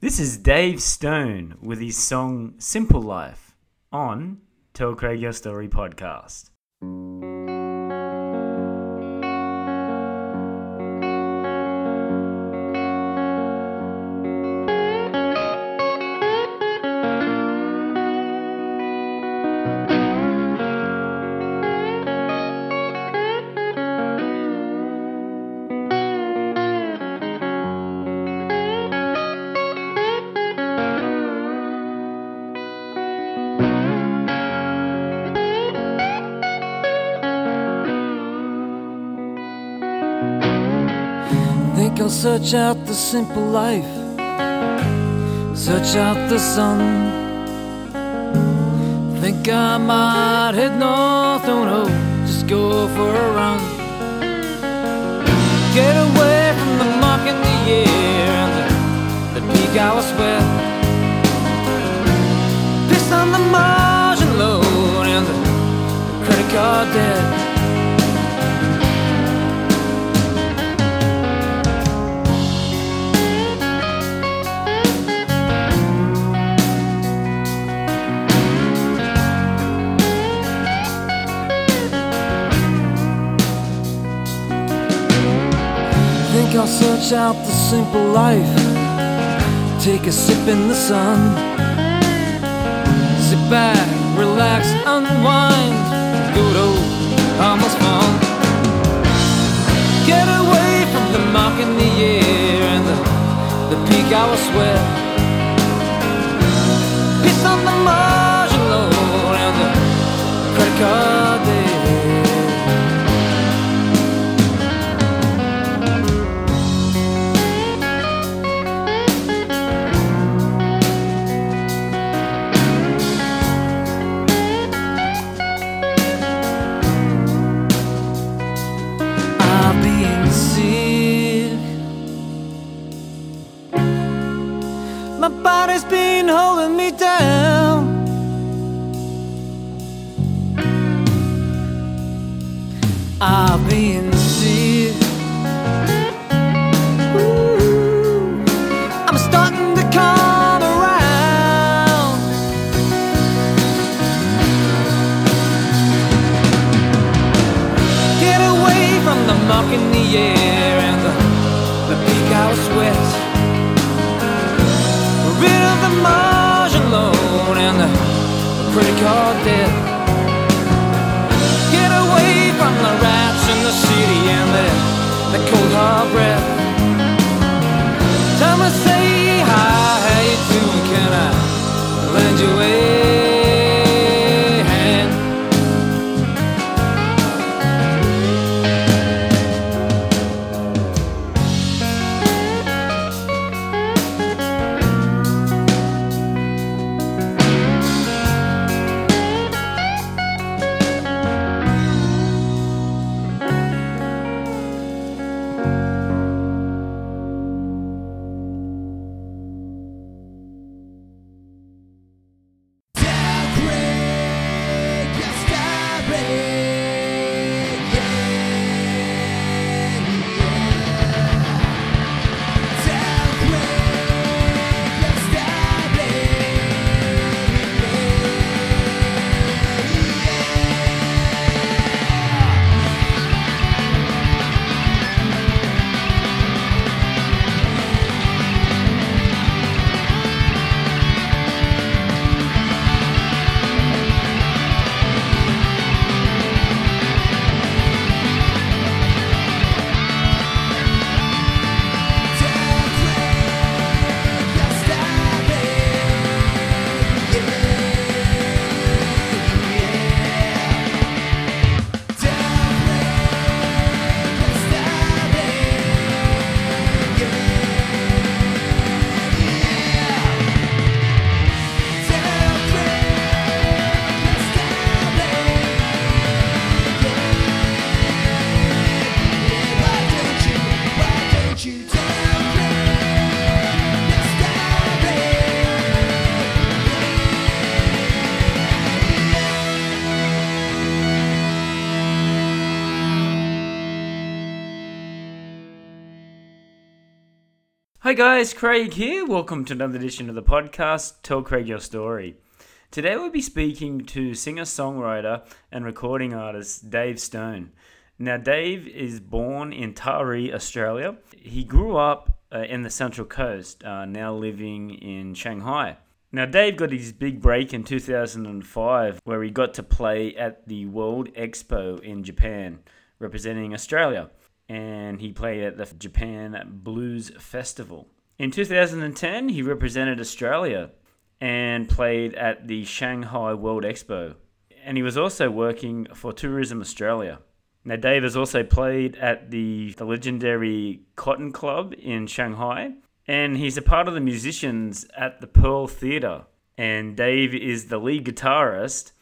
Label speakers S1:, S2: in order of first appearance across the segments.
S1: This is Dave Stone with his song Simple Life on Tell Craig Your Story podcast.
S2: Think I'll search out the simple life, search out the sun. Think I might head north, don't know, just go for a run. Get away from the muck in the year and the, the peak hour sweat. Piss on the margin loan and the credit card debt. Think I'll search out the simple life. Take a sip in the sun. Sit back, relax, unwind. Good old harmless fun. Get away from the mock in the air and the, the peak hour sweat. Piss on the margin loan and the credit card debt. I've been sick. My body's been holding me down. I've been sick. Ooh, I'm starting to come around. Get away from the muck in the air and the, the peak hour sweat. Rid of the margin loan and the, the credit card debt. Get away from the rats in the city and the, the cold hard breath. Time to say hi, how you doing? Can I lend you a hand?
S1: Hi guys, Craig here. Welcome to another edition of the podcast, Tell Craig Your Story. Today we'll be speaking to singer songwriter and recording artist Dave Stone. Now, Dave is born in Taree, Australia. He grew up uh, in the Central Coast, uh, now living in Shanghai. Now, Dave got his big break in 2005, where he got to play at the World Expo in Japan, representing Australia, and he played at the Japan Blues Festival. In 2010, he represented Australia and played at the Shanghai World Expo, and he was also working for Tourism Australia. Now, Dave has also played at the, the legendary Cotton Club in Shanghai, and he's a part of the musicians at the Pearl Theatre. And Dave is the lead guitarist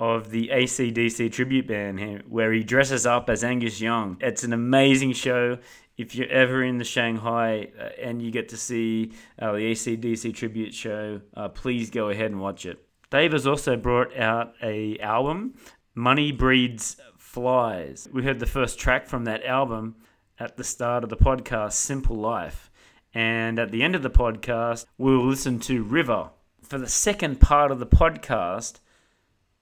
S1: of the ACDC tribute band, here, where he dresses up as Angus Young. It's an amazing show. If you're ever in the Shanghai uh, and you get to see uh, the ACDC tribute show, uh, please go ahead and watch it. Dave has also brought out a album, Money Breeds Flies. We heard the first track from that album at the start of the podcast, Simple Life. And at the end of the podcast, we'll listen to River. For the second part of the podcast,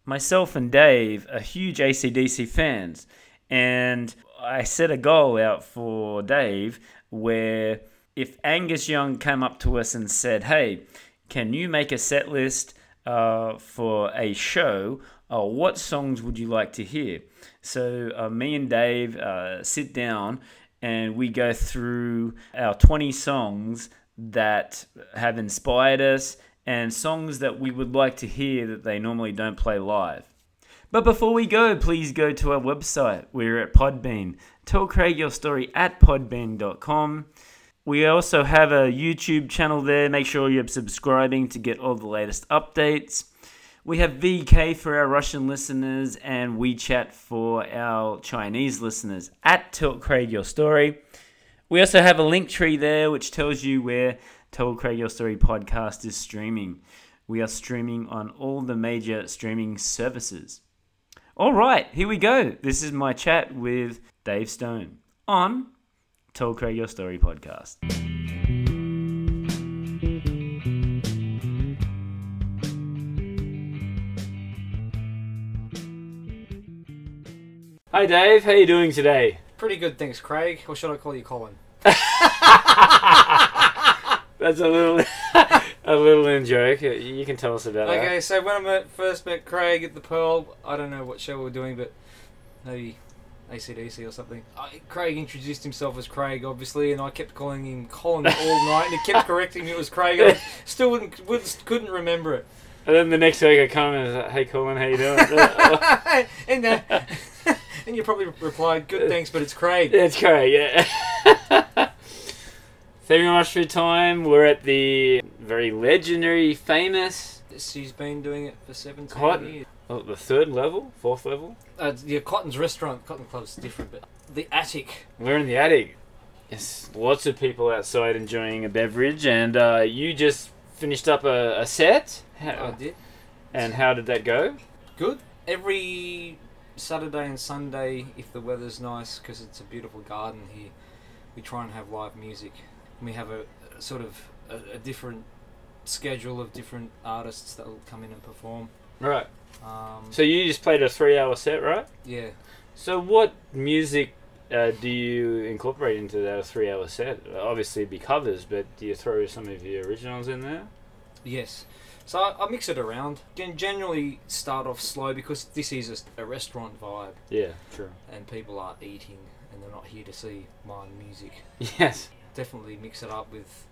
S1: myself and Dave uh, are huge ACDC fans, and I set a goal out for Dave where if Angus Young came up to us and said, Hey, can you make a set list uh, for a show? Uh, what songs would you like to hear? So, uh, me and Dave uh, sit down and we go through our 20 songs that have inspired us and songs that we would like to hear that they normally don't play live. But before we go, please go to our website. We're at Podbean. Tell Craig your story at podbean.com. We also have a YouTube channel there. Make sure you're subscribing to get all the latest updates. We have VK for our Russian listeners and WeChat for our Chinese listeners at Tilt Craig Your Story. We also have a link tree there which tells you where Tell Craig Your Story podcast is streaming. We are streaming on all the major streaming services. All right, here we go. This is my chat with Dave Stone on Tell Craig Your Story podcast. Hi Dave, how you doing today?
S2: Pretty good, thanks, Craig. Or should I call you Colin?
S1: That's a little a little in joke. You can tell us about that.
S2: Okay, so when I met, first met Craig at the Pearl, I don't know what show we were doing, but maybe ACDC or something. I, Craig introduced himself as Craig, obviously, and I kept calling him Colin all night, and he kept correcting me it was Craig. I still wouldn't, wouldn't couldn't remember it.
S1: And then the next week I come and it's like, hey Colin, how you doing?
S2: and uh, and you probably replied, "Good, thanks, but it's Craig."
S1: That's great, yeah. Thank you very much for your time. We're at the very legendary, famous,
S2: She's been doing it for seventeen
S1: Cotton.
S2: years.
S1: oh, the third level, fourth level.
S2: Uh, yeah, Cotton's restaurant, Cotton Club's different, but the attic.
S1: We're in the attic. Yes, lots of people outside enjoying a beverage, and uh, you just finished up a, a set.
S2: I
S1: How,
S2: did.
S1: and how did that go?
S2: Good. Every Saturday and Sunday, if the weather's nice, because it's a beautiful garden here, we try and have live music. And we have a, a sort of a, a different schedule of different artists that will come in and perform.
S1: Right.
S2: Um,
S1: So you just played a three-hour set, right?
S2: yeah.
S1: So what music uh, do you incorporate into that three-hour set? Obviously, it'd be covers, but do you throw some of your originals in there?
S2: Yes. So I, I mix it around. Gen- generally start off slow because this is a s- a, restaurant vibe
S1: Yeah, true.
S2: and people are eating and they're not here to see my music.
S1: Yes.
S2: Definitely mix it up with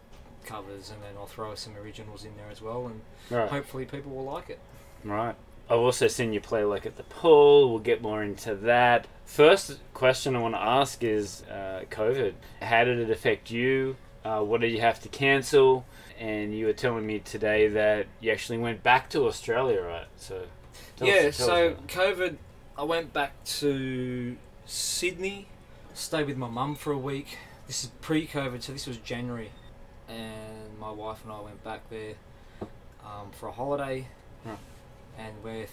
S2: covers and then I'll throw some originals in there as well and
S1: Right.
S2: hopefully people will like it.
S1: Right. I've also seen you play like at the pool. We'll get more into that. First question I want to ask is uh, COVID. How did it affect you? Uh, what did you have to cancel? And you were telling me today that you actually went back to Australia, right? So tell us-
S2: yeah,
S1: tell us
S2: so
S1: about
S2: COVID, I went back to Sydney, stayed with my mum for a week. This is pre COVID, so this was January. And my wife and I went back there um, for a holiday.
S1: Right.
S2: And we're,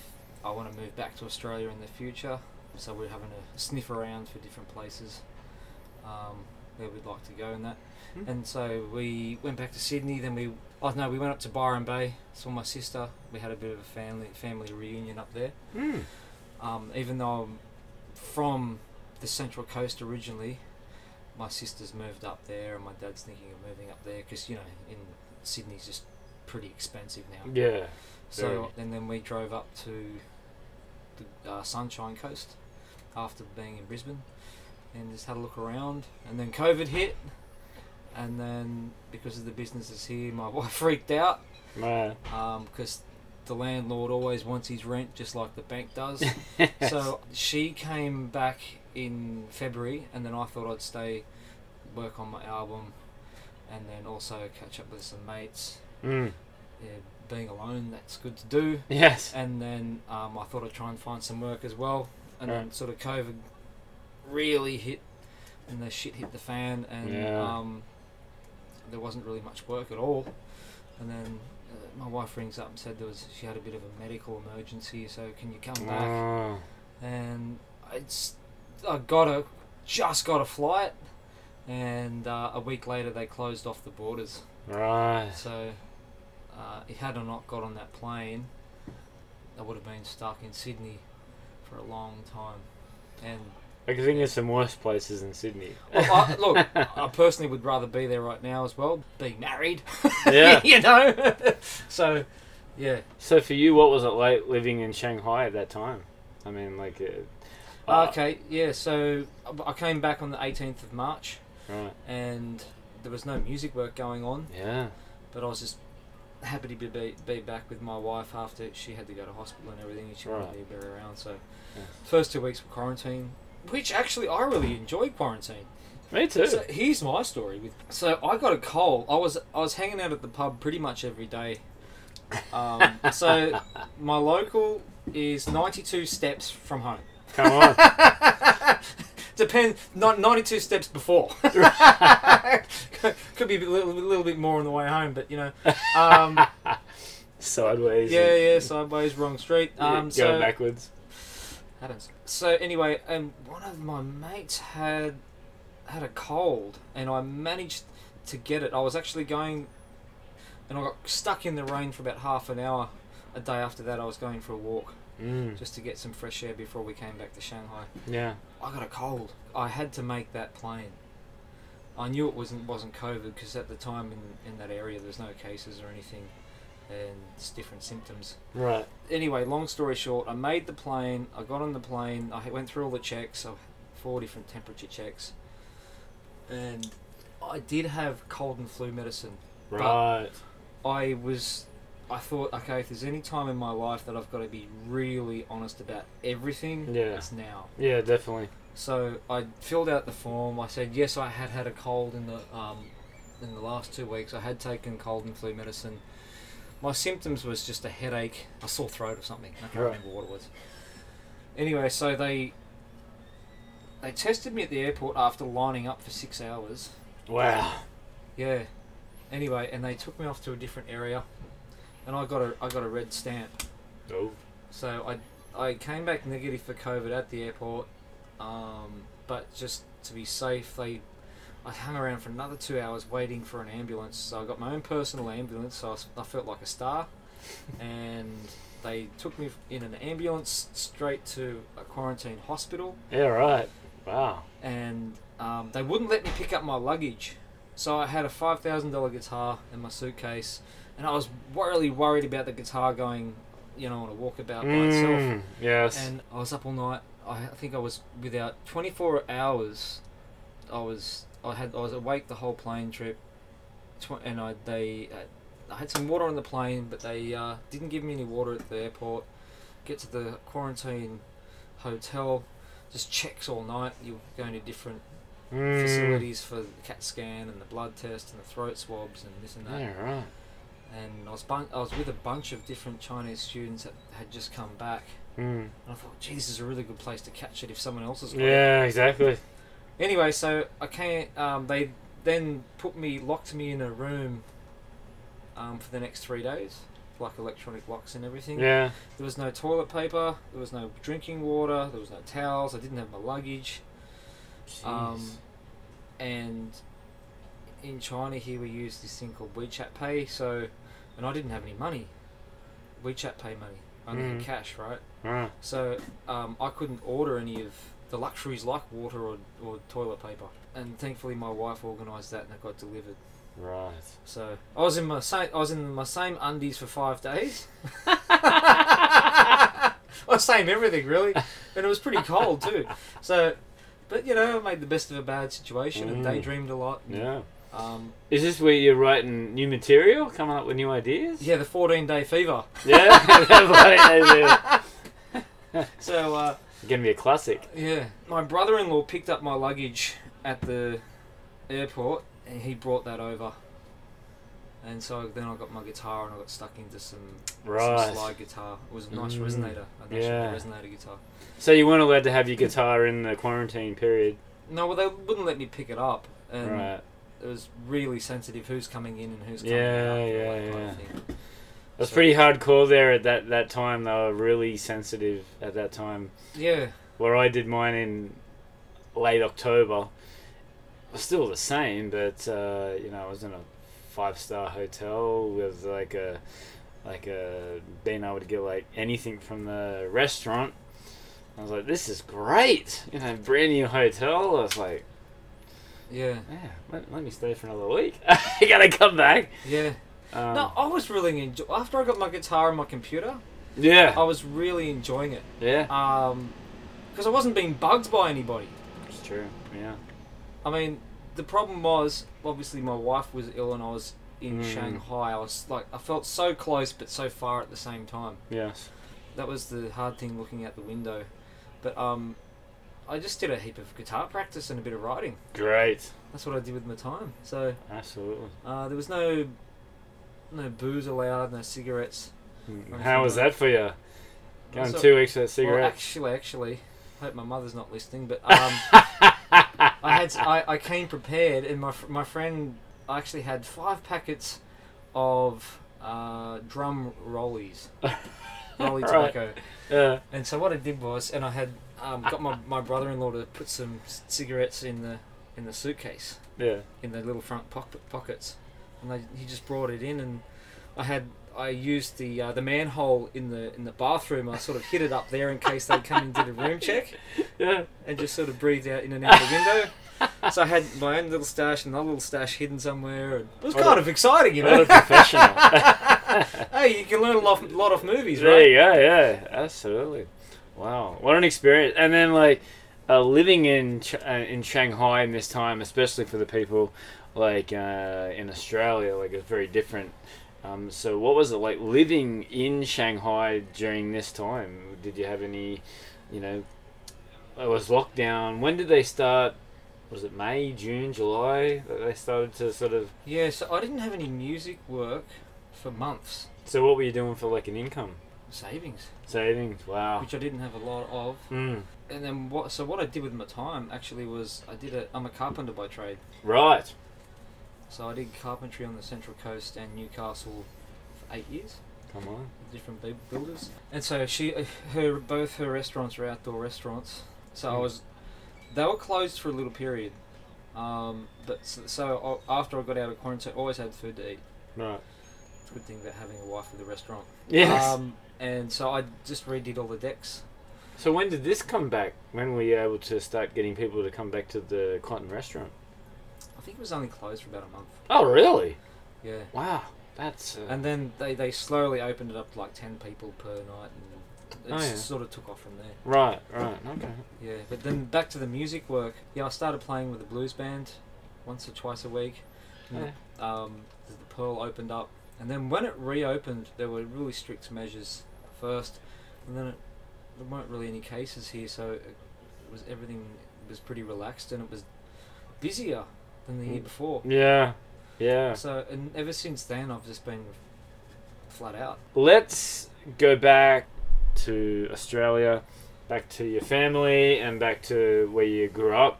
S2: I want to move back to Australia in the future, so we're having to sniff around for different places. Um, where we'd like to go and that.
S1: Hmm.
S2: And so we went back to Sydney. Then we, oh no, we went up to Byron Bay. Saw my sister. We had a bit of a family family reunion up there.
S1: Mm.
S2: Um, even though I'm from the Central Coast originally, my sister's moved up there, and my dad's thinking of moving up there because you know in Sydney's just pretty expensive now.
S1: Yeah.
S2: So
S1: Very.
S2: and then we drove up to the uh, Sunshine Coast after being in Brisbane and just had a look around. And then COVID hit, and then because of the businesses here, my wife freaked out
S1: Right.
S2: because Um, the landlord always wants his rent just like the bank does. so she came back in February, and then I thought I'd stay, work on my album, and then also catch up with some mates.
S1: Mm.
S2: Yeah, being alone, that's good to do.
S1: Yes.
S2: And then um, I thought I'd try and find some work as well. And then
S1: Right.
S2: sort of COVID really hit, and the shit hit the fan, and
S1: Yeah.
S2: um, there wasn't really much work at all. And then uh, my wife rings up and said there was she had a bit of a medical emergency, so can you come back?
S1: Oh.
S2: And it's I got a just got a flight, and uh, a week later they closed off the borders.
S1: Right.
S2: So, uh, if had I not got on that plane, I would have been stuck in Sydney for a long time. And
S1: I can think there's some worse places in Sydney.
S2: well, I, look, I personally would rather be there right now as well, being married.
S1: Yeah.
S2: you know. so, yeah.
S1: So for you, what was it like living in Shanghai at that time? I mean, like. uh, It,
S3: Uh,
S2: okay. Yeah. So I I came back on the 18th of March,
S1: Right.
S2: and there was no music work going on,
S1: Yeah.
S2: but I was just happy to be, be, be back with my wife after she had to go to hospital and everything, and she
S1: Right.
S2: wanted me to be around. So,
S1: Yeah.
S2: first two weeks were quarantine, which actually I really enjoyed quarantine.
S1: Me too.
S2: So here's my story with. So I got a cold. I was I was hanging out at the pub pretty much every day. Um, so my local is 92 steps from home.
S1: Come on.
S2: Depend not 92 steps before. Could be a little, little bit more on the way home, but you know. Um,
S1: Sideways.
S2: yeah,
S1: and-
S2: yeah, sideways, wrong street.
S1: Yeah,
S2: Um,
S1: Going
S2: so,
S1: backwards.
S2: Happens. So anyway, um, one of my mates had had a cold, and I managed to get it. I was actually going, and I got stuck in the rain for about half an hour. A day after that, I was going for a walk
S1: Mm.
S2: just to get some fresh air before we came back to Shanghai.
S1: Yeah.
S2: I got a cold. I had to make that plane. I knew it wasn't wasn't COVID because at the time in, in that area there was no cases or anything, and it's different symptoms
S1: Right.
S2: anyway, long story short, I made the plane. I got on the plane. I went through all the checks. I had four different temperature checks, and I did have cold and flu medicine.
S1: Right.
S2: I was, I thought, okay, if there's any time in my life that I've got to be really honest about everything,
S1: Yeah.
S2: it's now.
S1: yeah, definitely.
S2: So I filled out the form. I said yes, I had had a cold in the um, in the last two weeks. I had taken cold and flu medicine. My symptoms was just a headache, a sore throat, or something. I can't
S1: Right.
S2: remember what it was. Anyway, so they they tested me at the airport after lining up for six hours.
S1: Wow.
S2: Yeah. Anyway, and they took me off to a different area, and I got a I got a red stamp.
S1: Oh.
S2: So I I came back negative for COVID at the airport, um, but just to be safe, they I hung around for another two hours waiting for an ambulance. So I got my own personal ambulance, so I s- I, felt like a star, and they took me in an ambulance straight to a quarantine hospital,
S1: Yeah, right. Wow.
S2: and um, they wouldn't let me pick up my luggage. So I had a five thousand dollar guitar in my suitcase, and I was really worried about the guitar going, you know, on a walkabout by itself.
S1: Mm, Yes.
S2: And I was up all night. I I think I was without 24 hours. I was I had I was awake the whole plane trip, tw- and I they uh, I had some water on the plane, but they uh, didn't give me any water at the airport. Get to the quarantine hotel, just checks all night. You're going to different
S1: Mm.
S2: facilities for the CAT scan and the blood test and the throat swabs and this and that
S1: Yeah, right.
S2: and I was bun- I was with a bunch of different Chinese students that had just come back,
S1: Mm.
S2: and I thought, gee, this is a really good place to catch it if someone else has got it.
S1: Yeah, exactly.
S2: Anyway, so I can't. Um, they then put me, locked me in a room, um, for the next three days, like electronic locks and everything.
S1: Yeah.
S2: There was no toilet paper. There was no drinking water. There was no towels. I didn't have my luggage. Um,
S1: Jeez.
S2: and in China here we use this thing called WeChat Pay. So, and I didn't have any money, WeChat Pay money. I only
S3: Mm.
S2: had cash, right?
S3: Wow.
S2: So um, I couldn't order any of the luxuries like water or, or toilet paper. And thankfully, my wife organised that and it got delivered.
S3: Right.
S2: So I was in my same I was in my same undies for five days. well, same everything really, and it was pretty cold too. So, but you know, I made the best of a bad situation and
S3: Mm.
S2: daydreamed a lot.
S3: Yeah.
S2: Um,
S3: Is this where you're writing new material, coming up with new ideas?
S2: yeah, the fourteen day fever.
S3: Yeah. That's
S2: So uh,
S3: gonna be a classic.
S2: yeah, my brother in law picked up my luggage at the airport, and he brought that over. And so then I got my guitar and I got stuck into some, some
S3: Right.
S2: slide guitar. It was a nice
S3: Mm.
S2: resonator, a nice
S3: Yeah.
S2: resonator guitar.
S3: So you weren't allowed to have your guitar in the quarantine period,
S2: No, well, they wouldn't let me pick it up, and
S3: right?
S2: it was really sensitive who's coming in and who's coming
S3: Yeah,
S2: out. and all
S3: yeah,
S2: that kind of thing.
S3: It was
S2: So-
S3: pretty hardcore there at that, that time. They were really sensitive at that time.
S2: Yeah,
S3: Where I did mine in late October, it was still the same, but uh, you know, I was in a five star hotel with like a like a being able to get like anything from the restaurant. I was like, this is great, you know, brand new hotel. I was like,
S2: yeah,
S3: yeah, let, let me stay for another week. I gotta come back.
S2: yeah.
S3: Um,
S2: no, I was really enjoy. After I got my guitar and my computer, I
S3: yeah,
S2: was really enjoying it.
S3: yeah,
S2: Um, because I wasn't being bugged by anybody.
S3: it's true. Yeah.
S2: I mean, the problem was obviously my wife was ill and I was in
S3: Mm.
S2: Shanghai. I was like, I felt so close but so far at the same time.
S3: Yes.
S2: That was the hard thing looking out the window. But um, I just did a heap of guitar practice and a bit of writing.
S3: Great.
S2: That's what I did with my time. So
S3: Absolutely.
S2: uh, there was no no booze allowed, no cigarettes. Nice
S3: How was
S2: and nice.
S3: that for you? Going
S2: Also-
S3: two weeks without
S2: Well,
S3: cigarettes.
S2: actually, actually, hope my mother's not listening. But um, I had I, I came prepared, and my fr- my friend I actually had five packets of uh, drum rollies, rolly
S3: Right.
S2: tobacco.
S3: Yeah.
S2: And so what I did was, and I had um, got my, my brother-in-law to put some c- cigarettes in the in the suitcase.
S3: yeah.
S2: in their little front pocket pockets, and they, he just brought it in, and I had I used the uh, the manhole in the in the bathroom. I sort of hid it up there in case they come and did a room check,
S3: Yeah.
S2: and just sort of breathed out in and out the window. So I had my own little stash and another little stash hidden somewhere, and it was
S3: What
S2: kind
S3: a-
S2: of exciting, you
S3: What
S2: know.
S3: a professional.
S2: hey, you can learn a lot, lot off movies,
S3: there
S2: right?
S3: you go. Yeah. Absolutely. Wow. What an experience. And then like uh, living in Ch- uh, in Shanghai in this time, especially for the people like uh, in Australia, like it's very different. Um, so what was it like living in Shanghai during this time? Did you have any, you know, it was lockdown. When did they start? Was it May, June, July that they started to sort of
S2: Yeah. So I didn't have any music work for months.
S3: So what were you doing for like an income?
S2: Savings,
S3: Savings. Wow.
S2: which I didn't have a lot of,
S3: Mm.
S2: and then what? So what I did with my time actually was I did a. I'm a carpenter by trade.
S3: Right.
S2: So I did carpentry on the Central Coast and Newcastle for eight years,
S3: Come on.
S2: with different bu- builders. And so she, her, both her restaurants were outdoor restaurants. So I
S3: Mm.
S2: was, they were closed for a little period. Um, but so, so I- after I got out of quarantine, I always had food to eat.
S3: Right.
S2: It's a good thing about having a wife with a restaurant.
S3: Yes.
S2: Um, and so I just redid all the decks.
S3: so when did this come back? When were you able to start getting people to come back to the Cotton restaurant?
S2: I think it was only closed for about a month.
S3: Oh, really?
S2: Yeah.
S3: Wow. That's. Uh,
S2: And then they, they slowly opened it up to like 10 people per night and it
S3: Oh, yeah.
S2: sort of took off from there.
S3: right. Right. Okay.
S2: Yeah, but then back to the music work. Yeah, I started playing with the blues band once or twice a week.
S3: Yeah.
S2: Um, the the Pearl opened up, and then when it reopened, there were really strict measures first, and then it, there weren't really any cases here, so it was everything was pretty relaxed and it was busier than the year
S3: Mm.
S2: before.
S3: Yeah. Yeah.
S2: So, and ever since then, I've just been flat out.
S3: Let's go back to Australia, back to your family, and back to where you grew up.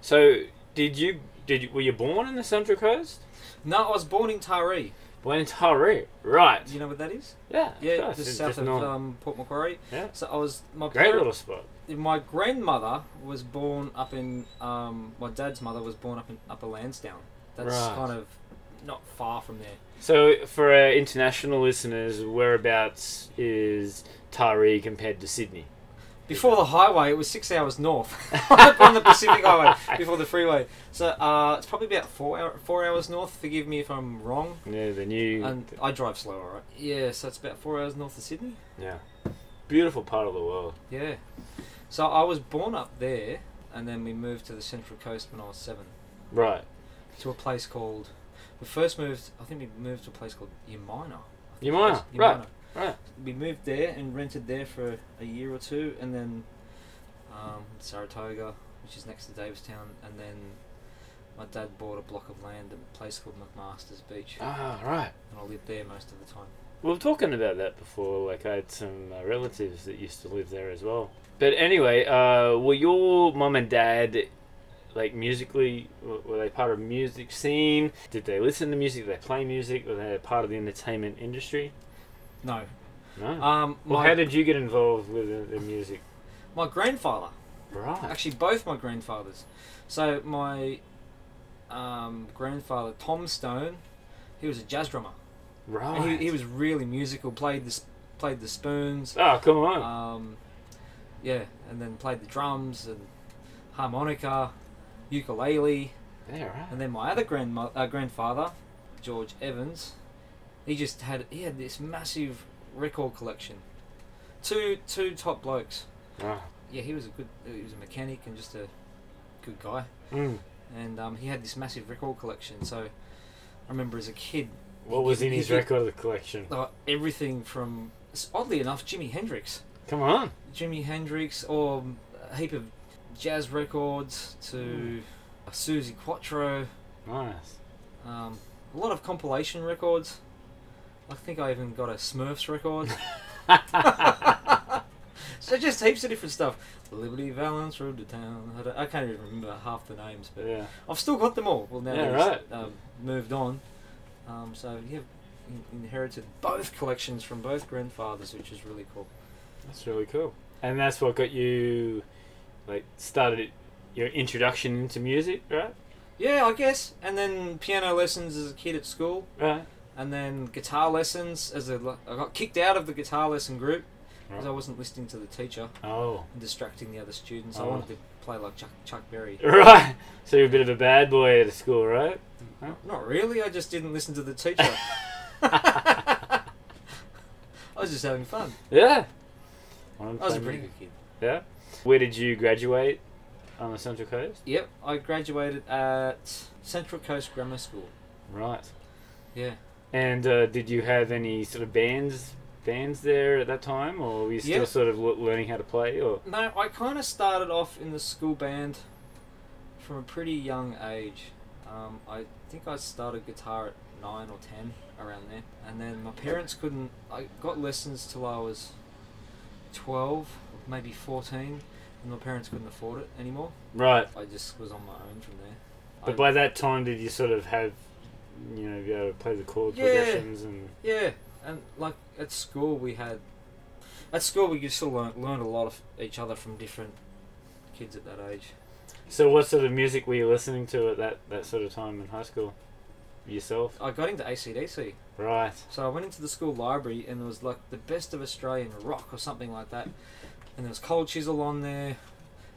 S3: So, did you did you, were you born in the Central Coast?
S2: No, I was born in Taree.
S3: Blantyre. Right.
S2: Do you know what that is?
S3: Yeah. of
S2: Yeah,
S3: course,
S2: just
S3: it's
S2: south of
S3: not-
S2: um, Port Macquarie.
S3: Yeah.
S2: So I was my
S3: Great
S2: parents-
S3: little spot.
S2: my grandmother was born up in um, my dad's mother was born up in Upper Lansdowne. That's
S3: Right.
S2: kind of not far from there.
S3: So, for our international listeners, whereabouts is Taree compared to Sydney?
S2: Before the highway, it was six hours north on the Pacific Highway before the freeway. So uh, it's probably about four hour, four hours north. Forgive me if I'm wrong.
S3: Yeah, the new.
S2: And I drive slow, alright. Yeah, so it's about four hours north of Sydney.
S3: yeah. Beautiful part of the world.
S2: Yeah. So I was born up there, and then we moved to the Central Coast when I was seven.
S3: Right.
S2: to a place called. We first moved. I think we moved to a place called Yamina. I think it
S3: Yamina,
S2: was,
S3: right, right.
S2: We moved there and rented there for a year or two, and then um, Saratoga, which is next to Davistown, and then my dad bought a block of land at a place called McMaster's Beach,
S3: Ah, right.
S2: and I lived there most of the time.
S3: We were talking about that before. Like, I had some uh, relatives that used to live there as well. But anyway, uh, were your mum and dad, like, musically, w- were they part of music scene? Did they listen to music? Did they play music? Were they part of the entertainment industry?
S2: No,
S3: No.
S2: um,
S3: Hmm. well,
S2: my
S3: how did you get involved with the, the music?
S2: my grandfather.
S3: Right.
S2: actually both my grandfathers. So my um, grandfather Tom Stone, he was a jazz drummer.
S3: Oh, Right.
S2: And he, he was really musical. Played the s- played the spoons.
S3: Oh, come on.
S2: Um, yeah, and then played the drums and harmonica, ukulele,
S3: yeah, right.
S2: and then my other grandmo- uh, grandfather, George Evans, he just had he had this massive record collection. Two two top blokes.
S3: Wow.
S2: Yeah, he was a good. He was a mechanic and just a good guy.
S3: Mm.
S2: And um, he had this massive record collection. So I remember as a kid
S3: What was in
S2: he-
S3: his
S2: he-
S3: record of the collection?
S2: like uh, everything from s- oddly enough Jimi Hendrix,
S3: Come on.
S2: Jimi Hendrix, or um, a heap of jazz records to Susie Quattro,
S3: Nice.
S2: um, a lot of compilation records. I think I even got a Smurfs record. so just heaps of different stuff. Liberty Valance rode to town. I, don't- I can't even remember half the names, but
S3: Yeah.
S2: I've still got them all. Well, now
S3: Yeah,
S2: they've
S3: right.
S2: um, moved on. Um, so yeah, in- inherited both collections from both grandfathers, which is really cool.
S3: That's really cool. And that's what got you, like, started your introduction into music, right?
S2: Yeah, I guess. And then piano lessons as a kid at school,
S3: Right.
S2: and then guitar lessons as a. I got kicked out of the guitar lesson group because I
S3: Right.
S2: wasn't listening to the teacher
S3: Oh.
S2: and distracting the other students. I
S3: Oh. Er
S2: wanted to play like Chuck, Chuck Berry.
S3: Right. So you're a bit of a bad boy at school, right?
S2: Not really. I just didn't listen to the teacher. I was just having fun.
S3: Yeah.
S2: I was a pretty good kid.
S3: Yeah. Where did you graduate? On the Central Coast.
S2: Yep, I graduated at Central Coast Grammar School.
S3: Right.
S2: Yeah.
S3: And uh, did you have any sort of bands bands there at that time, or were you still
S2: Yeah.
S3: sort of lo- learning how to play? Or
S2: No, I kind of started off in the school band from a pretty young age. Um, I think I started guitar at nine or ten, around there. And then my parents couldn't. I got lessons till I was 12, maybe 14, and my parents couldn't afford it anymore.
S3: right,
S2: I just was on my own from there.
S3: but
S2: I-
S3: by that time, did you sort of have you know be able to play the chord
S2: Yeah.
S3: progressions and
S2: Yeah, and like at school we had, at school we used to learn learn a lot of each other from different kids at that age.
S3: so what sort of music were you listening to at that that sort of time in high school yourself?
S2: I got into ACDC,
S3: Right,
S2: so I went into the school library and there was like the best of Australian rock or something like that, and there was Cold Chisel on there.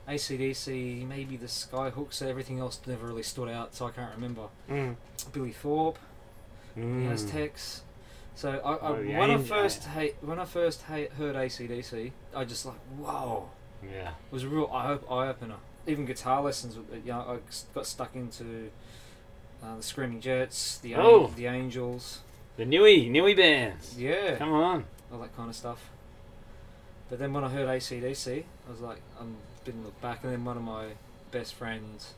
S2: ACDC, maybe the Skyhooks, everything else never really stood out, so I can't remember.
S3: mm.
S2: Billy Thorpe,
S3: Mm.
S2: the Aztecs. So I, I,
S3: Oh, the
S2: when, I
S3: Ang-
S2: first ha- when I first ha- heard ACDC, I just like, whoa,
S3: yeah,
S2: It was a real eye, eye opener. Even guitar lessons, with- you know, I s- got stuck into uh, the Screaming Jets, the An-
S3: Oh.
S2: the Angels,
S3: the Newey Newey bands.
S2: yeah,
S3: Come on,
S2: all that kind of stuff. But then when I heard ACDC, I was like, I didn't look back. And then one of my best friends,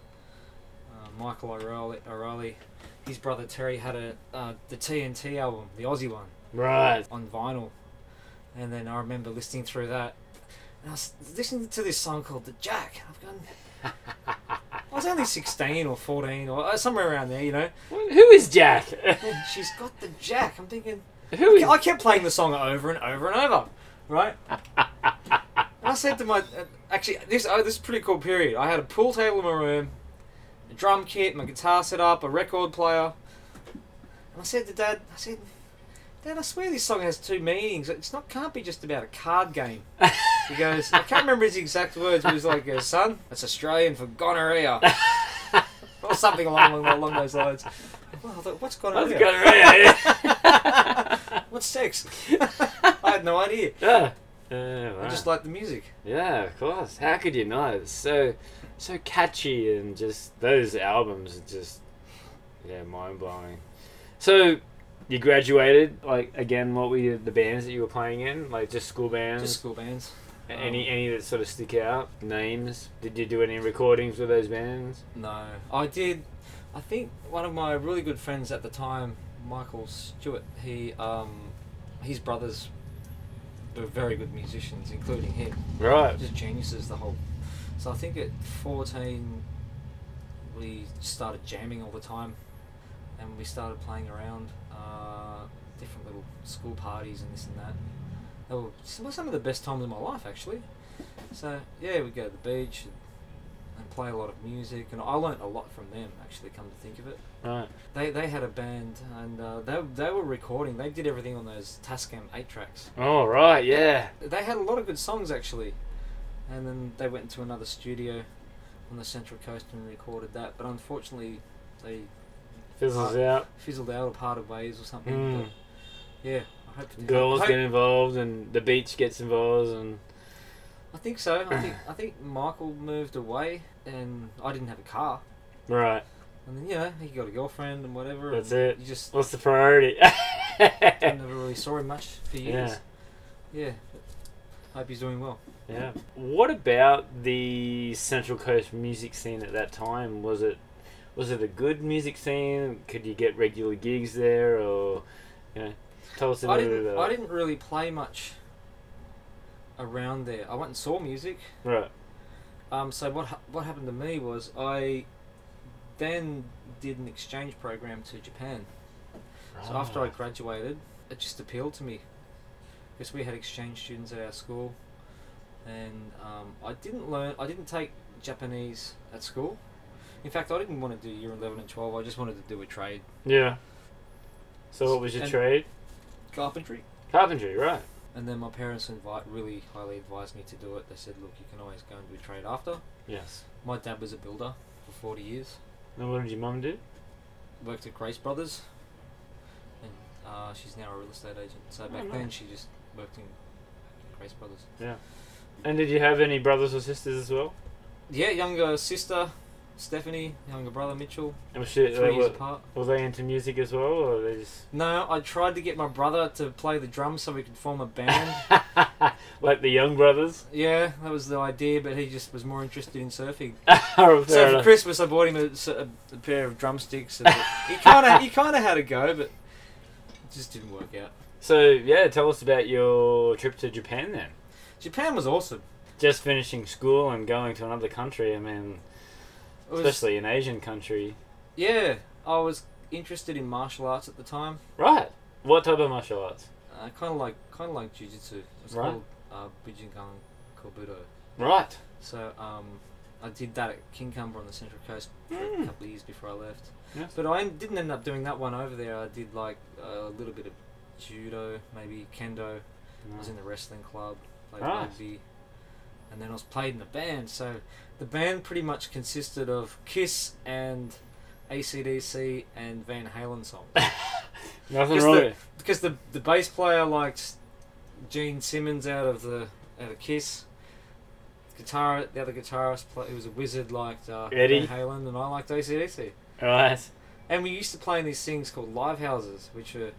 S2: uh, Michael O'Reilly, O'Reilly, his brother Terry had a uh, the TNT album, the Aussie one
S3: right,
S2: on vinyl. And then I remember listening through that. And I was listening to this song called The Jack. and I've gone. I was only 16 or 14 or uh, somewhere around there, you know.
S3: Who is Jack?
S2: And she's got the jack. I'm thinking.
S3: Who is
S2: I kept playing the song over and over and over, right? and I said to my, uh, actually, this oh, this is a pretty cool period. I had a pool table in my room, a drum kit, my guitar set up, a record player, and I said to Dad, I said, Dad, I swear this song has two meanings. It's not can't be just about a card game. He goes, I can't remember his exact words. but He was like, uh, "Son, that's Australian for gonorrhea." Or something along, along those lines. Well, I thought, what's
S3: That's
S2: gonorrhea?
S3: gonorrhea.
S2: What's sex? I had no idea.
S3: Yeah. Yeah,
S2: I
S3: wow.
S2: just like the music.
S3: yeah, of course. How could you not? It's so, so catchy and just those albums are just, yeah, mind blowing. So, you graduated. Like again, what were you, the bands that you were playing in? Like just school bands.
S2: Just school bands.
S3: any any that sort of stick out? Names? Did you do any recordings with those bands?
S2: No, I did. I think one of my really good friends at the time, Michael Stewart, he, um, his brothers were very good musicians, including him.
S3: Right.
S2: Just geniuses, the whole. So I think at 14, we started jamming all the time and we started playing around uh, different little school parties and this and that. They were some some of the best times of my life, actually. So, yeah, we'd go to the beach and, and play a lot of music, and I learnt a lot from them, actually, come to think of it.
S3: Right.
S2: They, they had a band and uh, they, they were recording, they did everything on those Tascam 8 tracks
S3: Oh right, yeah.
S2: they had a lot of good songs actually, and then they went to another studio on the Central Coast and recorded that. But unfortunately, they
S3: Fizzles
S2: Uh,
S3: out.
S2: fizzled out or parted ways or something.
S3: Mm.
S2: But yeah, I hope. It
S3: Girls
S2: I,
S3: get involved and the beach gets involved and
S2: I think so. I think I think Michael moved away, and I didn't have a car.
S3: right.
S2: And then you know he got a girlfriend and whatever.
S3: That's
S2: and
S3: it.
S2: You just
S3: What's the priority?
S2: I never really saw him much for
S3: yeah.
S2: years. Yeah. but I hope he's doing well.
S3: Yeah. What about the Central Coast music scene at that time? Was it was it a good music scene? Could you get regular gigs there or you know tell us a
S2: I
S3: little bit
S2: didn't.
S3: about
S2: I didn't really play much around there. I went and saw music.
S3: Right.
S2: Um, so what ha- what happened to me was I then did an exchange program to Japan. So after I
S3: Right.
S2: graduated, it just appealed to me because we had exchange students at our school, and um, I didn't learn. I didn't take Japanese at school. In fact, I didn't want to do year eleven and twelve. I just wanted to do a trade,
S3: Yeah. So what was your
S2: And-
S3: trade?
S2: carpentry.
S3: Carpentry, right.
S2: And then my parents invite really highly advised me to do it. They said, "Look, you can always go and do a trade after."
S3: Yes.
S2: My dad was a builder for forty years.
S3: And what did your mum do?
S2: worked at Grace Brothers, and uh, she's now a real estate agent. So back then she just worked in Grace Brothers.
S3: And did you have any brothers or sisters as well?
S2: Yeah, younger sister Stephanie, younger brother Mitchell,
S3: I'm sure
S2: three
S3: they
S2: years
S3: were,
S2: apart.
S3: were they into music as well, or they just
S2: No, I tried to get my brother to play the drums so we could form a band.
S3: like the young brothers?
S2: yeah, that was the idea, but he just was more interested in surfing.
S3: Oh,
S2: so
S3: fair
S2: for
S3: enough.
S2: Christmas, I bought him a, s- a- a pair of drumsticks. And he kind of he kind of had a go, but it just didn't work out.
S3: So yeah, tell us about your trip to Japan then.
S2: Japan was awesome.
S3: Just finishing school and going to another country. I mean,
S2: It was,
S3: especially an Asian country,
S2: Yeah, I was interested in martial arts at the time.
S3: right? What type of martial arts?
S2: Uh, kind of like kind of like jujitsu. It's
S3: Right.
S2: called uh, Bujinkan Kobudo.
S3: Right.
S2: So um, I did that at King Cumber on the Central Coast for a couple of years before I left.
S3: Hmm. Yes.
S2: But I en- didn't end up doing that one over there. I did like a little bit of judo, maybe kendo. I was in the wrestling club, played
S3: Right.
S2: rugby, and then I was played in the band. So the band pretty much consisted of Kiss and ACDC and Van Halen songs.
S3: Nothing
S2: Just
S3: wrong.
S2: the-
S3: with
S2: because the the bass player liked Gene Simmons out of the out of Kiss. Guitar, the other guitarist play, who was a wizard liked uh,
S3: Eddie.
S2: Van Halen, and I liked ACDC.
S3: it. Right.
S2: And we used to play in these things called live houses, which are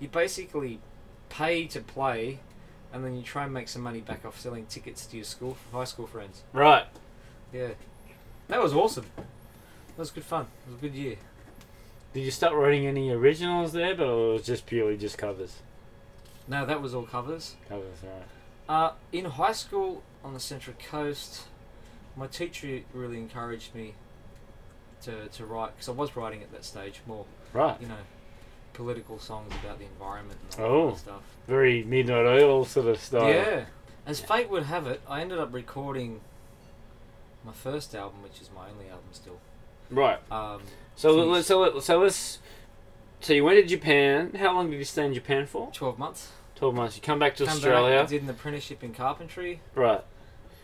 S2: you basically pay to play, and then you try and make some money back off selling tickets to your school high school friends.
S3: Right.
S2: Yeah, that was awesome. That was good fun. It was a good year.
S3: Did you start writing any originals there, but or it was just purely just covers?
S2: No, that was all covers.
S3: Covers, right?
S2: Uh, in high school on the Central Coast, my teacher really encouraged me to, to write because I was writing at that stage more,
S3: Right.
S2: you know, political songs about the environment and all
S3: Oh.
S2: that kind of stuff.
S3: Very midnight oil sort of style.
S2: Yeah. As fate would have it, I ended up recording my first album, which is my only album still.
S3: Right.
S2: Um,
S3: So
S2: Jeez.
S3: let's so, let- so let's so you went to Japan. How long did you stay in Japan for?
S2: Twelve months.
S3: Twelve months. You come back to
S2: Come back,
S3: Australia.
S2: I did an apprenticeship in carpentry.
S3: Right.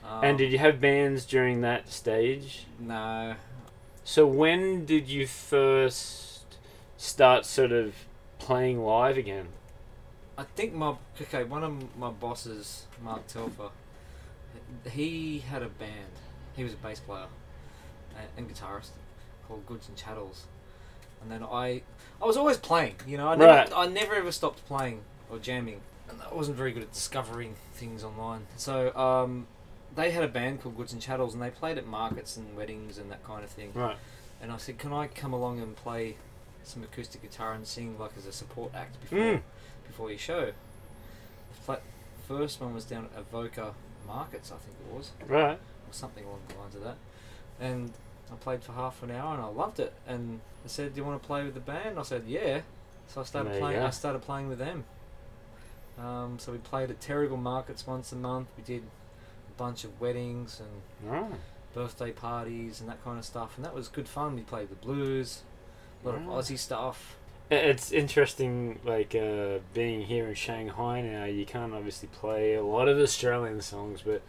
S2: Um,
S3: and did you have bands during that stage?
S2: No.
S3: So when did you first start sort of playing live again?
S2: I think my okay, one of my bosses, Mark Telfer, he had a band. He was a bass player and, and guitarist called Goods and Chattels. And then I, I was always playing. You know, I never,
S3: Right.
S2: I never ever stopped playing or jamming. And I wasn't very good at discovering things online. So um, they had a band called Goods and Chattels, and they played at markets and weddings and that kind of thing.
S3: Right.
S2: And I said, can I come along and play some acoustic guitar and sing like as a support act before?
S3: Mm.
S2: before your show. The flat first one was down at Avoca Markets, I think it was,
S3: Right.
S2: or something along the lines of that. And I played for half an hour and I loved it. And I said, "Do you want to play with the band?" I said, "Yeah." So I started
S3: There you
S2: playing.
S3: go.
S2: I started playing with them. Um, so we played at Terrigal Markets once a month. We did a bunch of weddings and
S3: Right.
S2: birthday parties and that kind of stuff, and that was good fun. We played the blues, a lot of
S3: Wow.
S2: Aussie stuff.
S3: I- It's interesting, like uh, being here in Shanghai now. You can't obviously play a lot of Australian songs, but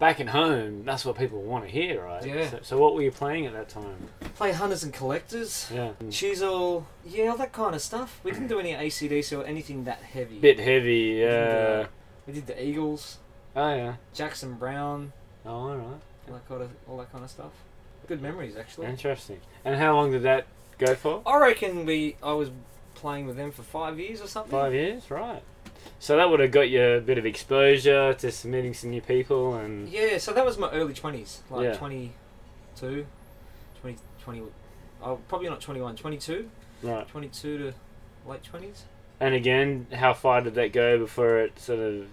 S3: back at home, that's what people want to hear, right?
S2: Yeah.
S3: So, so what were you playing at that time?
S2: Play hunters and collectors.
S3: Yeah.
S2: She's all, yeah, all that kind of stuff. We didn't do any ACDC or anything that heavy.
S3: Bit heavy. Yeah.
S2: Yeah. We did the Eagles,
S3: Oh yeah.
S2: Jackson Brown,
S3: Oh, all right.
S2: all that kind of, all that kind of stuff. Good memories, actually.
S3: Interesting. And how long did that go for?
S2: I reckon we, I was playing with them for five years or something.
S3: Five years, right? So that would have got you a bit of exposure to some- meeting some new people, and
S2: Yeah, so that was my early 20s, like
S3: Yeah.
S2: 22, 20, 20, oh, probably not 21, 22,
S3: right.
S2: 22 to late 20s.
S3: And again, how far did that go before it sort of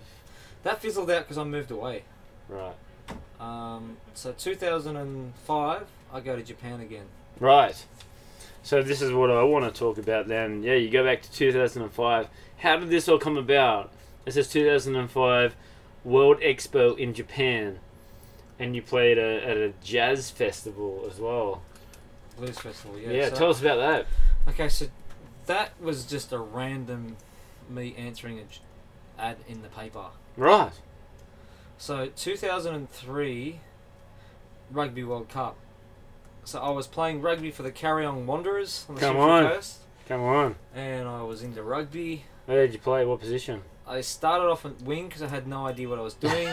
S2: That fizzled out because I moved away.
S3: right?
S2: Um, so 2005, I go to Japan again.
S3: Right. So this is what I want to talk about then. Yeah, you go back to 2005. How did this all come about? This is 2005 World Expo in Japan, and you played a, at a jazz festival as well.
S2: Blues Festival,
S3: Yeah,
S2: yeah. so-
S3: tell us about that.
S2: Okay, so that was just a random me answering an ad in the paper.
S3: Right.
S2: So 2003 Rugby World Cup. So I was playing rugby for the Carry On Wanderers on the
S3: Come
S2: Central
S3: on.
S2: Coast,
S3: Come on.
S2: and I was into rugby.
S3: Where did you play? What position?
S2: I started off at wing because I had no idea what I was doing,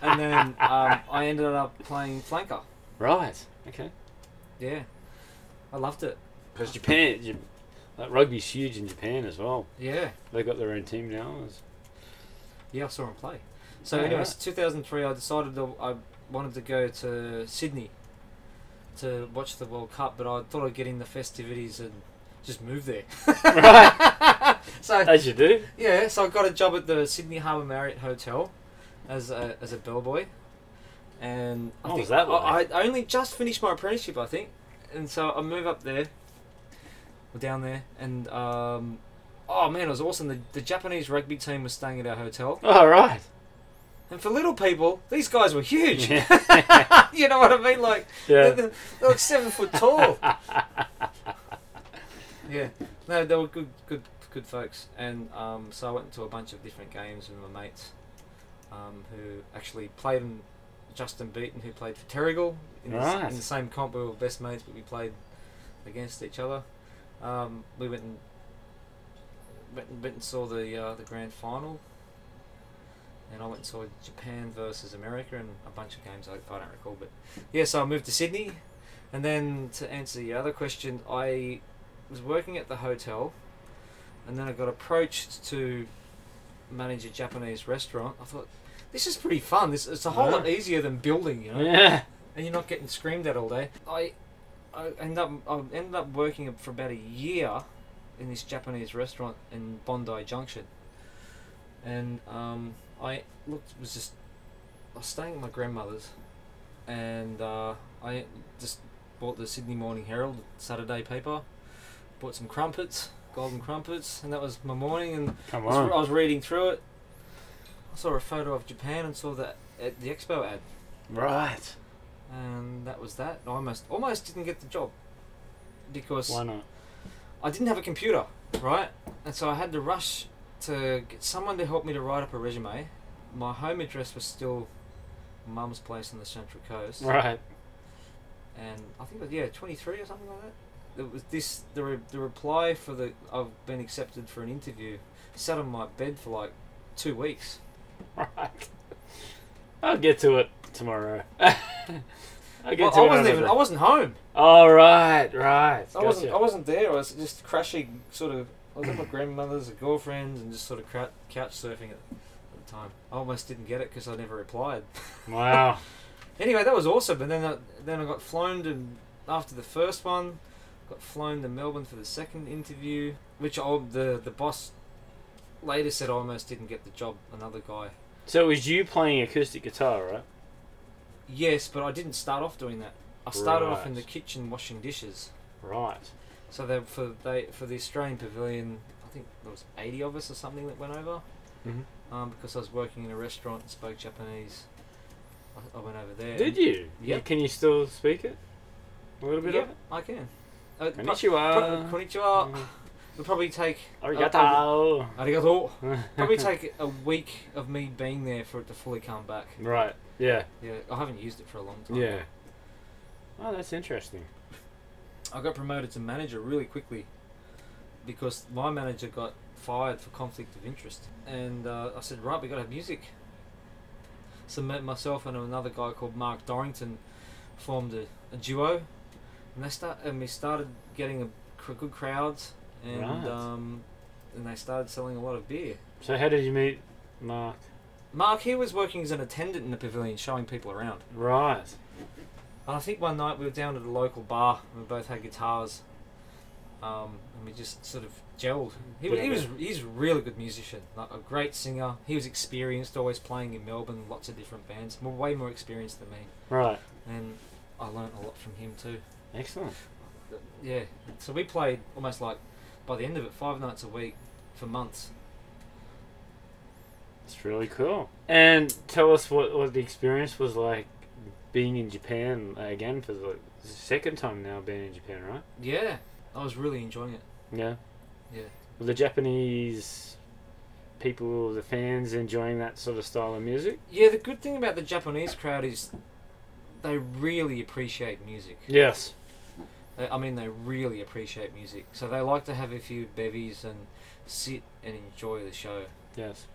S2: and then um, I ended up playing flanker.
S3: Right. Okay.
S2: Yeah, I loved it.
S3: Because Japan, J- like rugby's huge in Japan as well.
S2: Yeah.
S3: They got their own team now. It's-
S2: Yeah, I saw him play. So,
S3: Yeah,
S2: anyway,
S3: right.
S2: anyways, 2003, I decided to, I wanted to go to Sydney to watch the World Cup, but I thought I'd get in the festivities and just move there. so,
S3: As you do.
S2: yeah, so I got a job at the Sydney Harbour Marriott Hotel as a, as a bellboy. And I
S3: What
S2: think
S3: was that
S2: I,
S3: like?
S2: I only just finished my apprenticeship, I think. And so I move up there, or down there, and um, oh man, it was awesome. The, the Japanese rugby team was staying at our hotel.
S3: All right.
S2: And for little people, these guys were huge.
S3: Yeah.
S2: you know what I mean? Like
S3: Yeah.
S2: they, they were seven foot tall. yeah. No, they were good, good, good folks. And um, so I went to a bunch of different games with my mates, um, who actually played in Justin Beaton, who played for Terrigal in, the s-
S3: Right.
S2: in the same comp. We were best mates, but we played against each other. Um, we went and went and, went and saw the uh, the grand final. And I went and saw Japan versus America and a bunch of games I, I don't recall. But yeah, so I moved to Sydney. And then to answer your other question, I was working at the hotel and then I got approached to manage a Japanese restaurant. I thought, this is pretty fun. This It's a whole lot
S3: Yeah.
S2: easier than building, you know?
S3: Yeah.
S2: and you're not getting screamed at all day. I, I end up I ended up working for about a year in this Japanese restaurant in Bondi Junction, and um, I looked was just I was staying at my grandmother's, and uh, I just bought the Sydney Morning Herald Saturday paper, bought some crumpets, golden crumpets, and that was my morning. And
S3: Come
S2: I was, I
S3: on.
S2: was reading through it. I saw a photo of Japan and saw that at the expo ad,
S3: Right.
S2: and that was that. And I almost almost didn't get the job because
S3: Why not?
S2: I didn't have a computer, right? And so I had to rush to get someone to help me to write up a resume. My home address was still mum's place on the Central Coast,
S3: Right.
S2: and I think it was, yeah, 23 or something like that. There was this the, re- the reply for the I've been accepted for an interview. Sat on my bed for like two weeks.
S3: Right. I'll get to it tomorrow. I'll get
S2: Well,
S3: to
S2: I
S3: it.
S2: wasn't even.
S3: another
S2: I
S3: day.
S2: wasn't home.
S3: All right, right.
S2: I wasn't.
S3: Gotcha.
S2: I wasn't there. I was just crashing. Sort of. I was at my grandmother's, a girlfriend's, and just sort of crou- couch surfing at at the time. I almost didn't get it because I never replied.
S3: Wow.
S2: Anyway, that was awesome. And then I, then I got flown to after the first one, got flown to Melbourne for the second interview, which I, the the boss later said I almost didn't get the job. Another guy.
S3: So it was you playing acoustic guitar, right?
S2: Yes, but I didn't start off doing that. I started off in the
S3: Right.
S2: kitchen washing dishes.
S3: Right.
S2: So they for they for the Australian Pavilion, I think there was eighty of us or something that went over.
S3: Mhm.
S2: Um, because I was working in a restaurant and spoke Japanese, I, I went over there.
S3: Did you?
S2: Yep.
S3: Can you still speak it? A little bit
S2: Yeah,
S3: of it?
S2: I can. Uh, pro-
S3: Konnichiwa. Mm-hmm.
S2: pro- konnichiwa. Uh, It'll probably take
S3: Arigato.
S2: arigato. Probably take a week of me being there for it to fully come back.
S3: Right. Yeah.
S2: Yeah, I haven't used it for a long time.
S3: Yeah. Oh, that's interesting.
S2: I got promoted to manager really quickly because my manager got fired for conflict of interest, and uh, I said, right, we got to have music. So met myself and another guy called Mark Dorrington formed a, a duo, and they start and we started getting a cr- good crowds, and
S3: Right.
S2: um, and they started selling a lot of beer.
S3: So how did you meet Mark?
S2: Mark, he was working as an attendant in the pavilion, showing people around.
S3: Right.
S2: And I think one night we were down at a local bar and we both had guitars. Um, and we just sort of gelled. He, was- he was he's a really good musician, like a great singer. He was experienced, always playing in Melbourne, lots of different bands, more, way more experienced than me.
S3: Right.
S2: And I learnt a lot from him too.
S3: Excellent.
S2: Yeah, so we played almost like by the end of it, five nights a week for months.
S3: That's really cool. And tell us what, what the experience was like being in Japan again for the second time now being in Japan, right?
S2: Yeah, I was really enjoying it.
S3: Yeah.
S2: Yeah.
S3: Were the Japanese people, the fans, enjoying that sort of style of music?
S2: Yeah, the good thing about the Japanese crowd is they really appreciate music.
S3: Yes.
S2: They, I mean, they really appreciate music, so they like to have a few bevies and sit and enjoy the show.
S3: Yes.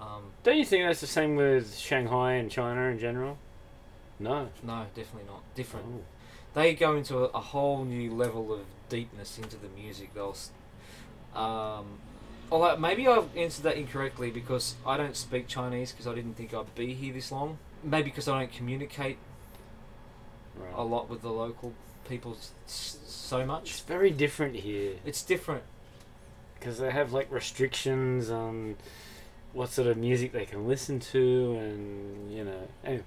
S2: Um,
S3: Don't you think that's the same with Shanghai and China in general? No.
S2: no, definitely not different.
S3: Oh.
S2: They go into a, a whole new level of deepness into the music. They'll, s- um, although maybe I've answered that incorrectly because I don't speak Chinese because I didn't think I'd be here this long. Maybe because I don't communicate
S3: Right.
S2: a lot with the local people s- s- so
S3: It's
S2: much.
S3: very different here
S2: It's different.
S3: because they have like restrictions on what sort of music they can listen to, and you know, anyway.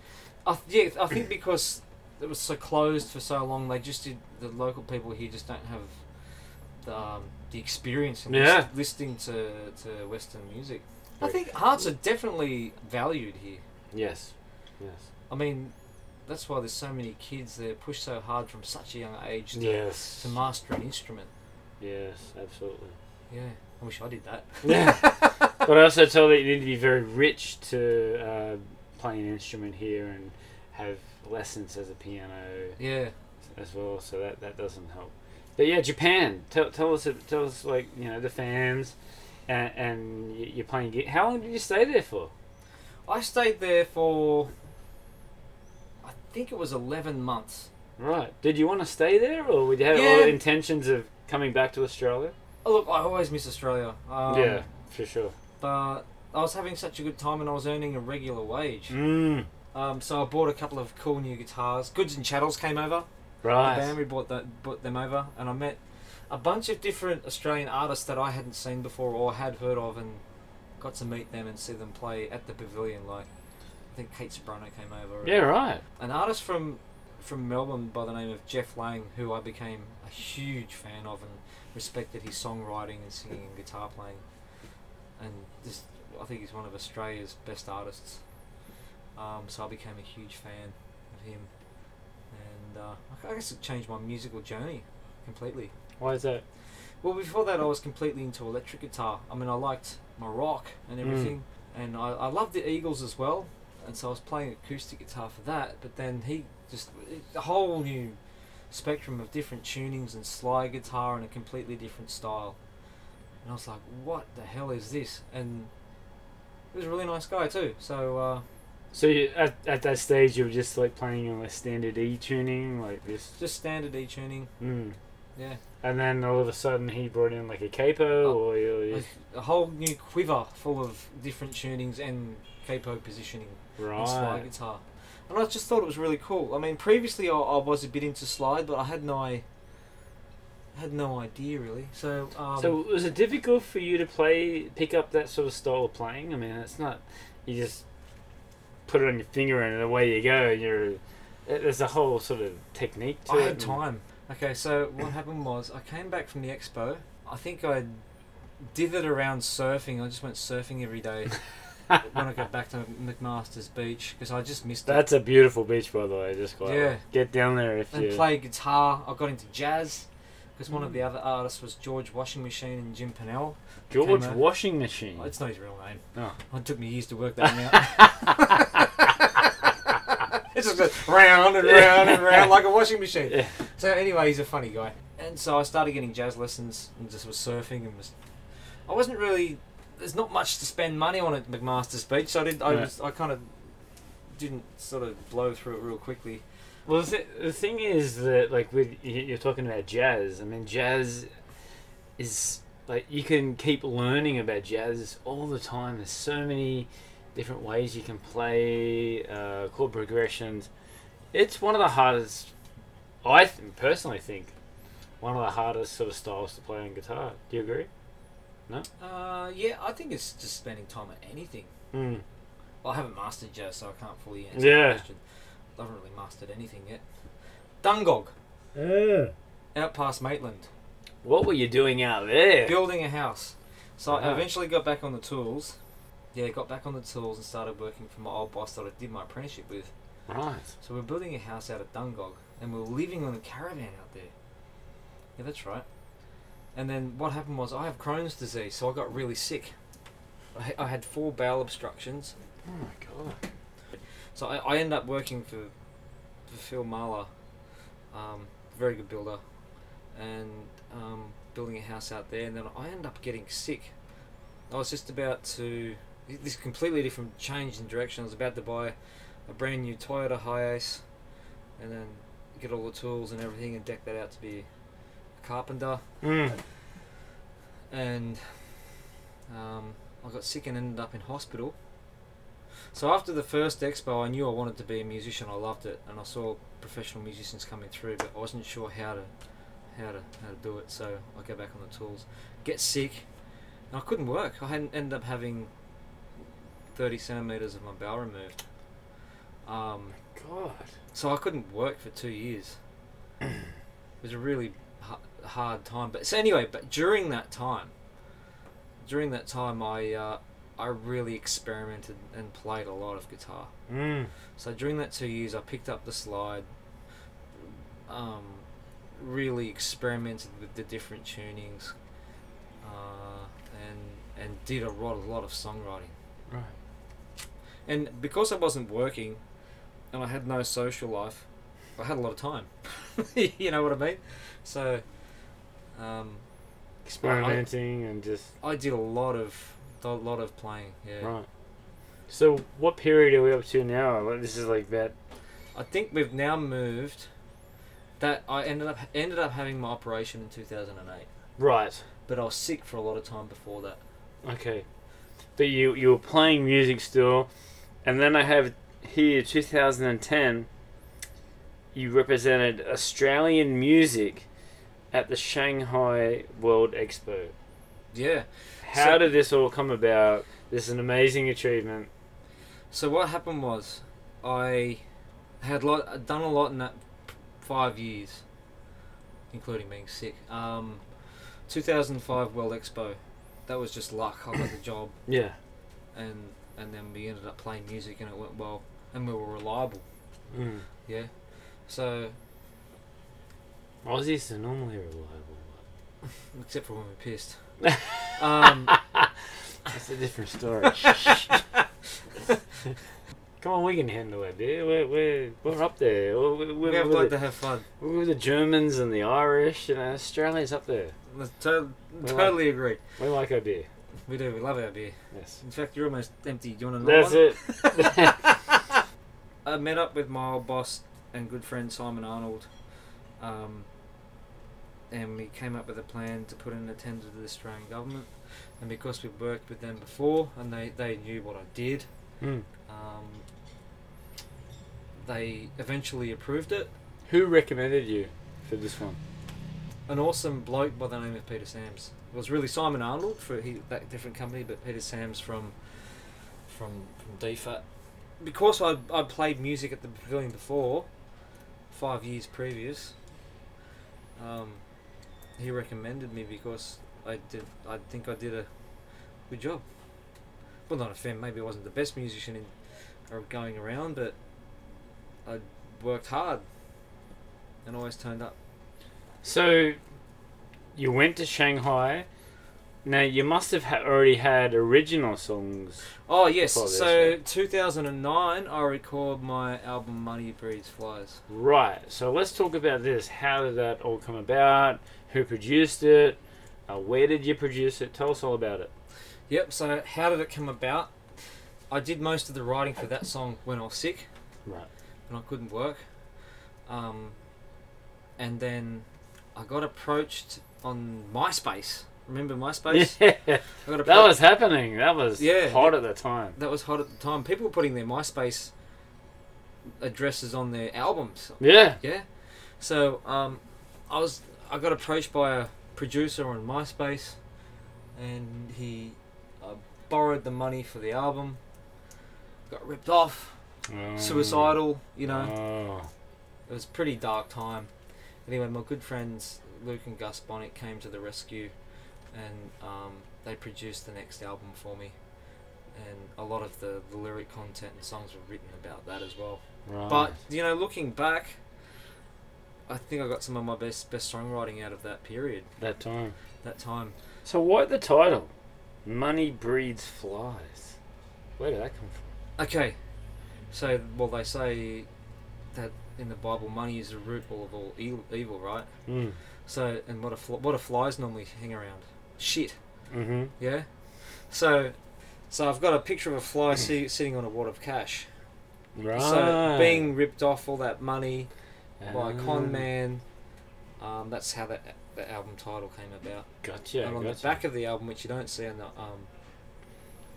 S2: I th- yeah, I think because it was so closed for so long, they just did. The local people here just don't have the, um, the experience in
S3: Yeah.
S2: lis- listening to, to Western music. I
S3: Very-
S2: think arts are definitely valued here.
S3: yes, yes,
S2: I mean, that's why there's so many kids. They're pushed so hard from such a young age to,
S3: yes,
S2: to master an instrument.
S3: yes, absolutely.
S2: Yeah, I wish I did that.
S3: Yeah, but I also told that you need to be very rich to uh, play an instrument here and have lessons as a piano
S2: Yeah.
S3: as well. So that, that doesn't help. But yeah, Japan. Tell, tell us tell us like you know the fans, and, and y- you're playing. gi- How long did you stay there for?
S2: I stayed there for, I think it was 11 months.
S3: Right. Did you want to stay there, or would you have all
S2: Yeah.
S3: intentions of coming back to Australia?
S2: Oh, look, I always miss Australia. Um,
S3: yeah, for sure.
S2: but I was having such a good time and I was earning a regular wage.
S3: Mm.
S2: Um, so I bought a couple of cool new guitars. Goods and Chattels came over.
S3: Right.
S2: The band we bought that bought them over, and I met a bunch of different Australian artists that I hadn't seen before or had heard of, and got to meet them and see them play at the pavilion. Like I think Kate Sobrano came over.
S3: Yeah. Right.
S2: An artist from from Melbourne by the name of Jeff Lang, who I became a huge fan of and respected his songwriting and singing and guitar playing. And just, I think he's one of Australia's best artists. Um, so I became a huge fan of him. And uh, I guess it changed my musical journey completely.
S3: Why is that?
S2: Well, before that, I was completely into electric guitar. I mean, I liked my rock and
S3: Mm.
S2: everything, and I, I loved the Eagles as well. And so I was playing acoustic guitar for that. But then he just a whole new spectrum of different tunings and slide guitar and a completely different style. And I was like, "What the hell is this?" And he was a really nice guy too. So uh,
S3: So you, at, at that stage, you were just like playing on like standard E tuning, like this.
S2: just standard E tuning,
S3: Mm.
S2: yeah.
S3: And then all of a sudden, he brought in like a capo,
S2: Oh.
S3: or you,
S2: Like, a whole new quiver full of different tunings and capo positioning. on slide
S3: right?
S2: guitar. And I just thought it was really cool. I mean, previously I, I was a bit into slide, but I had no, I had no idea really. So, um,
S3: so was it difficult for you to play, pick up that sort of style of playing? I mean, it's not. You just put it on your finger and away you go. You're there's a whole sort of technique to
S2: I
S3: it.
S2: had
S3: and-
S2: time. Okay, so what happened was I came back from the expo. I think I dithered around surfing. I just went surfing every day when I got back to McMaster's Beach because I just missed
S3: That's a beautiful beach, by the way. Just quite
S2: Yeah.
S3: Get down there if
S2: it. And
S3: you.
S2: played guitar. I got into jazz because one
S3: Mm.
S2: of the other artists was George Washing Machine and Jim Pennell.
S3: George
S2: Came out.
S3: washing machine.
S2: Well, it's not his real name.
S3: Oh.
S2: It took me years to work that one out. it just goes round and round and round like a washing machine.
S3: Yeah.
S2: So anyway, he's a funny guy. And so I started getting jazz lessons and just was surfing and was. I wasn't really. There's not much to spend money on at McMaster's Beach, so I did. I
S3: Yeah.
S2: was. I kind of didn't sort of blow through it real quickly.
S3: Well, the, the thing is that, like, with y- you're talking about jazz. I mean, jazz is like you can keep learning about jazz all the time. There's so many different ways you can play uh, chord progressions. It's one of the hardest. I th- personally think one of the hardest sort of styles to play on guitar. Do you agree?
S2: Uh, yeah, I think it's just spending time at anything.
S3: Mm.
S2: Well, I haven't mastered jazz, so I can't fully answer
S3: Yeah.
S2: the question. I haven't really mastered anything yet. Dungog, out past Maitland,
S3: What were you doing out there?
S2: building a house. So
S3: Uh-huh.
S2: I eventually got back on the tools. Yeah, got back on the tools and started working for my old boss that I did my apprenticeship with.
S3: right.
S2: So we're building a house out at Dungog, and we we're living on a caravan out there. Yeah, that's right. And then what happened was I have Crohn's disease, so I got really sick. I, ha- I had four bowel obstructions,
S3: Oh my god.
S2: So I, I end up working for, for Phil Marler, um, very good builder, and um, building a house out there. And then I end up getting sick. I was just about to this completely different change in direction. I was about to buy a brand new Toyota Hiace, and then get all the tools and everything and deck that out to be a carpenter.
S3: Mm.
S2: And um, I got sick and ended up in hospital. So after the first expo, I knew I wanted to be a musician. I loved it, and I saw professional musicians coming through, but I wasn't sure how to how to how to do it. So I go back on the tools, get sick, and I couldn't work. I had ended up having thirty centimeters of my bowel removed. Um,
S3: God.
S2: so I couldn't work for two years. it was a really ha- hard time. But so anyway, but during that time, during that time, I uh, I really experimented and played a lot of guitar.
S3: Mm.
S2: So during that two years, I picked up the slide, um, really experimented with the different tunings, uh, and and did a lot, a lot of songwriting.
S3: Right.
S2: And because I wasn't working, and I had no social life, I had a lot of time. you know what I mean? So, um,
S3: Experimenting and just
S2: I did a lot of a lot of playing. Yeah.
S3: Right. So what period are we up to now? Like, This is like that.
S2: I think we've now moved. That I ended up ended up having my operation in two thousand and eight,
S3: Right.
S2: but I was sick for a lot of time before that.
S3: Okay. But you you were playing music still, and then I have here 2010. You represented Australian music at the Shanghai World Expo.
S2: Yeah.
S3: How
S2: So-
S3: did this all come about? This is an amazing achievement.
S2: So what happened was, I had lot done a lot in that five years, including being sick. Um, 2005 World Expo. That was just luck. I got the job,
S3: Yeah.
S2: and and then we ended up playing music, and it went well, and we were reliable.
S3: Mm.
S2: Yeah. So
S3: Aussies are normally reliable.
S2: except for when we pissed. um,
S3: That's a different story. Come on, we can handle it, dude. We're, we're, we're up there. We're, we're,
S2: we
S3: we're,
S2: have
S3: with
S2: like
S3: the,
S2: to have fun.
S3: we're with the Germans and the Irish, and Australia's up there.
S2: Let's to-
S3: like-
S2: totally agree.
S3: We like our beer.
S2: We do. We love our beer.
S3: Yes.
S2: In fact, you're almost empty. Do you want another
S3: That's
S2: one?
S3: it.
S2: I met up with my old boss and good friend Simon Arnold, um, and we came up with a plan to put in a tender to the Australian government. And because we've worked with them before, and they, they knew what I did,
S3: Mm.
S2: um, they eventually approved it.
S3: Who recommended you for this one?
S2: An awesome bloke by the name of Peter Sams. It was really Simon Arnold for he, that different company, but Peter Sams from from from DFAT. Because I I played music at the pavilion before, five years previous. Um, he recommended me because I did. I think I did a good job. Well, not a fan. Maybe I wasn't the best musician in or going around, but I worked hard and always turned up.
S3: So, you went to Shanghai. Now, you must have ha- already had original songs.
S2: Oh yes,
S3: Before this,
S2: so
S3: yeah.
S2: 2009, I record my album Money Breeds Flies.
S3: Right. So, let's talk about this. How did that all come about? Who produced it? Uh, where did you produce it? Tell us all about it.
S2: Yep. So how did it come about? I did most of the writing for that song when I was sick
S3: Right.
S2: and I couldn't work, um, and then I got approached on MySpace. Remember MySpace? I got
S3: That
S2: appro-
S3: was happening. That was
S2: Yeah.
S3: hot at the time.
S2: that was hot at the time. People were putting their MySpace addresses on their albums.
S3: Yeah.
S2: Yeah. So um, I was I got approached by a producer on MySpace, and he uh, borrowed the money for the album. Got ripped off,
S3: Oh.
S2: suicidal. You know,
S3: Oh.
S2: it was a pretty dark time. Anyway, my good friends Luke and Gus Bonnet came to the rescue, and um, they produced the next album for me. And a lot of the, the lyric content and songs were written about that as well.
S3: Right.
S2: But you know, looking back, I think I got some of my best best songwriting out of that period,
S3: that time.
S2: that time.
S3: So, what the title? Money breeds flies. Where did that come from?
S2: Okay, so well they say that in the Bible, money is the root all of all e- evil, right?
S3: Mm.
S2: So, and what a fl- what do flies normally hang around? Shit,
S3: Mm-hmm.
S2: yeah. So, so I've got a picture of a fly si- sitting on a wad of cash.
S3: Right. Ah.
S2: So being ripped off all that money by a con man. Um, that's how that the album title came about.
S3: Gotcha.
S2: and on
S3: gotcha.
S2: the back of the album, which you don't see on the um,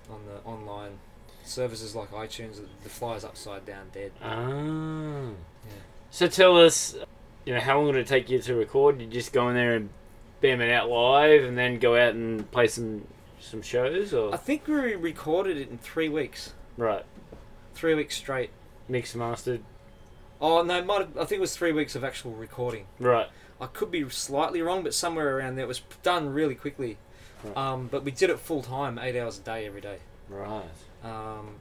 S2: on the online services like iTunes, the flyer's upside down dead.
S3: Ah.
S2: Yeah.
S3: So tell us, you know, how long did it take you to record? You just go in there and bam it out live, and then go out and play some some shows, or
S2: I think we recorded it in three weeks,
S3: right,
S2: three weeks straight.
S3: mixed mastered,
S2: Oh no, it might have, I think it was three weeks of actual recording.
S3: right,
S2: I could be slightly wrong, but somewhere around there it was done really quickly.
S3: Right.
S2: Um, but we did it full time, eight hours a day every day.
S3: right.
S2: um,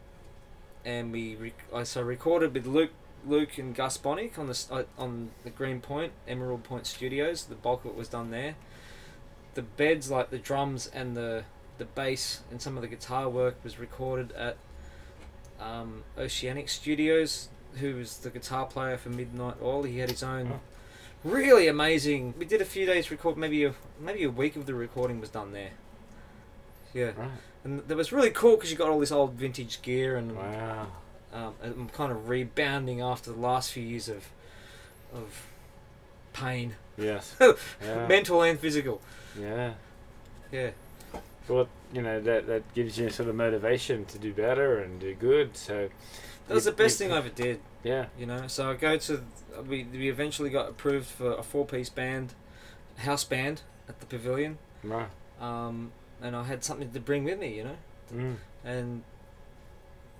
S2: and we rec- I so recorded with Luke, Luke and Gus Bonick on the s- uh, on the Green Point Emerald Point Studios. The bulk of it was done there. The beds, like the drums and the the bass and some of the guitar work, was recorded at um, Oceanic Studios. Who was the guitar player for Midnight Oil? He had his own. Really amazing. We did a few days record, maybe a maybe a week of the recording was done there. Yeah
S3: Right.
S2: and that was really cool because you got all this old vintage gear and
S3: Wow.
S2: um, I'm kind of rebounding after the last few years of of pain,
S3: Yes. yeah.
S2: mental and physical.
S3: yeah.
S2: Yeah,
S3: Well, you know that that gives you sort of motivation to do better and do good. So
S2: that was
S3: You-
S2: the best
S3: you-
S2: thing I ever did.
S3: yeah.
S2: You know, so I go to we we eventually got approved for a four piece band, house band at the pavilion,
S3: Right.
S2: um, and I had something to bring with me. You know,
S3: Mm.
S2: and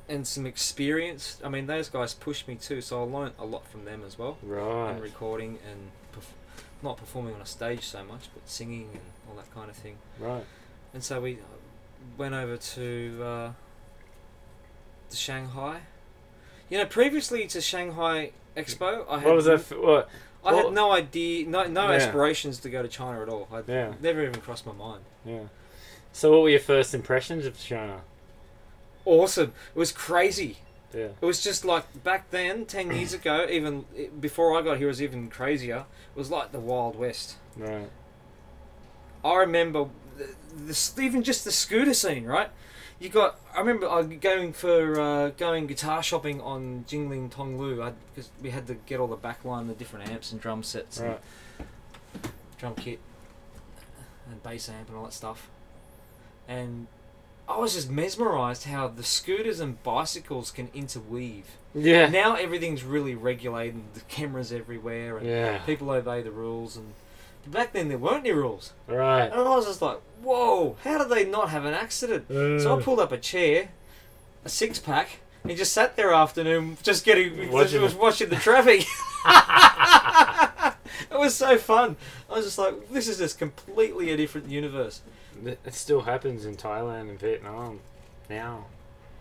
S2: and some experience. I mean, those guys pushed me too, so I learned a lot from them as well.
S3: Right.
S2: And recording and perf- not performing on a stage so much, but singing and all that kind of thing.
S3: Right.
S2: And so we uh, went over to uh, to Shanghai. You know, previously to Shanghai Expo, I had
S3: What was
S2: n-
S3: that? F- what?
S2: I
S3: Well-
S2: had no idea, no, no
S3: Yeah.
S2: aspirations to go to China at all. I
S3: Yeah.
S2: never even crossed my mind.
S3: Yeah. So, what were your first impressions of China?
S2: Awesome! It was crazy.
S3: Yeah.
S2: It was just like back then, ten years ago, even it- before I got here, it was even crazier. It was like the Wild West.
S3: Right.
S2: I remember the, the, even just the scooter scene, right? You got. I remember I going for uh, going guitar shopping on Jingling Tonglu because we had to get all the backline, the different amps and drum sets,
S3: Right.
S2: and drum kit, and bass amp and all that stuff. And I was just mesmerised how the scooters and bicycles can interweave.
S3: Yeah.
S2: Now everything's really regulated. and The cameras everywhere, and
S3: Yeah.
S2: people obey the rules. And back then there weren't any rules.
S3: Right.
S2: And I was just like, whoa, how did they not have an accident? So I
S3: Mm.
S2: pulled up a chair, a six pack, and just sat there afternoon, just getting,
S3: Watching
S2: just was
S3: it.
S2: watching the traffic. it was so fun. I was just like, this is just completely a different universe.
S3: Th- It still happens in Thailand and Vietnam now.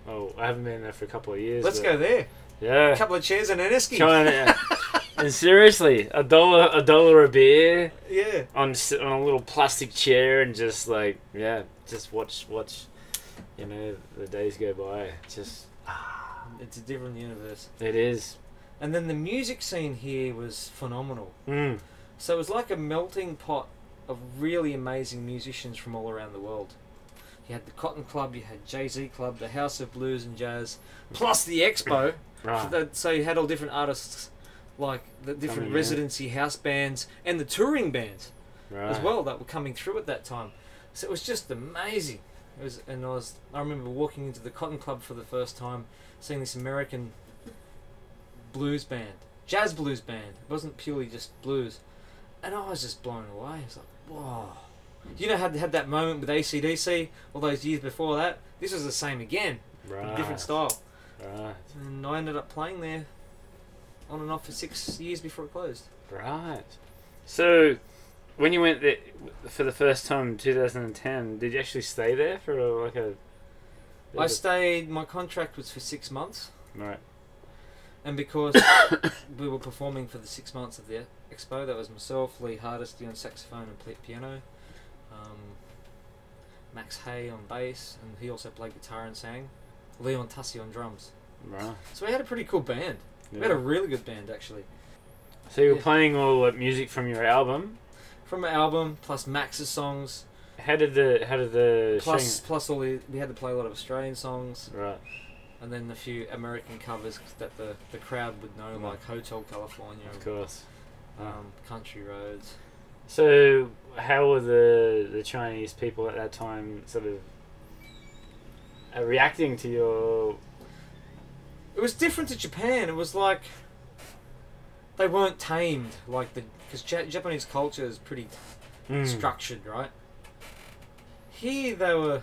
S3: Oh, I haven't been there for a couple of years.
S2: Let's
S3: but-
S2: go there. A
S3: Yeah.
S2: couple of chairs and an esky.
S3: China. and seriously, a dollar, a dollar a beer
S2: Yeah.
S3: on s- on a little plastic chair and just like yeah, just watch watch, you know, the days go by. It's Just
S2: It's a different universe.
S3: it is.
S2: And then the music scene here was phenomenal.
S3: Mm.
S2: So it was like a melting pot of really amazing musicians from all around the world. You had the Cotton Club, you had Jay Z Club, the House of Blues and Jazz, plus the Expo. So
S3: Right.
S2: that- so you had all different artists, like the different
S3: Coming in.
S2: residency house bands and the touring bands
S3: Right.
S2: as well that were coming through at that time. So it was just amazing. It was, and I was, I remember walking into the Cotton Club for the first time, seeing this American blues band, jazz blues band. It wasn't purely just blues, and I was just blown away. It's like, whoa. You know, had had that moment with ACDC all those years before that. This was the same again,
S3: Right.
S2: different style.
S3: Right.
S2: And I ended up playing there, on and off for six years before it closed.
S3: Right. So, when you went there for the first time in 2010, did you actually stay there for uh, like a?
S2: I stayed. My contract was for six months.
S3: Right.
S2: And because we were performing for the six months of the expo, that was myself, Lee Hardesty on saxophone and pl- piano, um, Max Hay on bass, and he also played guitar and sang, Leon Tussie on drums.
S3: Right.
S2: So we had a pretty cool band. We
S3: Yeah.
S2: had a really good band, actually.
S3: So you were
S2: yeah.
S3: playing all the music from your album.
S2: From our album, plus Max's songs,
S3: How did the how did the
S2: plus, plus all the. We had to play a lot of Australian songs,
S3: Shang- right
S2: and then a few American covers that the, the crowd would know,
S3: Mm.
S2: like Hotel California,
S3: of course.
S2: um, Country Roads.
S3: So how were the the Chinese people at that time sort of uh, reacting to your
S2: It was different to Japan. It was like they weren't tamed like the because ja- Japanese culture is pretty
S3: Mm.
S2: structured, right? Here they were.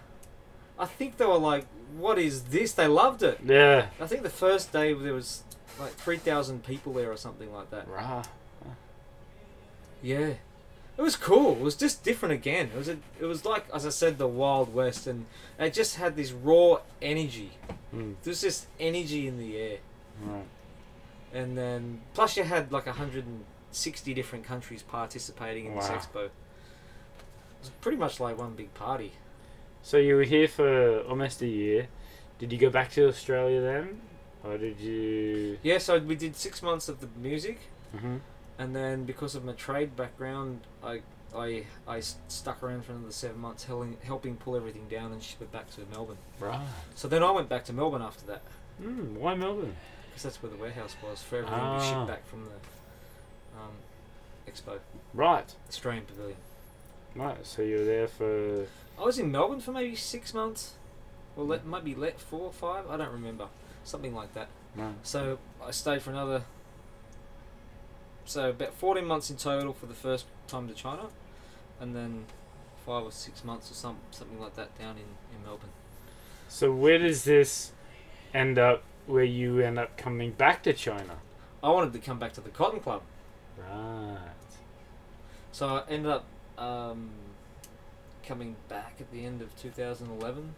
S2: I think they were like, "What is this?" They loved it.
S3: Yeah.
S2: I think the first day there was like three thousand people there or something like that.
S3: Right.
S2: Yeah, it was cool. It was just different again. It was a, it was like as I said, the Wild West, and it just had this raw energy.
S3: Mm.
S2: There's just energy in the air.
S3: Right.
S2: and then plus you had like 160 different countries participating in this
S3: Wow.
S2: expo. It was pretty much like one big party.
S3: So you were here for almost a year. Did you go back to Australia then, or did you?
S2: Yeah, so we did six months of the music,
S3: hmm
S2: and then because of my trade background, I I, I s- stuck around for another seven months, helping helping pull everything down and ship it back to Melbourne.
S3: Right.
S2: So then I went back to Melbourne after that,
S3: Mm, why Melbourne?
S2: because that's where the warehouse was for everything to
S3: Ah.
S2: ship back from the um, expo
S3: Right.
S2: Australian Pavilion.
S3: Right. So you were there for.
S2: I was in Melbourne for maybe six months, or let, maybe let four or five. I don't remember, something like that.
S3: Right.
S2: So I stayed for another, so about fourteen months in total for the first time to China, and then five or six months or some something like that down in in Melbourne.
S3: So where does this end up where you end up coming back to China?
S2: I wanted to come back to the Cotton Club,
S3: Right.
S2: so I ended up um, coming back at the end of 2011,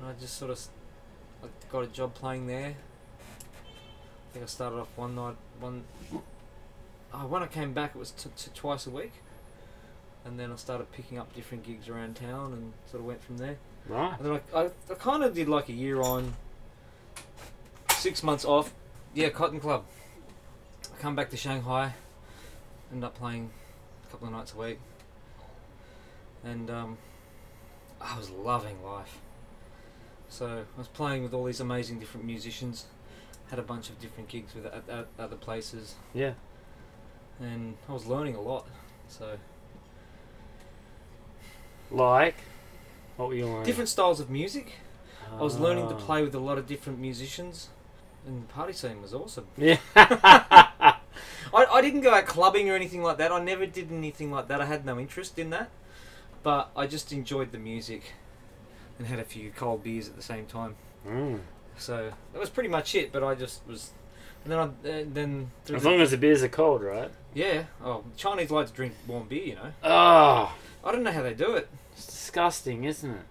S2: and I just sort of s- I got a job playing there. I think I started off one night one. Oh, when I came back, it was t- t- twice a week, and then I started picking up different gigs around town and sort of went from there.
S3: Right.
S2: And then I, I, I kind of did like a year on, six months off. Yeah, Cotton Club. I come back to Shanghai, end up playing a couple of nights a week. And um, I was loving life. So I was playing with all these amazing different musicians, had a bunch of different gigs with at, at other places,
S3: Yeah.
S2: and I was learning a lot. So
S3: Like, what were you learning?
S2: different styles of music. I was learning to
S3: Ah.
S2: play with a lot of different musicians, and the party scene was awesome.
S3: Yeah.
S2: I, I didn't go out clubbing or anything like that. I never did anything like that. I had no interest in that. But I just enjoyed the music and had a few cold beers at the same time.
S3: Mm.
S2: So that was pretty much it. But I just was. And then I. Uh, then through
S3: As
S2: the-
S3: long as the beers are cold, right?
S2: yeah. Oh, Chinese like to drink warm beer, you know.
S3: Oh,
S2: I don't know how they do it.
S3: it's disgusting, isn't it?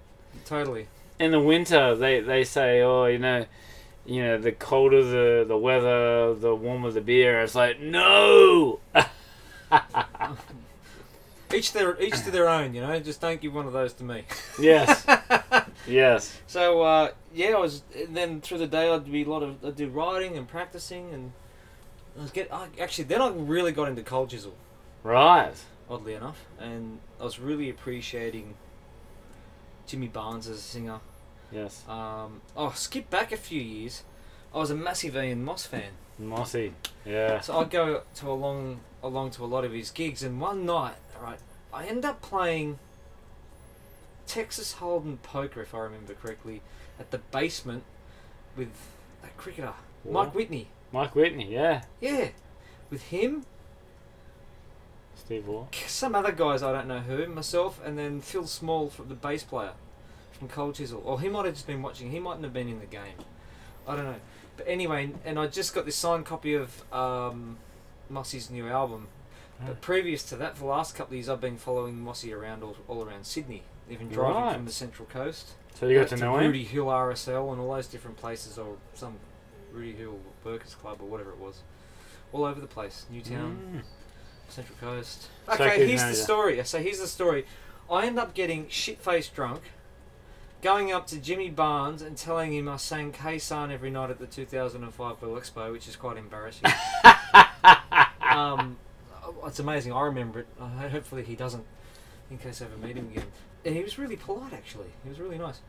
S2: Totally.
S3: in the winter they, they say oh you know you know the colder the, the weather the warmer the beer it's like no
S2: Each their each to their own, you know. Just don't give one of those to me.
S3: yes yes
S2: So uh, yeah, I was. And then through the day, I'd be a lot of I'd do writing and practicing, and I was get. I, actually, then I really got into cold chisel,
S3: right
S2: oddly enough, and I was really appreciating Jimmy Barnes as a singer.
S3: yes
S2: Um, oh, skip back a few years. I was a massive Ian Moss fan,
S3: mossy yeah
S2: so I'd go to along along to a lot of his gigs. And one night, right, I end up playing Texas Hold'em poker, if I remember correctly, at the basement with a cricketer. Mike Whitney.
S3: Mike Whitney yeah
S2: Yeah. With him,
S3: Steve Waugh
S2: some other guys I don't know who, myself, and then Phil Small, from the bass player from Cold Chisel. Or he might have just been watching. He mightn't have been in the game. I don't know. But anyway, and I just got this signed copy of um, Mossy's new album.
S3: Ah.
S2: But previous to that, for the last couple of years, I've been following Mossy around all, all around Sydney, even driving
S3: Right.
S2: from the Central Coast.
S3: so you got
S2: Back
S3: to know him
S2: Rudy Hill RSL and all those different places, or some Rudy Hill Workers Club or whatever it was. All over the place, Newtown,
S3: Mm.
S2: Central Coast.
S3: So I
S2: Okay,
S3: could
S2: here's
S3: know
S2: the
S3: that.
S2: story. So here's the story. I end up getting shit faced drunk, going up to Jimmy Barnes and telling him I sang K San every night at the 2005 Bill Expo, which is quite embarrassing.
S3: Mm.
S2: um, it's amazing. I remember it. Uh, hopefully he doesn't, in case I ever meet him again. And he was really polite, actually. He was really nice.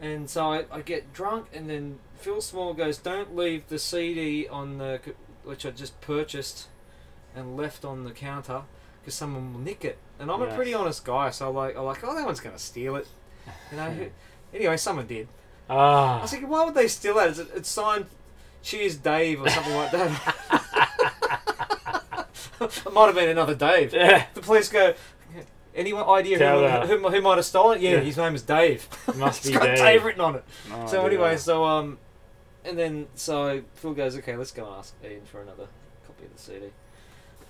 S2: And so I, I get drunk, and then Phil Small goes, "Don't leave the CD on the c- which I just purchased and left on the counter because someone will nick it." And I'm
S3: Yes.
S2: a pretty honest guy, so I'm like, I'm like, "Oh, that one's gonna steal it," you know. who- anyway, someone did. I
S3: ah
S2: was thinking, why would they steal that? It's, it's signed Cheers Dave or something like that. it might have been another Dave.
S3: yeah
S2: The police go, anyone idea
S3: Tell
S2: who,
S3: her.
S2: who, who might have stolen it? Yeah,
S3: Yeah.
S2: his name is Dave.
S3: must
S2: It's
S3: be
S2: got
S3: Dave, Oh,
S2: Dave. written on it. so
S3: No idea.
S2: anyway, so um, and then so Phil goes, okay, let's go and ask Ian for another copy of the CD.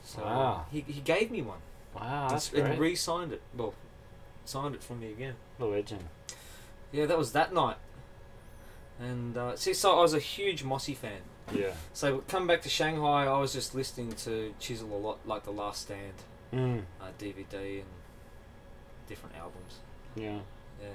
S2: So
S3: Wow.
S2: he, he gave me one
S3: wow
S2: and
S3: Ah. Oh, that's
S2: s-
S3: great
S2: and re-signed it. Well, signed it from me again.
S3: the legend
S2: Yeah, that was that night. And uh, see, so I was a huge Mossy fan.
S3: yeah
S2: So come back to Shanghai, I was just listening to Chisel a lot, like The Last Stand
S3: mm.
S2: uh, DVD and different albums.
S3: yeah
S2: Yeah,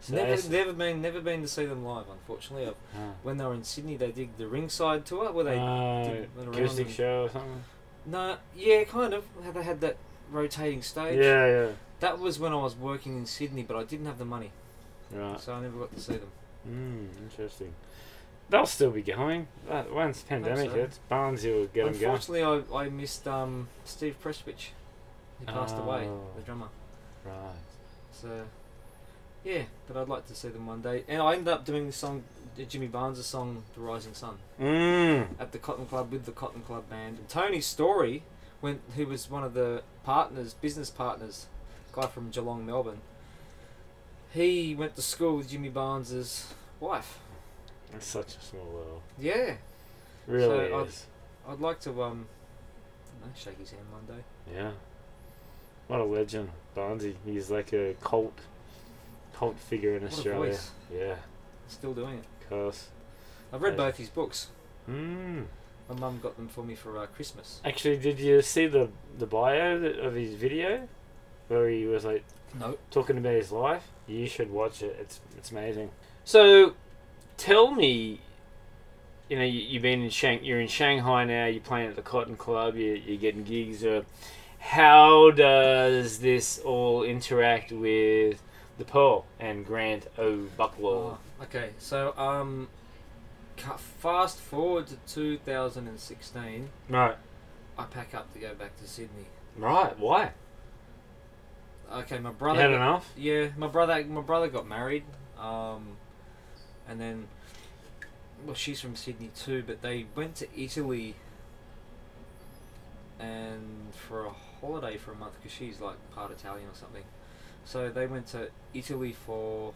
S3: so
S2: never,
S3: that's-
S2: never been, never been to see them live. Unfortunately, i
S3: Ah.
S2: when they were in Sydney, they did the ringside tour where they
S3: Ah,
S2: didn't run around
S3: acoustic
S2: and-
S3: show or something
S2: no, yeah, kind of. How They had that rotating stage.
S3: yeah
S2: That was when I was working in Sydney, but I didn't have the money,
S3: yeah right
S2: so I never got to see them.
S3: Mm, interesting. They'll still be going. That, once pandemic
S2: so.
S3: hits, Barnes will get them going.
S2: Unfortunately, I, I missed um, Steve Prestwich. He passed away,
S3: Oh.
S2: the drummer.
S3: Right.
S2: So, yeah, but I'd like to see them one day. And I ended up doing the song, the Jimmy Barnes' song, The Rising Sun,
S3: Mm.
S2: at the Cotton Club with the Cotton Club Band. And Tony Story, when, who was one of the partners, business partners, guy from Geelong, Melbourne, he went to school with Jimmy Barnes' wife.
S3: It's such a small world.
S2: Yeah,
S3: Really
S2: So, I'd-
S3: is.
S2: I'd like to um, I dunno, shake his hand one day.
S3: Yeah. What a legend, Barnsey. He's like a cult, cult figure in
S2: What a
S3: Australia.
S2: voice.
S3: Yeah,
S2: Still doing it.
S3: of course.
S2: I've read
S3: Yeah.
S2: both his books.
S3: Mm.
S2: My mum got them for me for uh, Christmas.
S3: Actually, did you see the the bio that- of his video, where he was like
S2: No.
S3: talking about his life? You should watch it. It's it's amazing. So, tell me, you know, you, you've been in Shang, you're in Shanghai now. You're playing at the Cotton Club. You, you're getting gigs. Uh, how does this all interact with the Pearl and Grant
S2: Oh,
S3: O'Buckwell?
S2: okay, so um, ca- fast forward to 2016.
S3: Right,
S2: I pack up to go back to Sydney.
S3: right. Why?
S2: Okay, my
S3: You
S2: brother.
S3: had
S2: got-
S3: enough.
S2: Yeah, my brother my brother got married, um, and then well, she's from Sydney too, but they went to Italy and for a holiday for a month because she's like part Italian or something. So they went to Italy for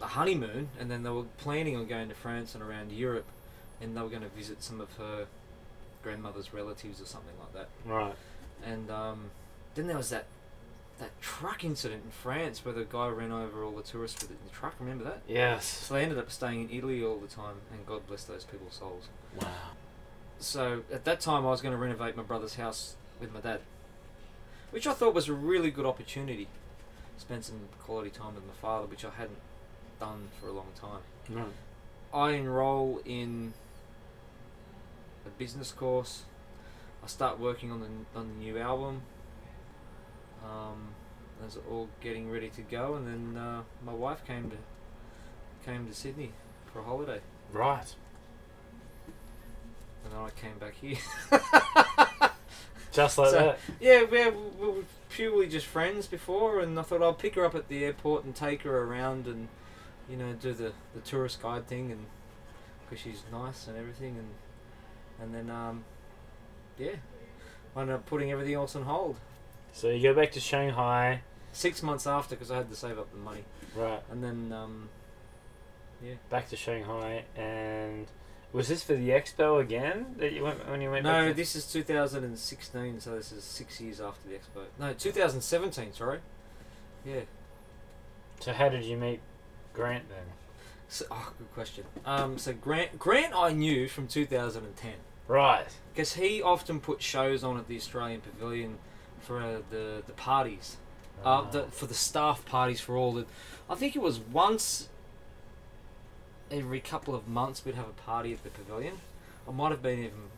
S2: the honeymoon, and then they were planning on going to France and around Europe, and they were going to visit some of her grandmother's relatives or something like that
S3: Right.
S2: and um, then there was that that truck incident in France where the guy ran over all the tourists with it in the truck. Remember that?
S3: Yes.
S2: So they ended up staying in Italy all the time, and God bless those people's souls.
S3: Wow.
S2: So at that time, I was going to renovate my brother's house with my dad, which I thought was a really good opportunity. Spend some quality time with my father, which I hadn't done for a long time.
S3: Right.
S2: I enroll in a business course. I start working on the on the new album. Um, that's all getting ready to go, and then uh, my wife came to came to Sydney for a holiday,
S3: Right.
S2: and then I came back here.
S3: Just like
S2: So-
S3: that.
S2: yeah, we we were purely just friends before, and I thought I'll pick her up at the airport and take her around, and you know, do the, the tourist guide thing, and because she's nice and everything, and and then um, yeah, I ended up putting everything else on hold.
S3: So you go back to Shanghai,
S2: Six months after, because I had to save up the money,
S3: right?
S2: and then um,
S3: Back to Shanghai, and was this for the expo again that you went when you went?
S2: no,
S3: back to-
S2: this is 2016, so this is six years after the expo. No, 2017, sorry. Yeah.
S3: So how did you meet Grant then?
S2: So, oh, good question. Um, so Grant, Grant, I knew from 2010.
S3: Right.
S2: because he often put shows on at the Australian Pavilion for uh, the the parties,
S3: Ah.
S2: uh, the, for the staff parties for all the. I think it was once every couple of months we'd have a party at the Pavilion. It might have been even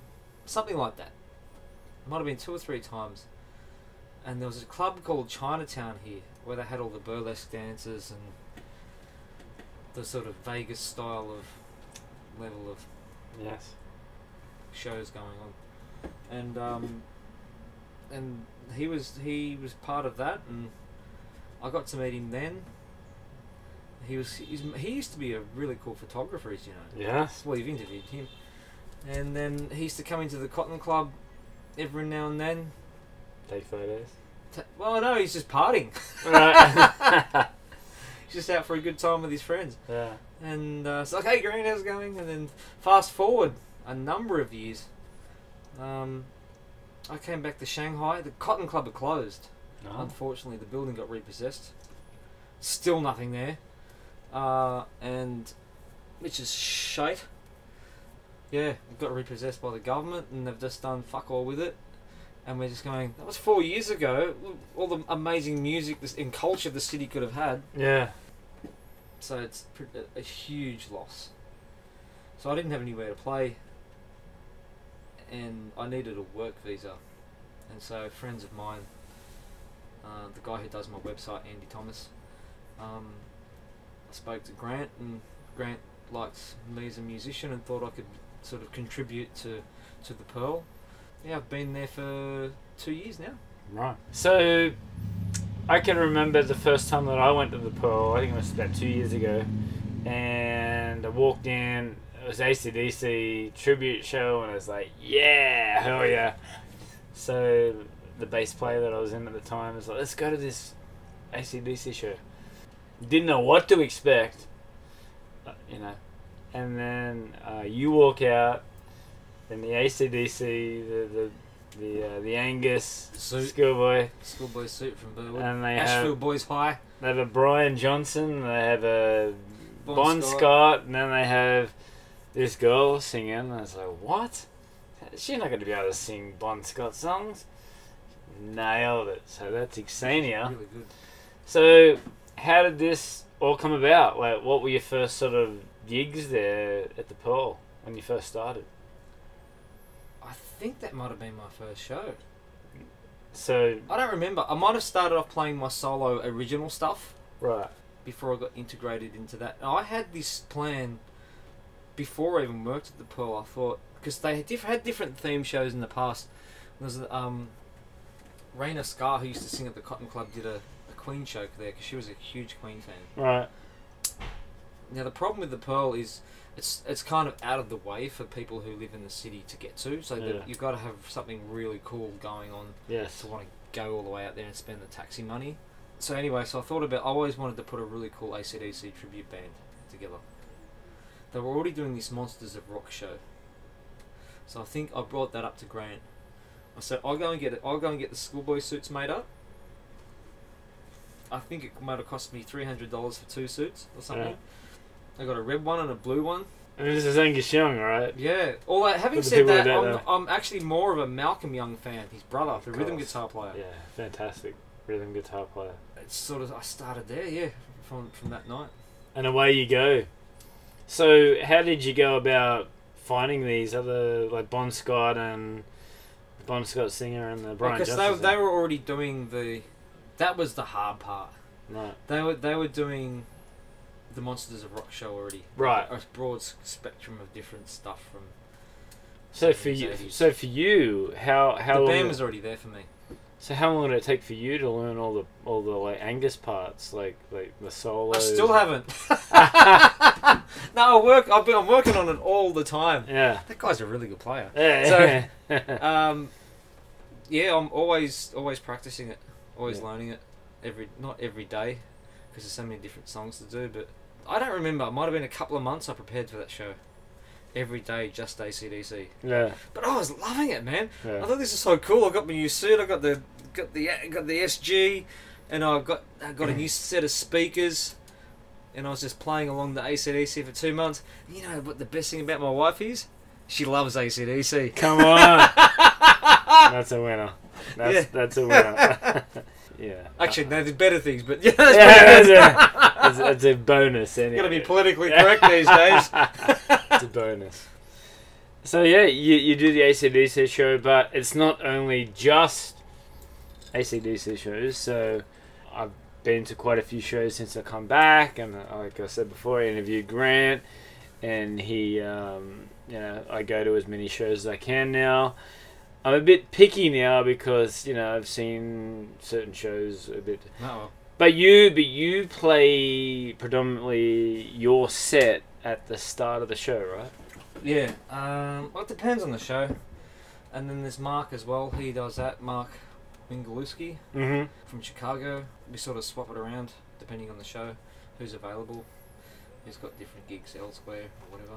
S2: something like that. It might have been two or three times. And there was a club called Chinatown here where they had all the burlesque dancers and the sort of Vegas style of level of
S3: yes.
S2: shows going on, and um, and he was he was part of that, and I got to meet him then. He was he's, he used to be a really cool photographer, as you know.
S3: Yes.
S2: Well, you've interviewed him, and then he used to come into the Cotton Club every now and then.
S3: Take photos.
S2: Ta well, no, he's just partying.
S3: right.
S2: he's just out for a good time with his friends.
S3: yeah.
S2: And uh, it's like, hey, Green, how's it going? And then fast forward a number of years, um, I came back to Shanghai. The Cotton Club had closed.
S3: No.
S2: Unfortunately, the building got repossessed. Still nothing there. Uh, and which is shite. Yeah, it got repossessed by the government, and they've just done fuck all with it. And we're just going. That was four years ago. All the amazing music this, and culture the city could have had
S3: Yeah.
S2: so it's pr- a- a huge loss. So I didn't have anywhere to play, and I needed a work visa, and so friends of mine, uh, the guy who does my website, Andy Thomas, um, I spoke to Grant, and Grant liked me as a musician and thought I could sort of contribute to to the Pearl. Yeah, I've been there for two years now.
S3: Right. So I can remember the first time that I went to the Pearl. I think it was about two years ago, and I walked in. It was ACDC tribute show, and I was like, "Yeah, hell yeah!" So the bass player that I was in at the time was like, "Let's go to this ACDC show." Didn't know what to expect. Uh, You know, and then uh, you walk out, then the ACDC, the the the, uh, the Angus
S2: Suit.
S3: schoolboy,
S2: Schoolboy suit from Burwood.
S3: and they
S2: Ashfield
S3: have
S2: Boys High.
S3: they have a Brian Johnson, they have a Bon, Scott. and then they have this girl singing. And I was like, what? She's not going to be able to sing Bon Scott songs. Nailed it. So that's Xenia.
S2: Really good.
S3: So, how did this all come about? Like, what were your first sort of gigs there at the Pearl when you first started?
S2: I think that might have been my first show.
S3: So,
S2: I don't remember. I might have started off playing my solo original stuff
S3: right.
S2: before I got integrated into that. And I had this plan before I even worked at the Pearl. I thought because they had, diff- had different theme shows in the past. There's um, Raina Scar who used to sing at the Cotton Club did a, a Queen show there because she was a huge Queen fan.
S3: Right.
S2: Now the problem with the Pearl is it's it's kind of out of the way for people who live in the city to get to. So
S3: Yeah.
S2: that you've got to have something really cool going on
S3: Yes.
S2: to want to go all the way out there and spend the taxi money. So anyway, so I thought about. I always wanted to put a really cool ACDC tribute band together. They were already doing this Monsters of Rock show. So I think I brought that up to Grant. I said I'll go and get it. I'll go and get the schoolboy suits made up. I think it might have cost me three hundred dollars for two suits or something. I got a red one and a blue one.
S3: And this is Angus Young, right?
S2: Yeah. Although having
S3: But the
S2: said
S3: people
S2: that,
S3: that don't
S2: I'm, I'm actually more of a Malcolm Young fan. His brother,
S3: Of
S2: the rhythm
S3: course.
S2: guitar player.
S3: Yeah, fantastic rhythm guitar player.
S2: it's sort of I started there, yeah, from from that night.
S3: And away you go. So, how did you go about finding these other, like Bon Scott and Bon Scott singer and the Brian
S2: because
S3: Johnson?
S2: they, they were already doing the, that was the hard part.
S3: Right.
S2: They were they were doing, the Monsters of Rock show already.
S3: Right.
S2: A broad s- spectrum of different stuff from.
S3: So for you,
S2: Mercedes.
S3: so for you, how how
S2: the
S3: long?
S2: band was already there for me.
S3: so how long did it take for you to learn all the all the like Angus parts, like like the solo?
S2: I still haven't. no, I work. I've been, I'm working on it all the time.
S3: Yeah.
S2: That guy's a really good player.
S3: Yeah.
S2: Um, yeah, I'm always always practicing it, always
S3: Yeah.
S2: learning it. Every not every day, because there's so many different songs to do. But I don't remember. It might have been a couple of months I prepared for that show. Every day, just ACDC.
S3: yeah.
S2: But I was loving it, man. I
S3: Yeah.
S2: thought this is so cool. I got my new suit. I got the got the got the SG, and I got I got a new set of speakers, and I was just playing along the ACDC for two months. You know what the best thing about my wife is? She loves ACDC.
S3: Come on. that's a winner. That's
S2: Yeah.
S3: that's a winner. yeah.
S2: Actually, no, there's better things, but yeah,
S3: Yeah,
S2: that's
S3: that's a, that's, a- that's a bonus. Anyway.
S2: got to be politically correct these days.
S3: it's a bonus. So yeah, you, you do the ACDC show, but it's not only just ACDC shows. So I've been to quite a few shows since I come back, and uh, like I said before, I interviewed Grant, and he, um, you know, I go to as many shows as I can now. I'm a bit picky now because you know I've seen certain shows a bit
S2: No,
S3: but you, but you play predominantly your set at the start of the show, right?
S2: yeah. Um, well, it depends on the show, and then there's Mark as well. He does that. Mark Mingalewski
S3: Mm-hmm.
S2: from Chicago. We sort of swap it around depending on the show, who's available, who's got different gigs elsewhere or whatever.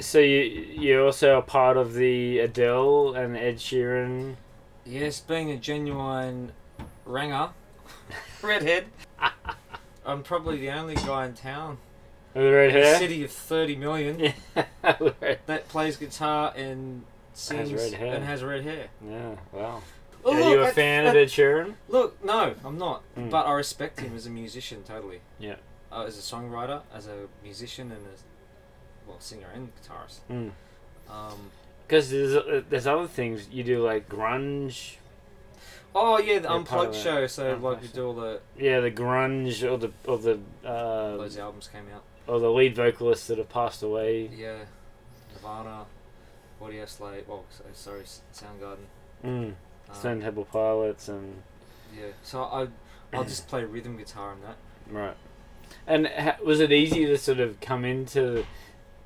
S3: So you, you're also a part of the Adele and Ed Sheeran.
S2: Yes, being a genuine ranger, redhead. I'm probably the only guy in town,
S3: With the red
S2: in a
S3: hair.
S2: city of 30 million,
S3: Yeah. Red-
S2: that plays guitar and sings
S3: red hair.
S2: and has red hair.
S3: yeah. Wow.
S2: Oh,
S3: Are you a
S2: that-
S3: fan
S2: that-
S3: of Ed Sheeran?
S2: Look, no, I'm not.
S3: Mm.
S2: But I respect him as a musician totally.
S3: Yeah.
S2: Uh, as a songwriter, as a musician, and as well singer and guitarist.
S3: Mm.
S2: Um,
S3: Because there's uh, there's other things you do like grunge.
S2: oh yeah, the
S3: Yeah, part
S2: Unplugged
S3: of that.
S2: show. So like
S3: Unplugged
S2: we
S3: show.
S2: do all the
S3: Yeah, the grunge or the or the uh,
S2: those albums came out.
S3: or the lead vocalists that have passed away.
S2: Yeah, Nirvana, Audio Slave. Well, so, sorry, S- Soundgarden.
S3: Mm.
S2: Um,
S3: Stone Temple Pilots and
S2: Yeah. So I, I'll just play rhythm guitar in that.
S3: Right. And ha- was it easy to sort of come into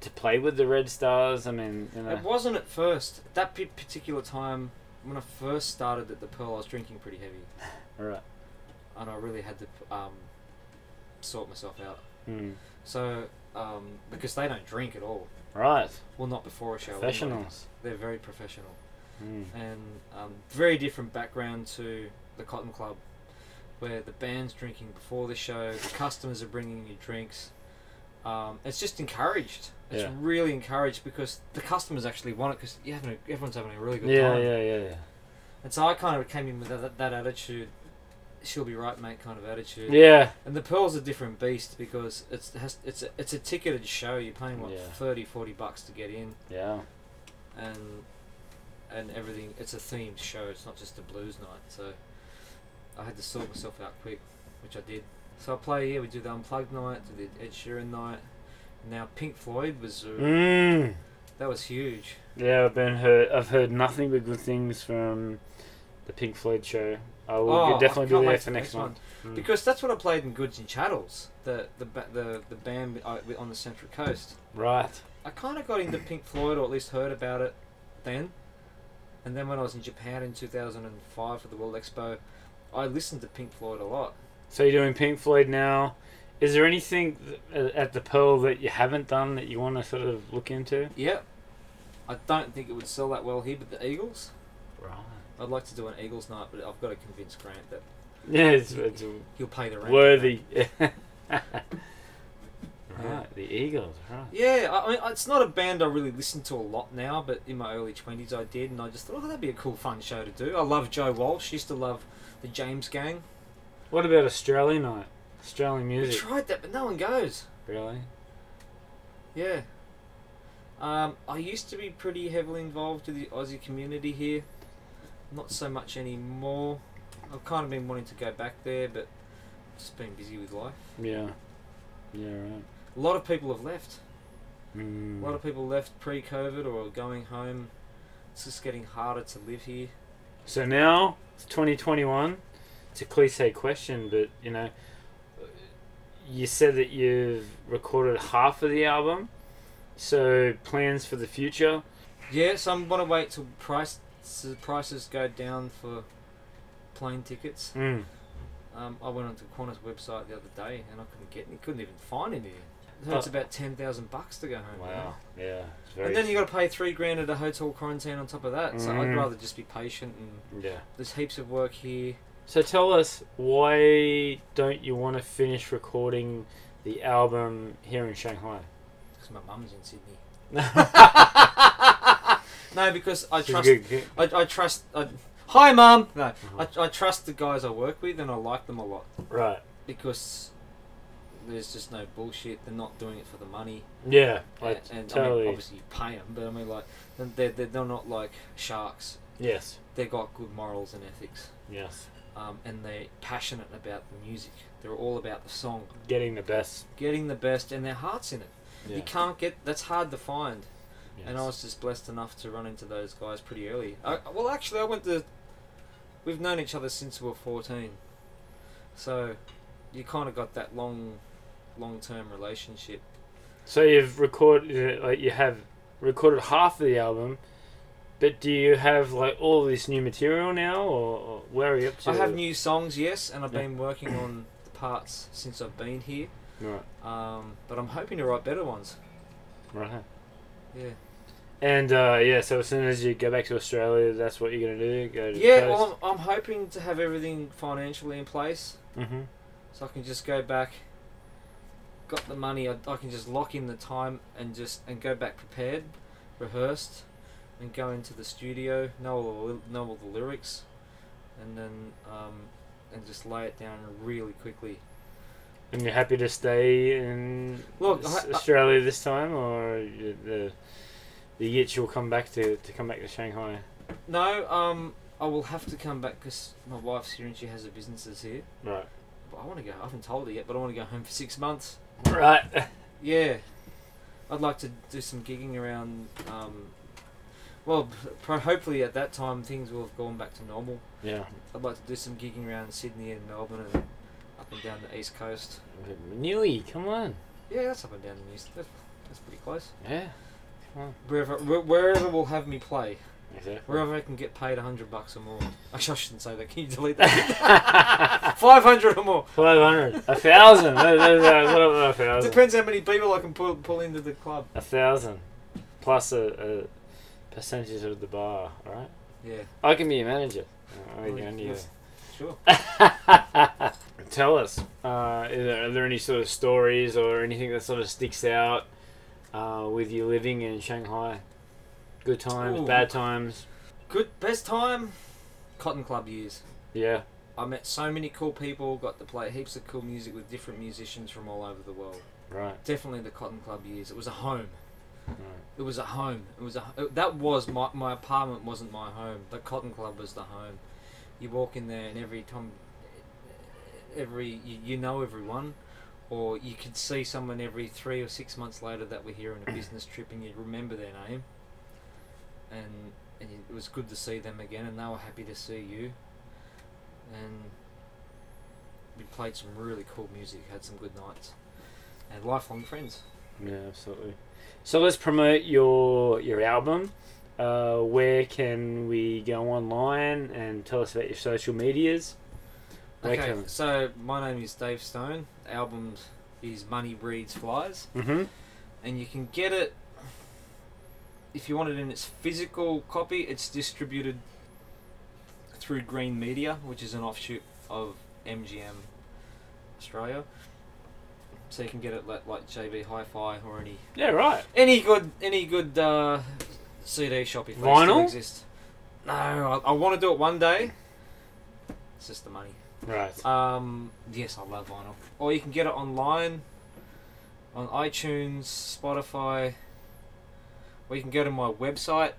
S3: to play with the Red Stars? I mean, you
S2: It
S3: know.
S2: wasn't at first. That p- particular time when I first started at the Pearl, I was drinking pretty heavy.
S3: Right.
S2: and I really had to um, sort myself out.
S3: Mm.
S2: So, um, because they don't drink at all.
S3: Right.
S2: Well, not before a show. anyway.
S3: Professionals.
S2: They're very professional.
S3: Mm.
S2: and um, very different background to the Cotton Club, where the band's drinking before the show, the customers are bringing you drinks. Um, it's just encouraged. It's
S3: Yeah.
S2: really encouraged because the customers actually want it because having a, everyone's having a really good
S3: Yeah,
S2: time.
S3: yeah, yeah, yeah.
S2: And so I kind of came in with that, that attitude, she'll be right, mate, kind of attitude.
S3: Yeah.
S2: And the Pearl's a different beast because it's it has, it's a, it's a ticketed show. You're paying what
S3: Yeah.
S2: thirty, forty 30, 40 bucks to get in
S3: Yeah.
S2: and and everything. It's a themed show. It's not just a blues night. So I had to sort myself out quick, which I did. So I play. Yeah, we do the unplugged night, do the Ed Sheeran night. Now Pink Floyd was uh,
S3: Mm.
S2: that was huge.
S3: Yeah, I've been heard. I've heard nothing but good things from the Pink Floyd show. I will
S2: Oh,
S3: be- definitely
S2: I can't
S3: be there
S2: wait
S3: for next month. Mm.
S2: because that's what I played in Goods and Chattels, the the ba- the the band I- on the Central Coast.
S3: Right.
S2: I kind of got into Pink Floyd, or at least heard about it then. And then when I was in Japan in 2005 for the World Expo, I listened to Pink Floyd a lot.
S3: So you're doing Pink Floyd now. Is there anything th- a- at the Pearl that you haven't done that you want to sort of look into?
S2: Yep. I don't think it would sell that well here, but the Eagles.
S3: Right.
S2: I'd like to do an Eagles night, but I've got to convince Grant that
S3: Yeah, it's, it's
S2: he'll pay the rent.
S3: worthy. right, the Eagles. Right.
S2: Yeah, I I mean, it's not a band I really listen to a lot now, but in my early 20s I did, and I just thought, oh, that'd be a cool, fun show to do. I love Joe Walsh, used to love the James Gang.
S3: What about Australian night? Australian
S2: We
S3: music.
S2: tried that, but no one goes.
S3: Really?
S2: Yeah. Um, I used to be pretty heavily involved with the Aussie community here. Not so much anymore. I've kind of been wanting to go back there, but just been busy with life.
S3: Yeah. Yeah. Right.
S2: A lot of people have left.
S3: Mm.
S2: A lot of people left pre-COVID or are going home. It's just getting harder to live here.
S3: So now it's 2021. It's a cliche question, but you know, you said that you've recorded half of the album. So plans for the future?
S2: Yeah, so I'm gonna wait till price s- prices go down for plane tickets.
S3: Mm.
S2: Um, I went onto Qantas website the other day and I couldn't get any. Couldn't even find any. So it's
S3: Oh.
S2: about ten thousand bucks to go home.
S3: Wow. Yeah. It's very
S2: And then you got to pay three grand at a hotel quarantine on top of that. So I'd
S3: Mhm.
S2: rather just be patient. And
S3: Yeah.
S2: there's heaps of work here.
S3: So tell us why don't you want to finish recording the album here in Shanghai?
S2: Because my mum's in Sydney. no, because I
S3: This is
S2: trust.
S3: good- Oh. good-
S2: I, I trust. I, hi, mum. No, I, I trust the guys I work with, and I like them a lot
S3: Right.
S2: because there's just no bullshit. They're not doing it for the money.
S3: Yeah. I
S2: and and, I
S3: totally.
S2: mean, obviously you pay them, but I mean, like, they're, they're they're not like sharks.
S3: yes.
S2: They've got good morals and ethics,
S3: Yes.
S2: um, and they're passionate about the music. They're all about the song,
S3: Getting the best.
S2: getting the best, and their hearts in it.
S3: Yeah.
S2: You can't get that's hard to find. And I
S3: Yes.
S2: was just blessed enough to run into those guys pretty early. I, well, actually, I went to. We've known each other since we were 14. So you kind of got that long long term relationship.
S3: So you've recorded like you have recorded half of the album, but do you have like all this new material now, or, or where are you up to?
S2: I have new songs, yes, and I've
S3: Yeah.
S2: been working on the parts since I've been here.
S3: right,
S2: Um, but I'm hoping to write better ones.
S3: right.
S2: Yeah.
S3: And uh, yeah, so as soon as you go back to Australia, that's what you're gonna do. Go to
S2: Yeah, well, I'm, I'm hoping to have everything financially in place
S3: hmm
S2: so I can just go back. Got the money, I, I can just lock in the time and just and go back prepared, rehearsed, and go into the studio, know all the, ly- know all the lyrics, and then um, and just lay it down really quickly.
S3: And you're happy to stay in
S2: Look,
S3: S-
S2: I- I-
S3: Australia this time, or you- the the itch will come back to to come back to Shanghai.
S2: No, um, I will have to come back because my wife's here and she has her businesses here.
S3: Right.
S2: But I want to go. I haven't told her yet, but I want to go home for six months.
S3: Right.
S2: Yeah, I'd like to do some gigging around. Um, well, pro- hopefully at that time things will have gone back to normal.
S3: yeah.
S2: I'd like to do some gigging around Sydney and Melbourne and up and down the east coast.
S3: Newey, come on.
S2: Yeah, that's up and down the east. That's, that's pretty close.
S3: Yeah.
S2: Wherever wh- wherever will have me play.
S3: Exactly.
S2: Wherever I can get paid a hundred bucks or more. Actually, I shouldn't say that. Can you delete that? Five hundred or more.
S3: 500. A thousand. That- that- that- what about a thousand?
S2: Depends how many people I can pull pull into the club.
S3: A thousand. Plus a, a percentage of the bar, right?
S2: Yeah.
S3: I can be a manager. Uh, I
S2: Well,
S3: can only,
S2: yes. Sure.
S3: uh, Tell us, uh, are, there, are there any sort of stories or anything that sort of sticks out uh, with you living in Shanghai? Good times,
S2: Ooh.
S3: bad times.
S2: Good. Best time. Cotton Club years.
S3: Yeah.
S2: I met so many cool people. Got to play heaps of cool music with different musicians from all over the world.
S3: Right.
S2: Definitely the Cotton Club years. It was a home.
S3: right.
S2: It was a home. It was a it- that was my my apartment wasn't my home. The Cotton Club was the home. You walk in there and every time, every you, you know everyone, or you could see someone every three or six months later that were here on a business trip and you remember their name. And and it was good to see them again, and they were happy to see you. And we played some really cool music, had some good nights, and lifelong friends.
S3: Yeah, absolutely. So let's promote your your album. Uh, where can we go online and tell us about your social medias? Where
S2: Okay,
S3: can-
S2: so my name is Dave Stone. The album is Money Breeds Flies,
S3: Mm-hmm.
S2: and you can get it if you want it in its physical copy. It's distributed through Green Media, which is an offshoot of MGM Australia. So you can get it like, like JB Hi-Fi or any
S3: Yeah, right.
S2: any good any good uh, CD shop if they still
S3: Vinyl?
S2: exist. No, I, I want to do it one day. It's just the money.
S3: Right.
S2: Um, yes, I love vinyl. Or you can get it online on iTunes, Spotify, or you can go to my website,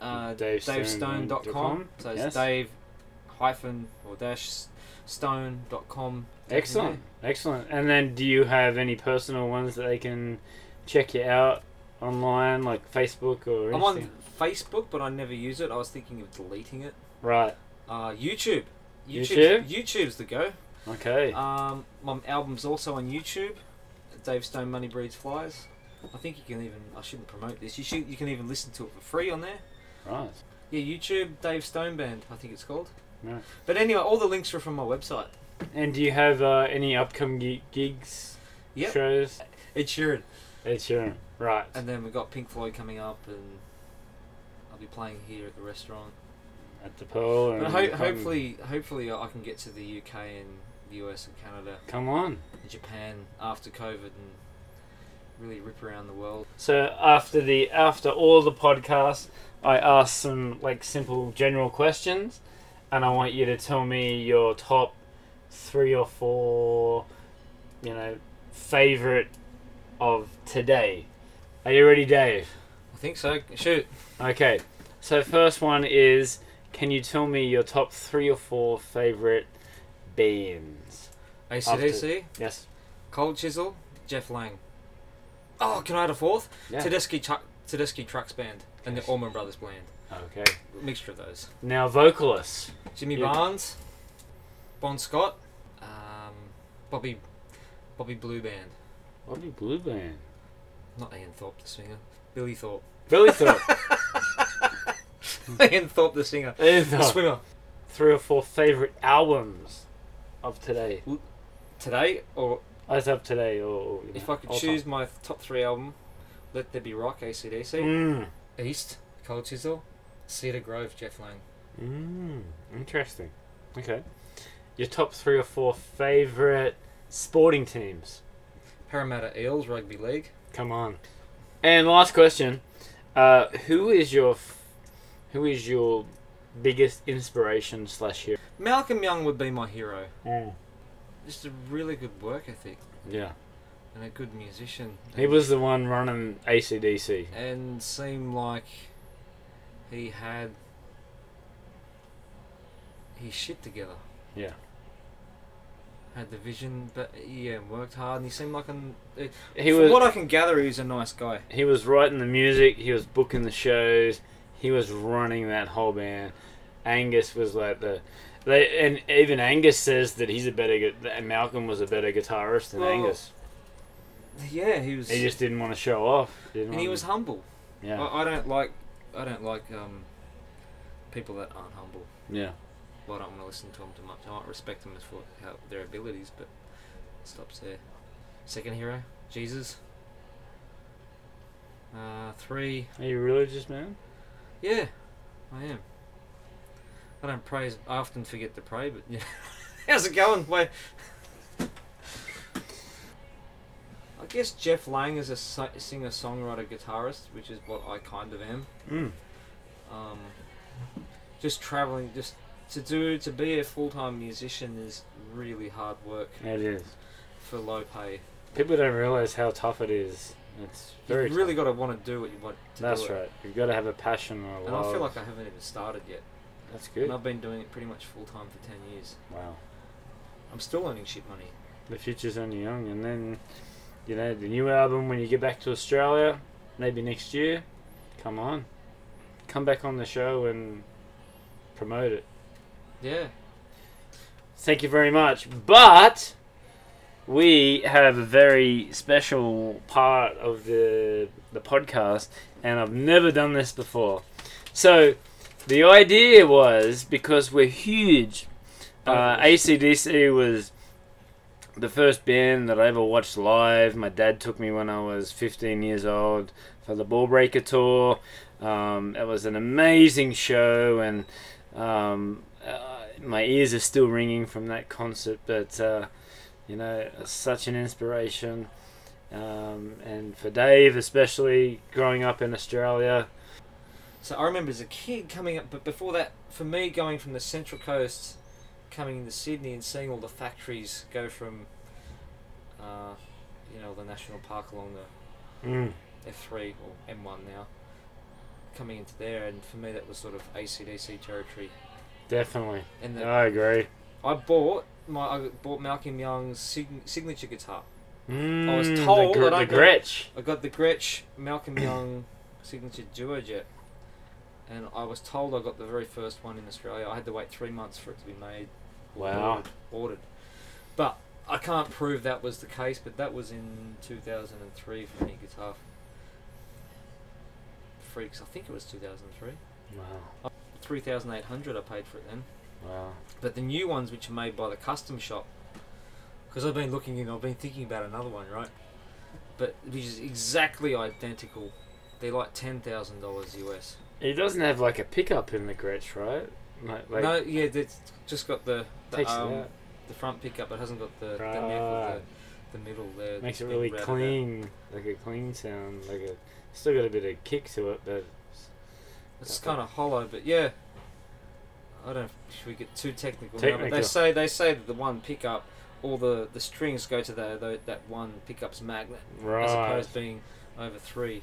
S2: uh,
S3: DaveStone.com.
S2: davestone.com. So it's
S3: Yes.
S2: dave hyphen or dash stone.com.
S3: Excellent, excellent. And then, do you have any personal ones that they can check you out online, like Facebook or
S2: I'm on
S3: anything?
S2: Facebook, but I never use it. I was thinking of deleting it.
S3: Right.
S2: Uh, YouTube.
S3: YouTube?
S2: YouTube's, YouTube's the go.
S3: Okay.
S2: Um, my album's also on YouTube. Dave Stone Money Breeds Flies. I think you can even. I shouldn't promote this. You should. You can even listen to it for free on there.
S3: right.
S2: Yeah, YouTube Dave Stone Band. I think it's called.
S3: Right.
S2: But anyway, all the links are from my website.
S3: And do you have uh, any upcoming gi- gigs,
S2: Yep.
S3: shows?
S2: It's Sheeran.
S3: It's your right.
S2: And then we've got Pink Floyd coming up, and I'll be playing here at the restaurant.
S3: At the Pearl. And
S2: But ho-
S3: come-
S2: hopefully, hopefully I can get to the UK and the US and Canada
S3: Come on.
S2: and Japan after COVID and really rip around the world.
S3: So after the after all the podcasts, I ask some like simple general questions, and I want you to tell me your top three or four, you know, favorite of today. Are you ready, Dave?
S2: I think so. Shoot.
S3: Okay. So first one is, can you tell me your top three or four favorite bands?
S2: ACDC.
S3: Yes.
S2: Cold Chisel, Jeff Lang. Oh, can I add a fourth?
S3: Yeah.
S2: Tedeschi, Chuck, Tedeschi Trucks Band and the
S3: Yes.
S2: Allman Brothers Band.
S3: Okay.
S2: Mixture of those.
S3: Now vocalists.
S2: Jimmy
S3: Yeah.
S2: Barnes, Bon Scott, um, Bobby Bobby Blue Band.
S3: Bobby Blue Band.
S2: Not Ian Thorpe the singer. Billy Thorpe.
S3: Billy Thorpe. Hmm.
S2: Ian Thorpe the singer.
S3: Billy
S2: The
S3: Thorpe.
S2: swimmer.
S3: three or four favorite albums of today,
S2: Today, or
S3: as of today, or you
S2: if
S3: know,
S2: I could
S3: all
S2: choose
S3: time.
S2: my top three album, Let There Be Rock, ACDC.
S3: Mm.
S2: East, Cold Chisel, Cedar Grove, Jeff Lang.
S3: Mm. Interesting. Okay. Your top three or four favorite sporting teams.
S2: Parramatta Eels, Rugby League.
S3: Come on. And last question: uh, Who is your f- who is your biggest inspiration slash hero?
S2: Malcolm Young would be my hero.
S3: Mm.
S2: just a really good work ethic
S3: Yeah,
S2: and a good musician.
S3: he was the one running ACDC.
S2: and seemed like he had his shit together.
S3: Yeah.
S2: Had the vision, but yeah, worked hard, and he seemed like an. uh,
S3: He
S2: from
S3: was
S2: what I can gather, he was a nice guy.
S3: He was writing the music. He was booking the shows. He was running that whole band. Angus was like the, they, and even Angus says that he's a better. gu- That Malcolm was a better guitarist than
S2: Well,
S3: Angus.
S2: Yeah, he was.
S3: He just didn't want to show off. Didn't
S2: and he
S3: wanna-
S2: was humble.
S3: Yeah.
S2: I, I don't like. I don't like um, people that aren't humble.
S3: Yeah.
S2: Well, I don't want to listen to them too much. I might respect them as for how, their abilities, but it stops there. Second hero, Jesus. Uh, three,
S3: Are you a religious man?
S2: yeah, I am. I don't praise. I often forget to pray, but yeah. How's it going? Wait. I guess Jeff Lang is a si- singer, songwriter, guitarist, which is what I kind of am
S3: Mm.
S2: um, just traveling just to do to be a full-time musician is really hard work
S3: It is.
S2: for low pay
S3: People don't realize how tough it is. It's very.
S2: you've really
S3: tough.
S2: got to want to do what you want to
S3: That's
S2: do it.
S3: right. You've got to have a passion and a
S2: and i
S3: love.
S2: feel like i haven't even started yet
S3: That's good.
S2: and i've been doing it pretty much full-time for 10 years
S3: Wow.
S2: i'm still earning shit money
S3: The future's only young, and then, you know, the new album when you get back to Australia, maybe next year. Come on, come back on the show and promote it.
S2: yeah
S3: Thank you very much. But we have a very special part of the the podcast, and I've never done this before. So the idea was because we're huge. Uh, ACDC was the first band that I ever watched live. My dad took me when I was 15 years old for the Ballbreaker tour. Um, it was an amazing show, and um, uh, my ears are still ringing from that concert, but uh, you know, such an inspiration. Um, and for Dave, especially growing up in Australia,
S2: so i remember as a kid coming up but before that for me going from the central coast coming into sydney and seeing all the factories go from uh, you know the national park along the
S3: mm.
S2: F3 or M1 now coming into there and for me that was sort of ACDC territory
S3: definitely,
S2: and the,
S3: I agree.
S2: I bought my I bought Malcolm Young's sig- signature guitar
S3: Mm,
S2: was
S3: the
S2: told
S3: gr-
S2: that
S3: the
S2: I got-
S3: Gretsch.
S2: I got the Gretsch Malcolm Young signature duojet and I was told I got the very first one in Australia I had to wait three months for it to be made
S3: Wow,
S2: ordered, ordered. but I can't prove that was the case but that was in 2003 for any guitar freaks I think it was 2003
S3: wow,
S2: 3,800 I paid for it then.
S3: wow.
S2: But the new ones, which are made by the custom shop, because I've been looking and I've been thinking about another one, right? But which is exactly identical. They're like ten thousand dollars US.
S3: He doesn't have like a pickup in the Gretsch, right? Like, like
S2: no, yeah, it's just got the the,
S3: takes it
S2: um,
S3: out.
S2: the front pickup, but it hasn't got the, the neck or
S3: Right.
S2: the, the middle there.
S3: makes
S2: that's
S3: it
S2: been
S3: really
S2: routed out.
S3: clean, like a clean sound, like a still got a bit of kick to it, but
S2: It's kind of hollow, but yeah. I don't. Should we get too technical? Now, but they
S3: Technical.
S2: say they say that the one pickup, all the the strings go to the, the that one pickup's magnet.
S3: right.
S2: as opposed to being over three.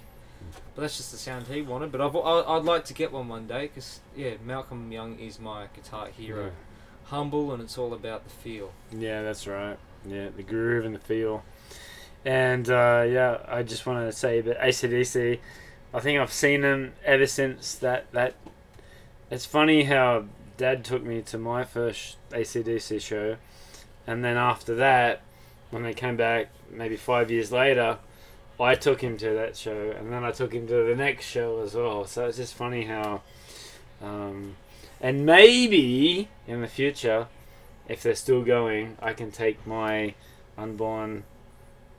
S2: But that's just the sound he wanted. But I've, I, I'd like to get one one day because yeah, Malcolm Young is my guitar hero. Humble and it's all about the feel.
S3: Yeah, that's right. Yeah, the groove and the feel. And uh, yeah, I just wanted to say that ACDC, I think I've seen them ever since that. that It's funny how Dad took me to my first ACDC show. And then after that, when they came back, maybe five years later, I took him to that show. And then I took him to the next show as well. So it's just funny how. Um, and maybe in the future, if they're still going, I can take my unborn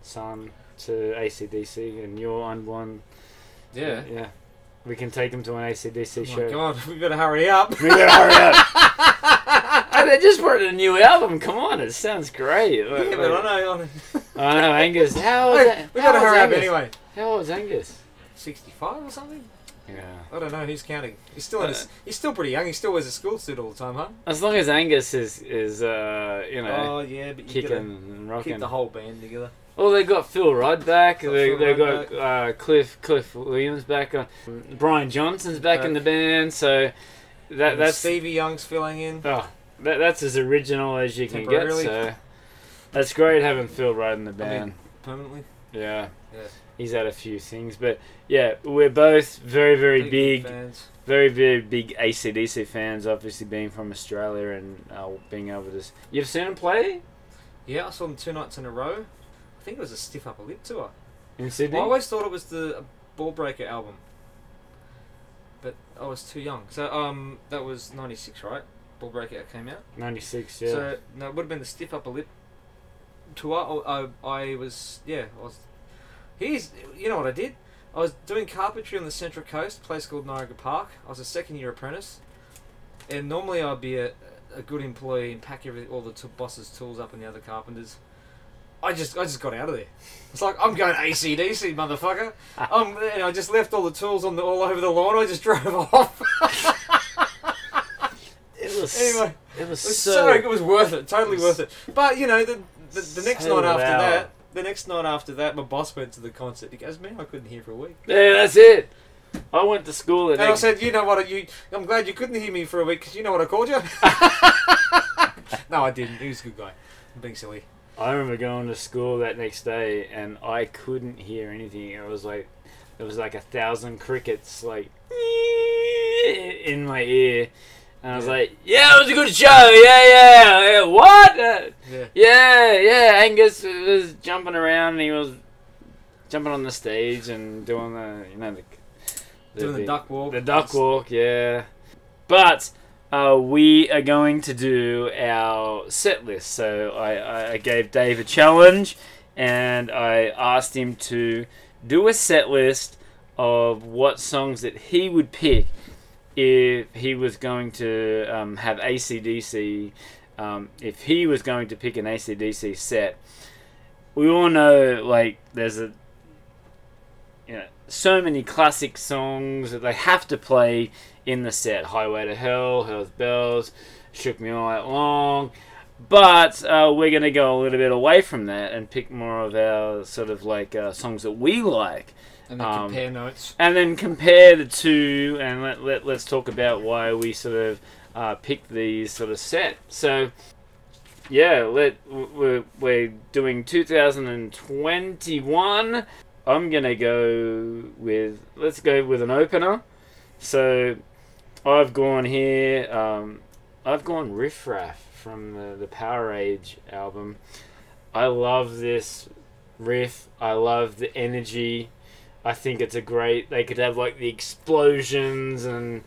S3: son to ACDC and your unborn.
S2: Yeah.
S3: Yeah. We can take him to an ACDC
S2: oh
S3: show. Oh,
S2: my God, we better hurry up.
S3: We gotta hurry up. And they just brought a new album. Come on, it sounds great.
S2: yeah, but I know. I know.
S3: I know, Angus. How old?
S2: Hey, we better
S3: how old's
S2: hurry up
S3: Angus?
S2: anyway.
S3: How old's Angus?
S2: Sixty-five or something?
S3: Yeah.
S2: I don't know who's counting. He's still in. His,
S3: Uh,
S2: he's still pretty young. He still wears a school suit all the time, huh?
S3: As long as Angus is is uh you know
S2: Oh yeah, but you
S3: kicking
S2: gotta
S3: and
S2: keep
S3: rocking.
S2: the whole band together.
S3: Oh, they got Phil Rudd back.
S2: Got
S3: they
S2: Phil
S3: they
S2: Rudd
S3: got uh, Cliff Cliff Williams back on. Brian Johnson's back in the band. So that
S2: Uh, And
S3: that's
S2: Stevie Young's filling in.
S3: oh, that, that's as original as you can get.
S2: Temporarily.
S3: So that's great having Phil Rudd in the band.
S2: permanently.
S3: yeah.
S2: Yeah.
S3: He's had a few things, but yeah, we're both very, very
S2: Big,
S3: big,
S2: fans.
S3: very, very big ACDC fans. Obviously, being from Australia and uh, being able to, s- you've seen him play
S2: Yeah, I saw them two nights in a row. I think it was a stiff upper lip tour.
S3: in Sydney.
S2: I always thought it was the Ballbreaker album. but I was too young. So um, that was '96, right? Ball Breakout came out.
S3: 96, yeah.
S2: So no, it would have been the stiff upper lip tour. I, I, I was yeah. I was. Here's you know what I did. I was doing carpentry on the Central Coast, a place called Niagara Park. I was a second year apprentice, and normally I'd be a, a good employee and pack every, all the t- boss's tools up and the other carpenters. I just I just got out of there. It's like I'm going ACDC, motherfucker. Um, and I just left all the tools on the all over the lawn. I just drove off.
S3: it was,
S2: anyway,
S3: it was
S2: It was
S3: so,
S2: so, it was worth it, totally worth it. But you know, the the, the next
S3: So
S2: night after
S3: loud.
S2: that, the next night after that, my boss went to the concert. He goes, man, I couldn't hear for a week.
S3: Yeah, that's it. I went to school and
S2: And I said, you know what? You, I'm glad you couldn't hear me for a week because you know what I called you. no, I didn't. He was a good guy. I'm being silly.
S3: I remember going to school that next day and I couldn't hear anything. It was like it was like a thousand crickets like in my ear. And I was
S2: Yeah.
S3: like, "Yeah, it was a good show. Yeah, yeah. yeah. What? Uh,
S2: Yeah.
S3: yeah, yeah." Angus was jumping around. and He was jumping on the stage and doing the, you know, the,
S2: Doing the duck walk.
S3: the duck walk, yeah. But uh, we are going to do our set list. So I- I, I gave Dave a challenge and I asked him to do a set list of what songs that he would pick if he was going to um, have ACDC, um, if he was going to pick an ACDC set. We all know, like, there's a you know, so many classic songs that they have to play in the set. Highway to Hell, Hell's Bells, Shook Me All Night Long. But uh, we're going to go a little bit away from that and pick more of our sort of like uh, songs that we like.
S2: And then
S3: Um,
S2: compare notes.
S3: And then compare the two and let, let, let's talk about why we sort of uh, picked these sort of set. So, yeah, let we're, we're doing 2021. I'm gonna go with let's go with an opener. So I've gone here. Um, I've gone riff raff from the, the Power Age album. I love this riff. I love the energy. I think it's a great. They could have like the explosions and.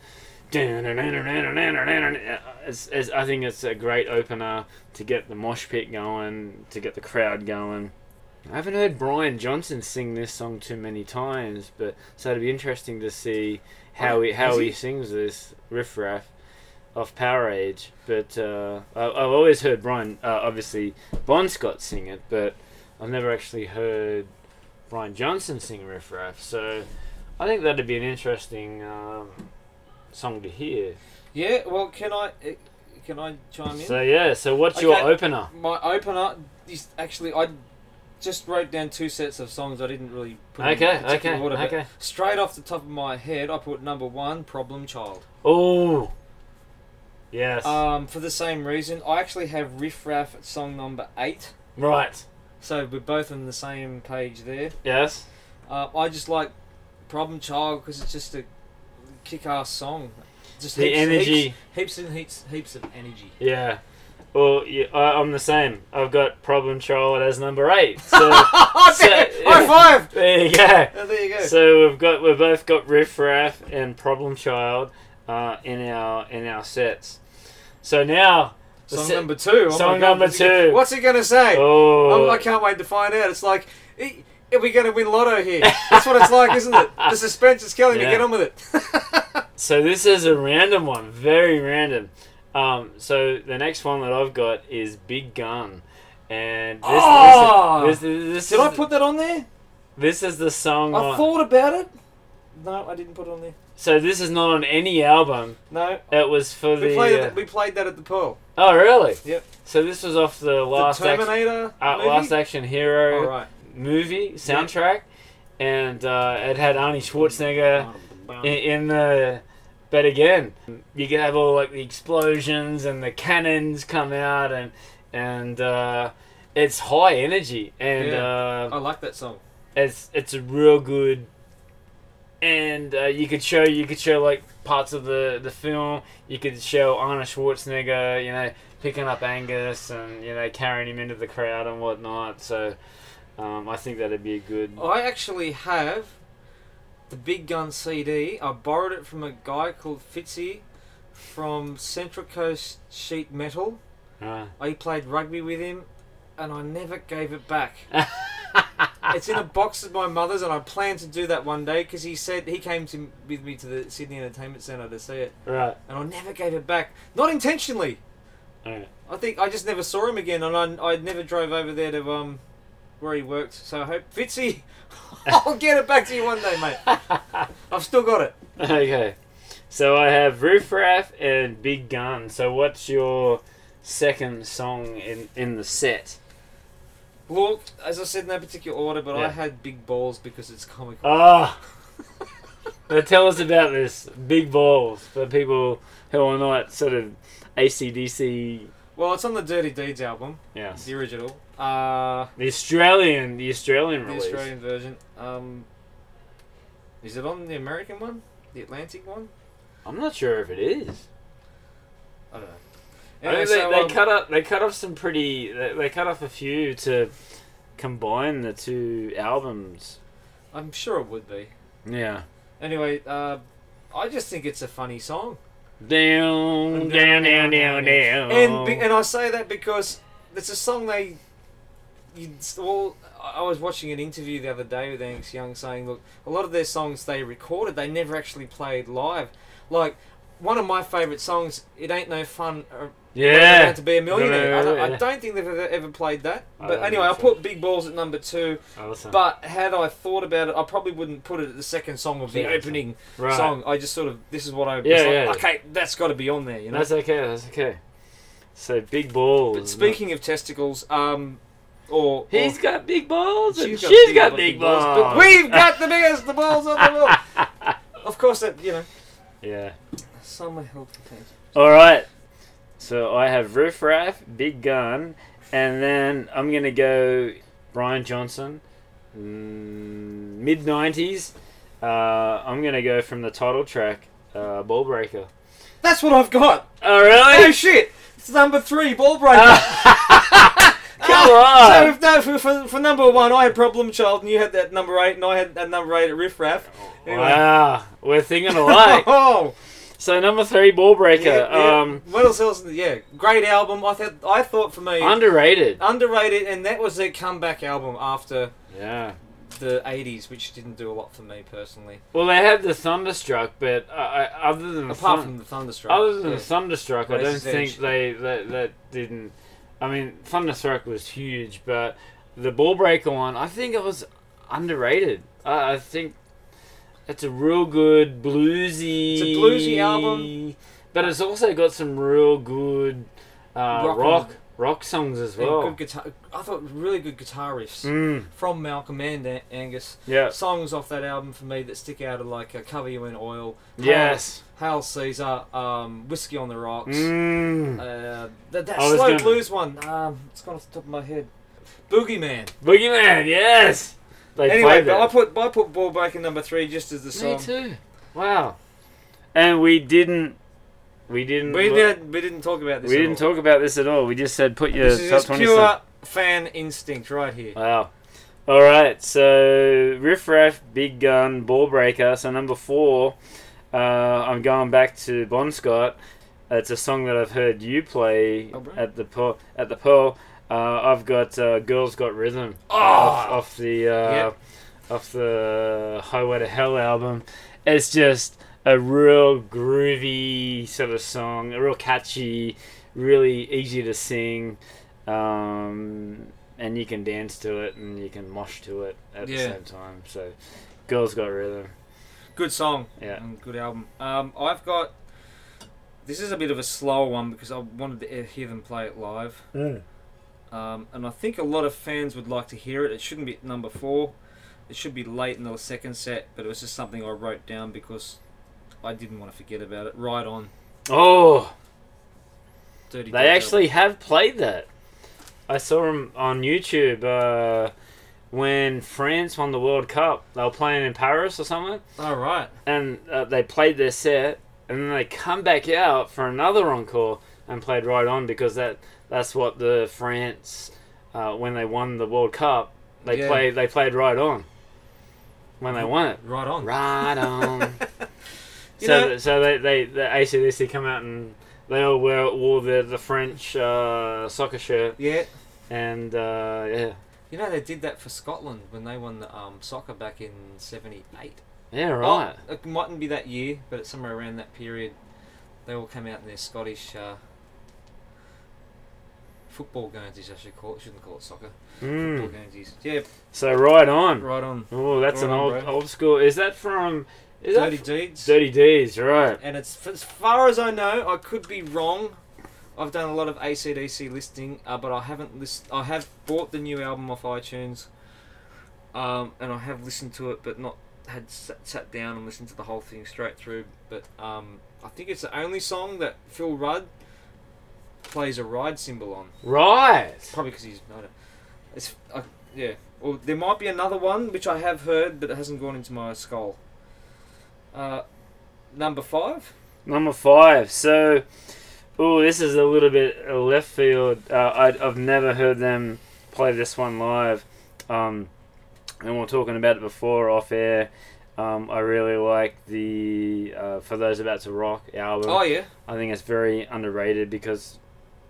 S3: It's, it's, I think it's a great opener to get the mosh pit going, to get the crowd going. I haven't heard Brian Johnson sing this song too many times, but so it'd be interesting to see how he how
S2: Has
S3: he,
S2: he-
S3: sings this riff raff off Power Age. But uh, I, I've always heard Brian, uh, obviously Bon Scott sing it, but I've never actually heard Brian Johnson sing riff raff. So I think that'd be an interesting um, song to hear.
S2: Yeah. Well, can I eh, can I chime in?
S3: So yeah, so what's your
S2: Okay.
S3: opener?
S2: My opener is actually I just wrote down two sets of songs I didn't really put
S3: Okay,
S2: in
S3: okay,
S2: particular order. but
S3: okay.
S2: Straight off the top of my head, I put number one, Problem Child.
S3: Oh, yes,
S2: Um, for the same reason, I actually have Riff Raff at song number eight,
S3: right,
S2: so we're both on the same page there.
S3: yes.
S2: Uh, I just like Problem Child because it's just a kick-ass song. Just
S3: The
S2: heaps-
S3: energy.
S2: heaps, heaps and heaps, heaps of energy.
S3: Yeah. Well, yeah, I, I'm the same. I've got Problem Child as number eight. So
S2: Oh,
S3: So-
S2: damn, high five!
S3: there you go.
S2: Oh, there you go.
S3: So we've got we've both got Riff Raff and Problem Child uh, in our in our sets. So now the
S2: Song
S3: se-
S2: number two. Oh my
S3: Song
S2: God,
S3: number
S2: what's he gonna-
S3: two.
S2: what's he going to say?
S3: Oh,
S2: Oh, I can't wait to find out. It's like, e- are we going to win Lotto here? That's what it's like, isn't it? The suspense is killing
S3: Yeah.
S2: me. Get on with it.
S3: So this is a random one, very random. Um, so the next one that I've got is Big Gun, and this,
S2: Oh!
S3: this, this, this,
S2: Did
S3: is,
S2: I put that on there?
S3: this is the song.
S2: I
S3: on-
S2: thought about it. No, I didn't put it on there.
S3: so this is not on any album.
S2: No.
S3: It was for
S2: We
S3: the.
S2: played,
S3: uh,
S2: it, we played that at the Pearl.
S3: Oh, really?
S2: Yep.
S3: So this was off the last
S2: the
S3: action,
S2: Terminator
S3: uh,
S2: movie?
S3: last action hero
S2: All right.
S3: movie soundtrack, and uh, it had Arnie Schwarzenegger in, in the. But again, you could have all like the explosions and the cannons come out, and and uh, it's high energy, and
S2: I
S3: uh,
S2: like that song.
S3: it's it's a real good. And uh, you could show you could show like parts of the, the film. You could show Arnold Schwarzenegger, you know, picking up Angus and you know carrying him into the crowd and
S2: Oh.
S3: whatnot. So um, I think that'd be a good.
S2: I actually have the Big Gun CD. I borrowed it from a guy called Fitzy from Central Coast Sheet Metal.
S3: Right.
S2: I played rugby with him, and I never gave it back. it's in a box at my mother's, and I plan to do that one day because he said he came to, with me to the Sydney Entertainment Centre to see it,
S3: Right.
S2: and I never gave it back. Not intentionally.
S3: Alright.
S2: I think I just never saw him again, and I, I never drove over there to um where he worked. So I hope Fitzy, I'll get it back to you one day, mate. I've still got it.
S3: Okay. So I have Roof Raff and Big Gun. So what's your second song in in the set?
S2: Look, as I said in that particular order, but I
S3: Yeah.
S2: had big balls because it's comical.
S3: Ah. now tell us about this Big Balls for people who are not sort of ACDC.
S2: well, it's on the Dirty Deeds album,
S3: Yes.
S2: the original, uh,
S3: The Australian, the Australian
S2: the
S3: release.
S2: Australian version. Um, is it on the American one, the Atlantic one?
S3: I'm not sure if it is.
S2: I don't know.
S3: I
S2: Anyway,
S3: mean, they,
S2: so,
S3: they
S2: um,
S3: cut up. They cut off some pretty. They, they cut off a few to combine the two albums.
S2: I'm sure it would be.
S3: Yeah.
S2: Anyway, uh, I just think it's a funny song.
S3: Down, down, down, down, down.
S2: And be, and I say that because it's a song they. You, well, I I was watching an interview the other day with Angus Young saying, look, a lot of their songs they recorded, they never actually played live. Like, one of my favourite songs, It Ain't No Fun uh,
S3: yeah.
S2: About to Be a Millionaire. I, don't, I
S3: Yeah.
S2: don't think they've ever, ever played that.
S3: I
S2: But
S3: don't
S2: anyway, I
S3: think so.
S2: put Big Balls at number two.
S3: Awesome.
S2: But had I thought about it, I probably wouldn't put it at the second song of the
S3: Yeah.
S2: opening
S3: right.
S2: song. I just sort of, this is what I was
S3: Yeah,
S2: like,
S3: yeah.
S2: okay, that's got to be on there, you know?
S3: That's okay. That's okay. So big balls.
S2: But speaking of testicles, um, or, or
S3: He's got big balls. and
S2: she's
S3: She's got,
S2: big-
S3: big, balls.
S2: but we've got the biggest the balls on the world. Of course, that you know,
S3: yeah.
S2: some are helpful things.
S3: All right. So I have Roof Raff, Big Gun, and then I'm gonna go Brian Johnson, mid '90s. Uh, I'm gonna go from the title track, uh, Ball Breaker.
S2: That's what I've got.
S3: Oh
S2: Oh
S3: really?
S2: shit! It's number three, ball breaker.
S3: Come
S2: Ah, so
S3: on!
S2: if, no, for, for, for number one, I had Problem Child, and you had that number eight, and I had that number eight at Riff Raff. Anyway.
S3: Wow, we're thinking alike.
S2: Oh,
S3: so number three, Ball Breaker.
S2: yeah, yeah.
S3: Um,
S2: what else? else yeah, great album. I thought I thought for me
S3: underrated.
S2: underrated, and that was their comeback album after
S3: Yeah.
S2: the '80s, which didn't do a lot for me personally.
S3: Well, they had the Thunderstruck, but uh, I, other than
S2: Apart
S3: Thun-
S2: from the Thunderstruck.
S3: Other than
S2: yeah.
S3: Thunderstruck, I don't
S2: Razor's
S3: think
S2: Edge.
S3: they that that didn't. I mean, Thunderstruck was huge, but the ball breaker one, I think it was underrated. I, I think it's a real good bluesy.
S2: It's a bluesy album.
S3: but it's also got some real good uh,
S2: Rock
S3: rock
S2: and-
S3: rock, songs as
S2: And
S3: well.
S2: good guitar. I thought really good guitar riffs
S3: Mm,
S2: from Malcolm and A- Angus.
S3: yeah.
S2: Songs off that album for me that stick out are like uh, "Cover You in Oil," Hail-
S3: Yes.
S2: "Hail Caesar," um, "Whiskey on the Rocks,"
S3: Mm.
S2: uh, that, that
S3: I was
S2: slow
S3: gonna-
S2: blues one. Um, it's gone off the top of my head. Boogeyman.
S3: Boogeyman. Yes. They
S2: Anyway,
S3: played
S2: but
S3: that.
S2: I put I put Ball Breaker number three just as the song.
S3: Me too. Wow. And we didn't. We didn't.
S2: We
S3: look-
S2: didn't we didn't talk about this.
S3: we
S2: at
S3: didn't
S2: all.
S3: talk about this at all. We just said put your
S2: This is
S3: top
S2: just
S3: twenty.
S2: pure
S3: song.
S2: fan instinct right here.
S3: Wow. All right. So riff raff, big gun, ball breaker. So number four. Uh, I'm going back to Bon Scott. It's a song that I've heard you play
S2: Oh, bro.
S3: at the Pearl, at the Pearl. Uh, I've got uh, "Girls Got Rhythm"
S2: Ah!
S3: off, off the uh,
S2: Yep.
S3: off the Highway to Hell album. It's just a real groovy sort of song, a real catchy, really easy to sing, um, and you can dance to it and you can mosh to it at
S2: Yeah.
S3: the same time. So, "Girls Got Rhythm,"
S2: Good song.
S3: yeah.
S2: Um, good album. Um, I've got. This is a bit of a slow one because I wanted to e- hear them play it live, um, and I think a lot of fans would like to hear it. It shouldn't be at number four. It should be late in the second set, but it was just something I wrote down because I didn't want to forget about it. Right on,
S3: Oh.
S2: dirty.
S3: They
S2: Dutch
S3: actually have played that. I saw them on YouTube uh, when France won the World Cup. They were playing in Paris or something,
S2: album. All right.
S3: and uh, they played their set, and then they come back out for another encore and played right on because that that's what the France uh, when they won the World Cup they
S2: Yeah.
S3: played they played right on. when they want it.
S2: Right on.
S3: Right on.
S2: You
S3: so,
S2: know-
S3: th- so they, they, the ACDC come out and they all wear, wore the, the French uh, soccer shirt
S2: Yeah.
S3: and uh, yeah.
S2: You know they did that for Scotland when they won the um, soccer back in '78.
S3: Yeah, right.
S2: Oh, it mightn't be that year, but it's somewhere around that period. They all came out in their Scottish uh, football gaunties, I should call it. Shouldn't call it soccer.
S3: Mm.
S2: Football gaunties. Yeah,
S3: So right on.
S2: right on.
S3: Oh, that's an
S2: Right on,
S3: old
S2: bro.
S3: old school. Is that from? Is
S2: Dirty
S3: that
S2: Deeds.
S3: Dirty D's? Right.
S2: And it's as far as I know, I could be wrong. I've done a lot of ACDC listening, uh, but I haven't list. I have bought the new album off iTunes, um, and I have listened to it, but not had sat, sat down and listened to the whole thing straight through. But um, I think it's the only song that Phil Rudd plays a ride cymbal on.
S3: Right.
S2: Probably because he's not. A, it's uh, yeah. Well, there might be another one which I have heard, but it hasn't gone into my skull. Uh, number five.
S3: Number five. So, oh, this is a little bit uh, left field. Uh, I, I've never heard them play this one live. Um, and we we're talking about it before off air. Um, I really like the uh, For Those About to Rock album.
S2: Oh yeah,
S3: I think it's very underrated because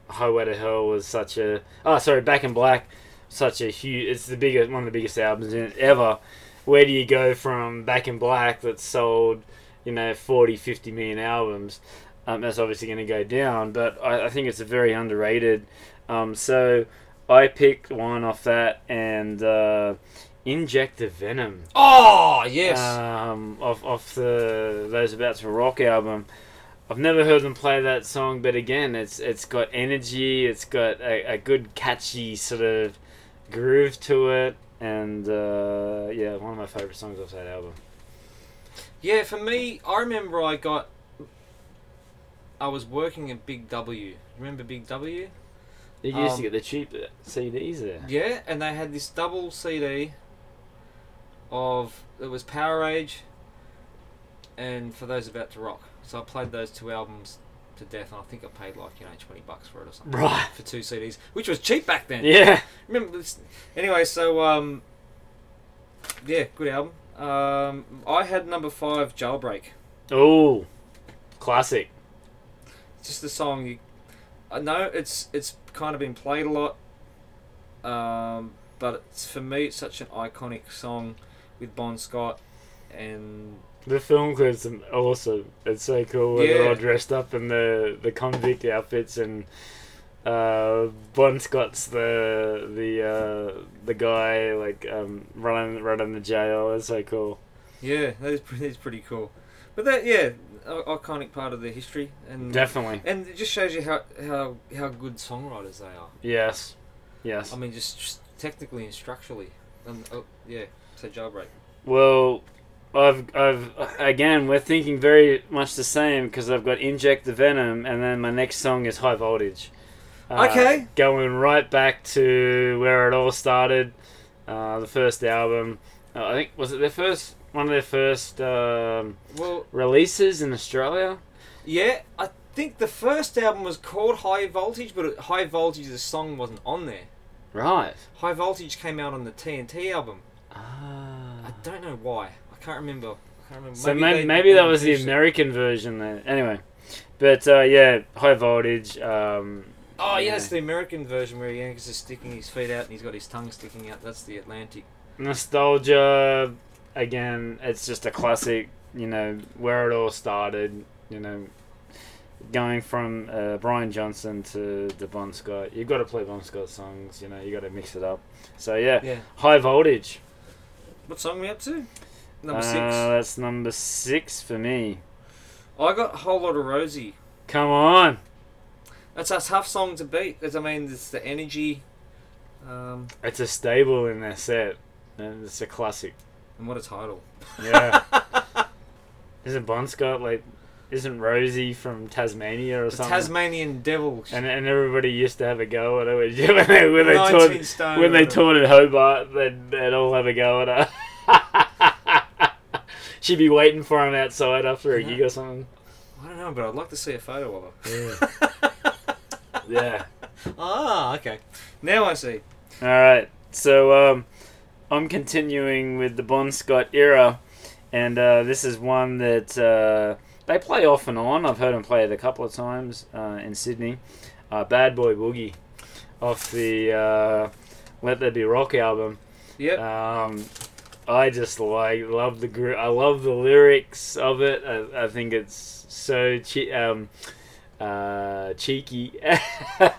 S3: Highway to Hell was such a oh sorry Back in Black, such a huge. It's the biggest one of the biggest albums in, ever. Where do you go from Back in Black that sold you know 40, 50 million albums? Um, that's obviously going to go down, but I, I think it's a very underrated. Um, so I picked one off that and uh, Inject the Venom
S2: Oh yes.
S3: um, off, off the those about to rock album. I've never heard them play that song, but again, it's it's got energy. It's got a, a good catchy sort of groove to it, and uh, yeah, one of my favorite songs off that album.
S2: yeah, for me, I remember I got. I was working at Big W. Remember Big W? used
S3: You
S2: to
S3: used
S2: Um,
S3: to
S2: get
S3: get the cheap CDs there.
S2: Yeah, and they had this double CD. Of it was Power Age. And for those about to rock, so I played those two albums to death, and I think I paid like you know twenty bucks for it or something
S3: Right.
S2: for two CDs, which was cheap back then.
S3: Yeah.
S2: Remember this? Anyway, so um, yeah, good album. Um, I had number five, Jailbreak.
S3: Oh, classic.
S2: just the song you I know it's it's kind of been played a lot um, but it's, for me it's such an iconic song with Bon Scott and
S3: The film clips are awesome. It's so cool when
S2: Yeah.
S3: they're all dressed up in the, the convict outfits and uh, Bon Scott's the the uh, the guy like um, running running the jail. It's so cool.
S2: yeah that is pretty, that's pretty cool but that yeah i- iconic part of their history and
S3: Definitely.
S2: and it just shows you how, how how good songwriters they are
S3: Yes. Yes.
S2: I mean just, just technically and structurally and oh, yeah so jailbreak
S3: Well, I've I've again we're thinking very much the same because I've got inject the venom and then my next song is high voltage. Uh,
S2: Okay.
S3: Going right back to where it all started, uh, the first album. Uh, I think was it their first one of their first um,
S2: well
S3: releases in Australia.
S2: yeah I think the first album was called High Voltage but High Voltage the song wasn't on there
S3: Right.
S2: High Voltage came out on the TNT album. I
S3: Ah.
S2: don't know why. I can't remember. I can't remember.
S3: So maybe, maybe,
S2: they-
S3: that was the
S2: produced it.
S3: American version then. Anyway, but uh, yeah, high voltage. Um,
S2: Oh yeah, it's the American version where Yankees is sticking his feet out and he's got his tongue sticking out. That's the Atlantic.
S3: nostalgia again it's just a classic you know where it all started you know going from uh, brian johnson to the bon scott you've got to play bon scott songs you know you got to mix it up so yeah,
S2: Yeah.
S3: high voltage
S2: What song we up to? Number
S3: Uh,
S2: six.
S3: that's number six for me
S2: I got a whole lot of Rosie.
S3: come on
S2: That's a tough song to beat. That's, I mean, it's the energy, um,
S3: it's a staple in their set and it's a classic
S2: and what a title.
S3: yeah isn't bon scott like isn't rosie from tasmania or
S2: The
S3: something
S2: Tasmanian Devil.
S3: And, and everybody used to have a go at her when they, when they, when they
S2: Nineteen
S3: taught
S2: Stone.
S3: when they
S2: whatever.
S3: taught at Hobart, they'd, they'd all have a go at her. She'd be waiting for him outside after a gig or something.
S2: I don't know, but I'd like to see a photo of her.
S3: Yeah.
S2: Ah, okay. Now I see.
S3: All right. So um, I'm continuing with the Bon Scott era, and uh, this is one that uh, they play off and on. I've heard them play it a couple of times uh, in Sydney. Uh, Bad Boy Boogie, off the uh, Let There Be Rock album.
S2: Yep.
S3: Um, I just like love the group. I love the lyrics of it. I, I think it's so che- um, uh, cheeky.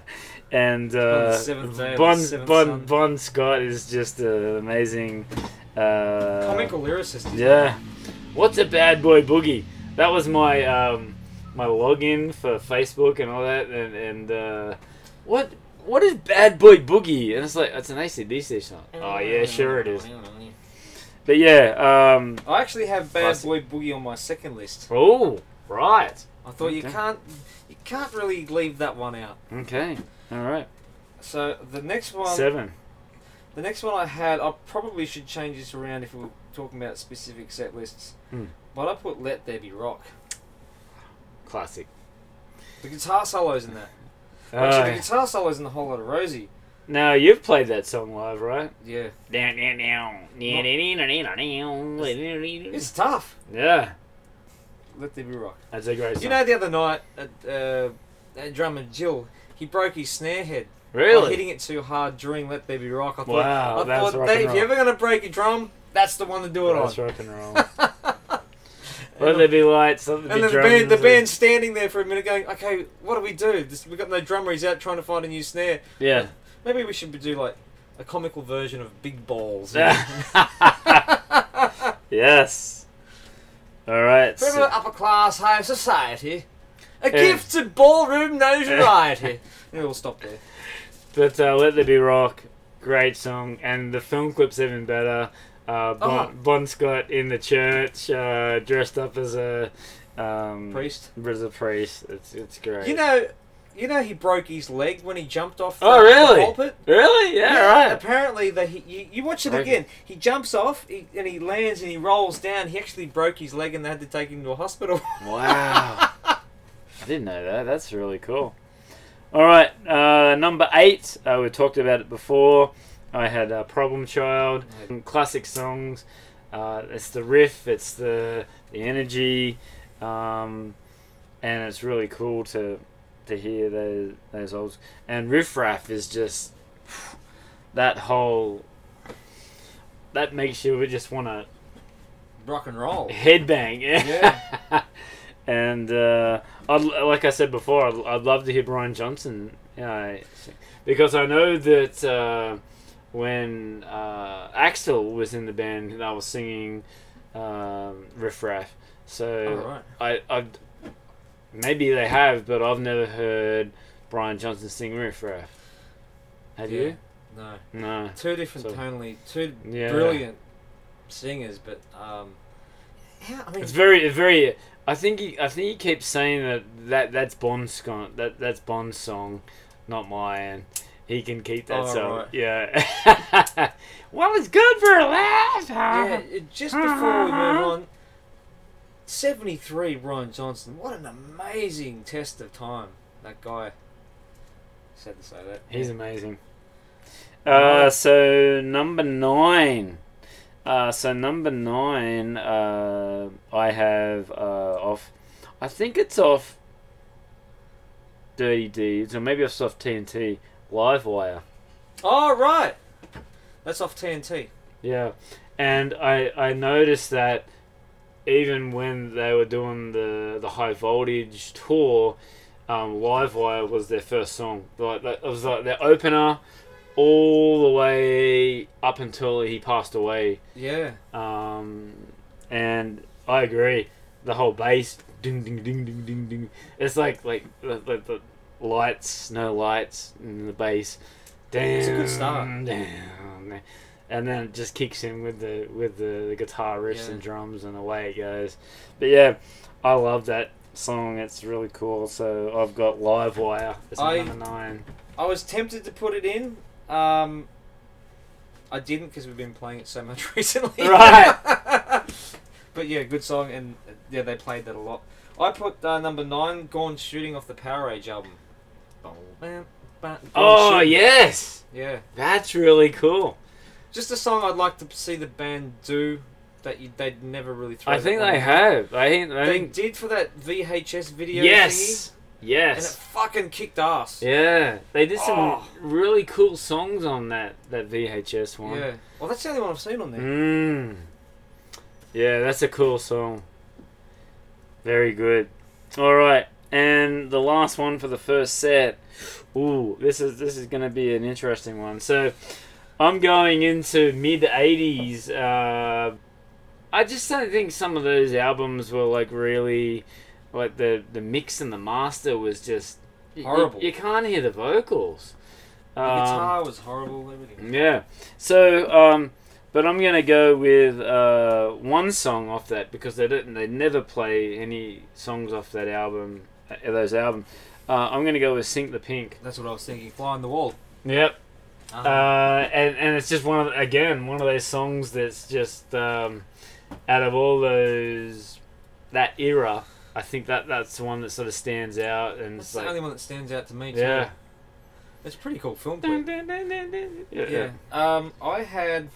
S3: and uh,
S2: seventh day of the
S3: Bon
S2: seventh
S3: Bon
S2: sun.
S3: Bon Scott is just an amazing. Uh,
S2: Comical lyricist.
S3: yeah. What's a bad boy boogie? That was my um, my login for Facebook and all that. And, and uh, what what is bad boy boogie? And it's like it's an ACDC song. Oh yeah, sure it is. But yeah, um,
S2: I actually have Bad
S3: Classic.
S2: Boy Boogie on my second list.
S3: oh right,
S2: I thought you
S3: Okay.
S2: can't you can't really leave that one out.
S3: okay, all right,
S2: So the next one,
S3: seven.
S2: the next one I had, I probably should change this around if we were talking about specific set lists.
S3: Hmm.
S2: But I put Let There Be Rock.
S3: Classic.
S2: The guitar solos in that.
S3: Uh,
S2: Actually, the guitar solos in the whole lot of Rosie.
S3: now you've played that song live, right?
S2: Yeah, it's
S3: Yeah,
S2: tough. Let There Be Rock.
S3: that's a great song.
S2: You know, the other night at uh, at drummer Jill, he broke his snare head. by
S3: really?
S2: hitting it too hard during Let There Be Rock. I thought,
S3: Wow,
S2: I
S3: that's
S2: thought
S3: rock
S2: "Hey,
S3: and
S2: if you're
S3: roll."
S2: ever going to break a drum, that's the one to do it
S3: That's
S2: on.
S3: rock and roll. Let there be lights. Let there
S2: And
S3: be
S2: then the
S3: drums.
S2: band, the band standing there for a minute going, okay, what do we do? This, we've got no drummer, he's out trying to find a new snare.
S3: Yeah.
S2: Maybe we should do like a comical version of Big Balls.
S3: yes. All right.
S2: From
S3: so-
S2: an upper class, high society, a
S3: Yeah.
S2: gift to ballroom notoriety. and we'll stop there.
S3: But uh, Let There Be Rock, great song, and the film clip's even better. Uh, bon,
S2: Oh.
S3: bon Scott in the church, uh, dressed up as a um,
S2: Priest.
S3: As a priest, it's it's great.
S2: You know, you know, he broke his leg when he jumped off
S3: Oh,
S2: the,
S3: really?
S2: the pulpit.
S3: really? Yeah, right.
S2: Apparently, that he you, you watch it
S3: Okay.
S2: again. He jumps off he, and he lands and he rolls down. He actually broke his leg and they had to take him to a hospital.
S3: Wow. I didn't know that. That's really cool. All right, uh, number eight. Uh, we talked about it before. I had uh, Problem Child, classic songs. Uh, it's the riff, it's the the energy, um, and it's really cool to to hear those those old. And Riff Raff is just that whole. That makes you just want to
S2: Rock and roll.
S3: headbang.
S2: Yeah.
S3: and uh, I'd, like I said before, I'd, I'd love to hear Brian Johnson, you know, because I know that uh, when uh, Axel was in the band, and I was singing um, Riff Raff. So
S2: All right.
S3: I, I maybe they have, but I've never heard Brian Johnson sing Riff Raff. Have
S2: Yeah.
S3: you?
S2: No,
S3: No.
S2: two different
S3: So-
S2: tonally, two
S3: Yeah.
S2: brilliant singers, but um, yeah, I mean,
S3: It's very, very. I think he, I think he keeps saying that, that that's Bond's song. That that's Bond's song, not mine. He can keep that
S2: Oh,
S3: song.
S2: right.
S3: Yeah. what was good for a laugh? Huh?
S2: yeah. it- Just before we move on, seventy-three, Ryan Johnson. What an amazing test of time that guy. Sad to say that.
S3: He's amazing. Uh, so number nine. Uh, so number nine. Uh, I have uh, off. I think it's off. Dirty Deeds, or maybe it's off TNT. Livewire.
S2: All right, that's off TNT.
S3: Yeah, and I I noticed that even when they were doing the the high voltage tour, um, Livewire was their first song. Like that- it was like their opener, all the way up until he passed away.
S2: Yeah.
S3: Um, and I agree, the whole bass ding ding ding ding ding ding. It's like like the, the, the lights, no lights, and the bass. Damn,
S2: It's a good start.
S3: Damn, and then it just kicks in with the with the, the guitar riffs
S2: Yeah.
S3: and drums, and away it goes. But yeah, I love that song. It's really cool. So I've got Livewire. It's my
S2: I-
S3: number nine.
S2: I was tempted to put it in. Um, I didn't because we've been playing it so much recently.
S3: Right.
S2: but yeah, good song, and uh, yeah, they played that a lot. I put uh, number nine, Gone Shooting, off the Power Age album. Bam, bam, Gone
S3: Oh
S2: Shooting.
S3: yes,
S2: yeah.
S3: that's really cool.
S2: Just a song I'd like to see the band do that you, they'd never really. Throw
S3: I think
S2: that one
S3: they
S2: out.
S3: have. I think. I
S2: They
S3: think
S2: did for that VHS video.
S3: yes.
S2: Thingy, and it
S3: Yes.
S2: fucking kicked ass.
S3: Yeah. They did some
S2: Oh.
S3: really cool songs on that that VHS one.
S2: Yeah. Well, that's the only one I've seen on there.
S3: Mm. Yeah, that's a cool song. Very good. All right, and the last one for the first set. Ooh, this is this is going to be an interesting one. So, I'm going into mid '80s. Uh, I just don't think some of those albums were like really, like the the mix and the master was just y- y-
S2: Horrible.
S3: You, can't hear the vocals.
S2: The
S3: Um,
S2: guitar was horrible. Everything.
S3: yeah. So, um, but I'm gonna go with uh, one song off that because they didn't. They never play any songs off that album. Uh, those album. Uh, I'm gonna go with "Sink the Pink."
S2: That's what I was thinking. Fly on the wall.
S3: Yep.
S2: Uh,
S3: Uh, and and it's just one of again one of those songs that's just um, out of all those that era. I think that that's the one that sort of stands out and
S2: that's
S3: it's
S2: the
S3: like
S2: only one that stands out to me. Too.
S3: yeah.
S2: It's a pretty cool film clip.
S3: yeah.
S2: Yeah. Um, I had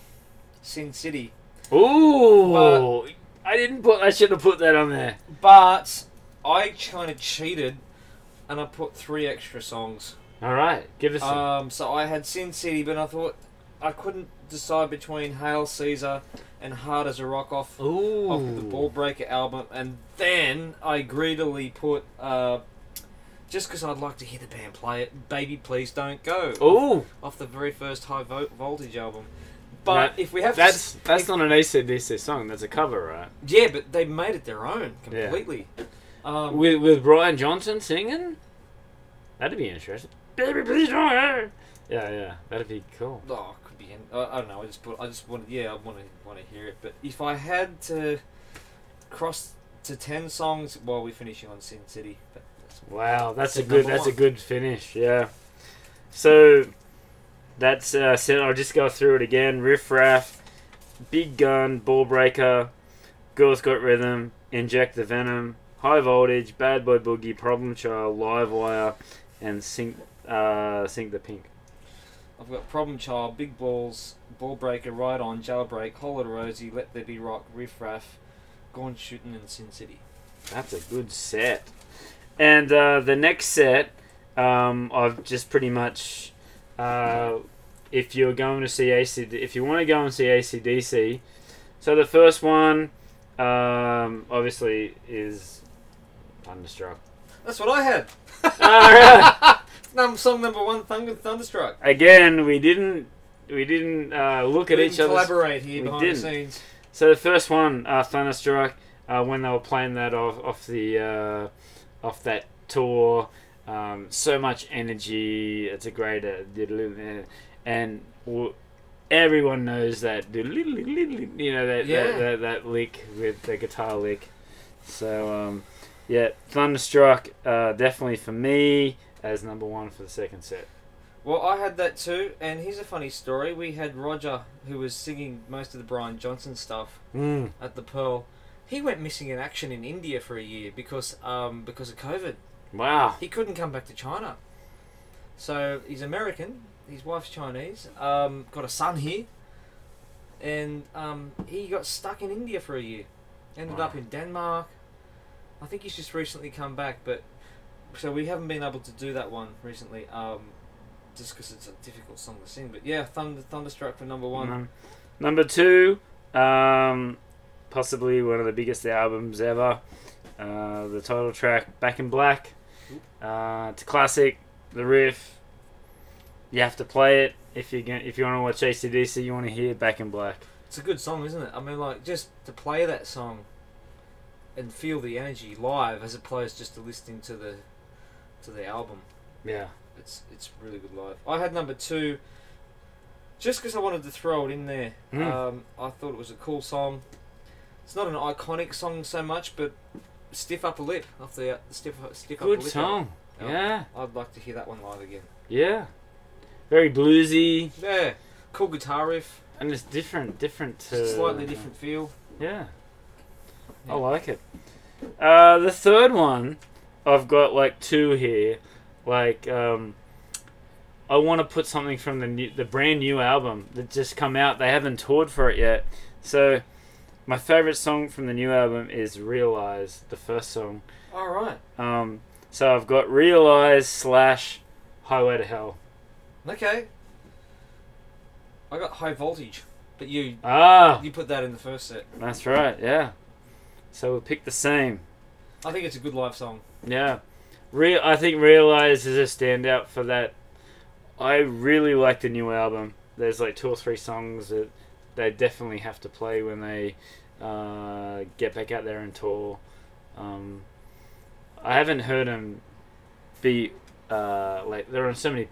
S2: Sin City,
S3: Ooh,
S2: But-
S3: I didn't put. I should have put that on there.
S2: but I kind of cheated, and I put three extra songs.
S3: All right, give us. some.
S2: Um, so I had Sin City, but I thought I couldn't decide between Hail Caesar and Hard as a Rock off
S3: Ooh,
S2: off the Ball Breaker album, and then I greedily put uh, just because I'd like to hear the band play it, Baby Please Don't Go
S3: Ooh,
S2: off the very first High Vo- Voltage album. But
S3: No,
S2: if we have to,
S3: that's
S2: s-
S3: that's
S2: if-
S3: not an ACDC song. That's a cover, right?
S2: yeah, but they made it their own
S3: Yeah.
S2: completely. Um,
S3: With with Brian Johnson singing. That'd be interesting. Baby, please don't. hurt. Yeah, yeah, that'd be cool.
S2: Oh, it could be. In, I, I don't know. I just put. I just want. Yeah, I want to want to hear it. But if I had to cross to ten songs, well, we're finishing on Sin City. But that's,
S3: Wow, that's a
S2: That's
S3: good.
S2: number
S3: That's a
S2: one.
S3: good finish. Yeah. So that's uh, set. I'll just go through it again. Riff raff, big gun, ball breaker, girls got rhythm, inject the venom, high voltage, bad boy boogie, problem child, live wire, and sink uh, sink the pink.
S2: I've got Problem Child, Big Balls, Ball Breaker, Ride On, Jailbreak, Holler to Rosie, Let There Be Rock, Riff Raff, Gone Shooting in Sin City.
S3: That's a good set. And uh, the next set, um, I've just pretty much, uh, if you're going to see AC, if you want to go and see ACDC, so the first one, um, obviously, is Thunderstruck.
S2: That's what I had.
S3: All right.
S2: Num song number one, Thunder Thunderstruck.
S3: Again, we didn't, we didn't uh, look at
S2: we
S3: each
S2: didn't
S3: other's
S2: collaborate here
S3: we
S2: behind
S3: didn't.
S2: the scenes.
S3: So the first one, uh, Thunderstruck, uh, when they were playing that off, off the uh, off that tour, um, so much energy. It's a great uh, diddle- uh, and w- everyone knows that diddle- you know that,
S2: Yeah.
S3: that, that that lick with the guitar lick. So um, yeah, Thunderstruck uh, definitely for me as number one for the second set.
S2: Well, I had that too, and here's a funny story. We had Roger, who was singing most of the Brian Johnson stuff
S3: Mm.
S2: at the Pearl. He went missing in action in India for a year because um, because of COVID.
S3: Wow.
S2: He couldn't come back to China. So he's American. His wife's Chinese. Um, got a son here, and um, he got stuck in India for a year. Ended up
S3: Wow.
S2: in Denmark. I think he's just recently come back, but so we haven't been able to do that one recently. Um, just because it's a difficult song to sing. But yeah, Thunder Thunderstruck for number one.
S3: Num- Number two, um, possibly one of the biggest albums ever. Uh, the title track, Back in Black. Uh, it's a classic. The riff, you have to play it if you going if you want to watch ACDC. You want to hear Back in Black.
S2: It's a good song, isn't it? I mean, like just to play that song and feel the energy live, as opposed just to listening to the to the album.
S3: Yeah.
S2: It's it's really good live. I had number two, just because I wanted to throw it in there.
S3: Mm.
S2: Um, I thought it was a cool song. It's not an iconic song so much, but stiff upper lip off the uh, stiff stiff upper
S3: Good
S2: lip.
S3: song.
S2: Yeah.
S3: Yeah.
S2: I'd like to hear that one live again.
S3: Yeah. Very bluesy
S2: Yeah, cool guitar riff,
S3: and it's different, different to
S2: slightly different feel.
S3: Yeah.
S2: Yeah.
S3: I like it. Uh, the third one, I've got like two here. Like, um, I want to put something from the new, the brand new album that just come out. They haven't toured for it yet. So my favorite song from the new album is Realize, the first song.
S2: All right.
S3: Um, so I've got Realize slash Highway to Hell.
S2: Okay. I got high voltage, but you
S3: Ah,
S2: you put that in the first set.
S3: that's right. Yeah. So we picked the same.
S2: I think it's a good live song.
S3: Yeah. Real I think Realize is a standout for that. I really like the new album. There's like two or three songs that they definitely have to play when they uh, get back out there and tour. Um, I haven't heard them be uh, like they're on so many.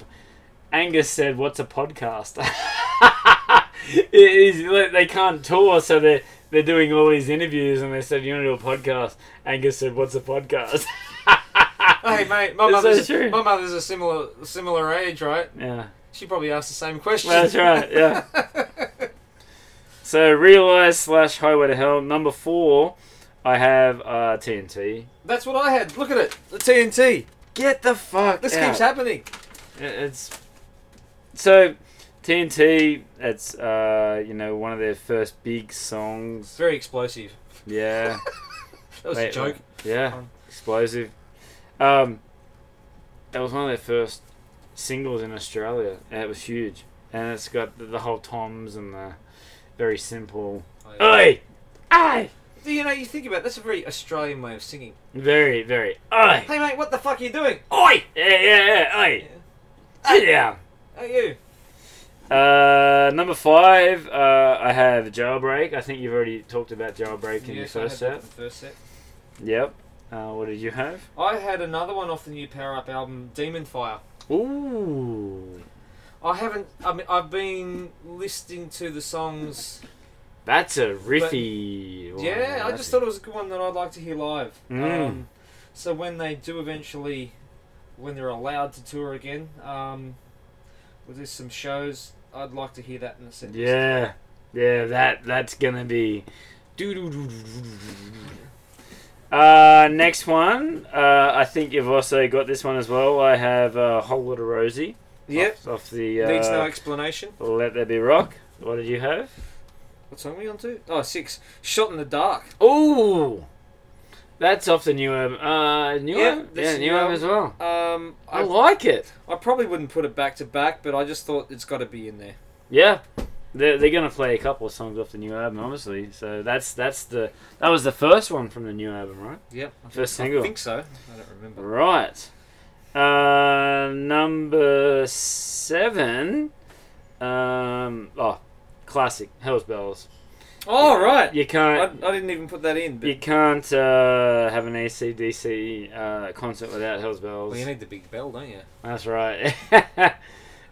S3: Angus said, "What's a podcast?" it is like they can't tour, so they're they're doing all these interviews, and they said, "You want to do a podcast?" Angus said, "What's a podcast?"
S2: Hey mate, my
S3: Is that
S2: mother's
S3: true?
S2: my mother's a similar similar age, right?
S3: yeah.
S2: She probably asked the same question.
S3: That's right, yeah. So realize slash highway to hell number four. I have uh, TNT.
S2: That's what I had. Look at it, the TNT.
S3: Get the fuck.
S2: This
S3: out.
S2: keeps happening.
S3: It- It's so TNT. It's uh, you know one of their first big
S2: It's
S3: songs.
S2: very explosive.
S3: Yeah,
S2: That was a
S3: Wait,
S2: joke.
S3: yeah,
S2: Um,
S3: explosive. Um, that was one of their first singles in Australia, and it was huge. And it's got the, the whole toms and the very simple. Oi, aye.
S2: You know, you think about it, that's a very Australian way of singing.
S3: Very, very. Oi!
S2: Hey mate, what the fuck are you doing?
S3: Oi! Yeah, yeah, yeah, oi! Sit down!
S2: Hey you.
S3: Uh, number five, uh, I have Jailbreak. I think you've already talked about Jailbreak in
S2: Yes,
S3: the
S2: I
S3: first
S2: had that
S3: set.
S2: for the first set.
S3: Yep. Uh, what did you have?
S2: I had another one off the new Power Up album, Demon Fire.
S3: Ooh.
S2: I haven't. I mean, I've been listening to the songs.
S3: That's a riffy one.
S2: yeah, I just thought it was a good one that I'd like to hear live.
S3: Mm.
S2: Um, so when they do eventually, when they're allowed to tour again, um, with there's some shows, I'd like to hear that in a sentence.
S3: Yeah. Yeah, that that's gonna be. Uh, next one. Uh, I think you've also got this one as well. I have uh, Whole Lotta Rosie.
S2: Yep.
S3: Off, off the uh,
S2: Needs no explanation.
S3: Let There Be Rock. What did you have?
S2: What song are we on to? Oh, six. Shot in the dark.
S3: Ooh, that's off the new album. Uh, new
S2: Yeah,
S3: album,
S2: that's
S3: yeah,
S2: the
S3: new
S2: new
S3: album as well.
S2: Um,
S3: I
S2: I,
S3: like it.
S2: I probably wouldn't put it back to back, but I just thought it's got to be in there.
S3: Yeah, they're, they're gonna play a couple of songs off the new album, obviously. So that's that's the that was the first one from the new album, right?
S2: Yep. I think-
S3: First single.
S2: I think so. I don't remember.
S3: Right. Uh, number seven. Um, oh, classic Hell's Bells.
S2: Oh, right.
S3: You
S2: I,
S3: can't.
S2: I didn't even put that in. But
S3: You can't uh, have an ACDC uh, concert without Hells Bells.
S2: Well, you need the big bell, don't you?
S3: That's right.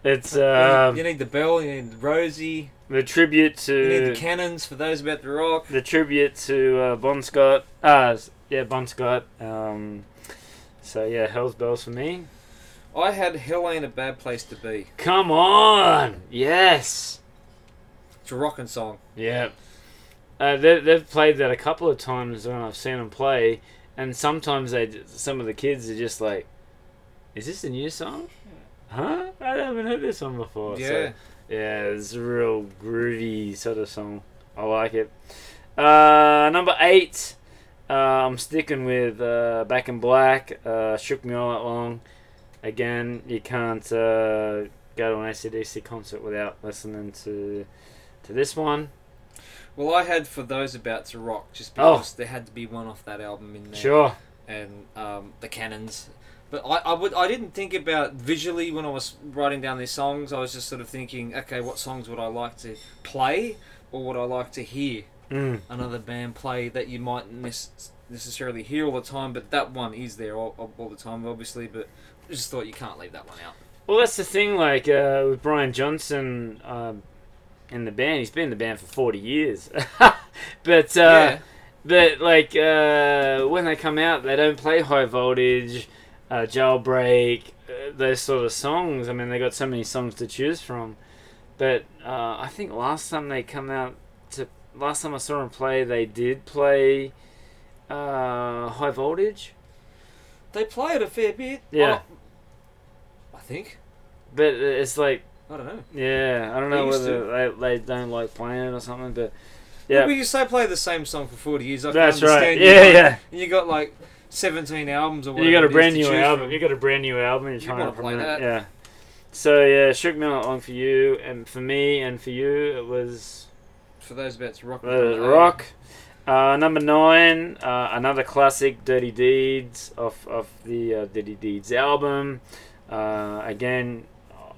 S3: it's um,
S2: you, need the bell, you need Rosie,
S3: the tribute
S2: you need
S3: to
S2: the cannons for those about to rock.
S3: the tribute to uh, Bon Scott. Uh, s- yeah, Bon Scott. Um, so yeah, Hell's Bells for me.
S2: I had Hell Ain't a Bad Place to Be.
S3: Come on, yes,
S2: It's a rocking song.
S3: yeah. Uh, they, they've played that a couple of times when I've seen them play, and sometimes they j- some of the kids are just like, "Is this a new song? Huh? I haven't heard this one before." So-
S2: yeah.
S3: Yeah, it's a real groovy sort of song. I like it. Uh, number eight, uh, I'm sticking with uh, Back in Black. Uh, Shook me all that long. Again, you can't uh, go to an ACDC concert without listening to to this one.
S2: Well, I had For Those About to Rock just because there had to be one off that album in there.
S3: Oh. Sure.
S2: And um, the cannons. But I, I, would, I didn't think about visually when I was writing down these songs. I was just sort of thinking, okay, what songs would I like to play or would I like to hear?
S3: Mm.
S2: another band play that you might miss necessarily hear all the time, but that one is there all, all- all the time, obviously. But I just thought you can't leave that one out.
S3: Well, that's the thing. Like uh, with Brian Johnson um, in the band, he's been in the band for 40 years. but
S2: yeah,
S3: uh, But like uh, when they come out, they don't play high voltage, uh, jailbreak, uh, those sort of songs. I mean, they got so many songs to choose from. But uh, I think last time they come out to last time I saw them play, they did play uh, high voltage.
S2: they play it a fair bit. Oh,
S3: Yeah.
S2: I, I think.
S3: but uh, it's like
S2: I don't know.
S3: yeah, I don't know
S2: They used
S3: whether they, they don't like playing it or something, but
S2: Yeah.
S3: yeah,
S2: We used to play the same song for 40 years. I can
S3: that's right.
S2: understand you,
S3: Yeah,
S2: like,
S3: yeah.
S2: You got like 17 albums or whatever.
S3: You got a
S2: it is
S3: brand
S2: to
S3: new
S2: choose
S3: album.
S2: from.
S3: You got a brand new album. You're trying
S2: wanna
S3: to
S2: play
S3: promote
S2: that.
S3: it. Yeah. So yeah, shook me on for you, and for me, and for you, it was
S2: For those bets, rock.
S3: it was rock. Uh, number nine, uh, another classic, "Dirty Deeds" off of the uh, "Dirty Deeds" album. Uh, again,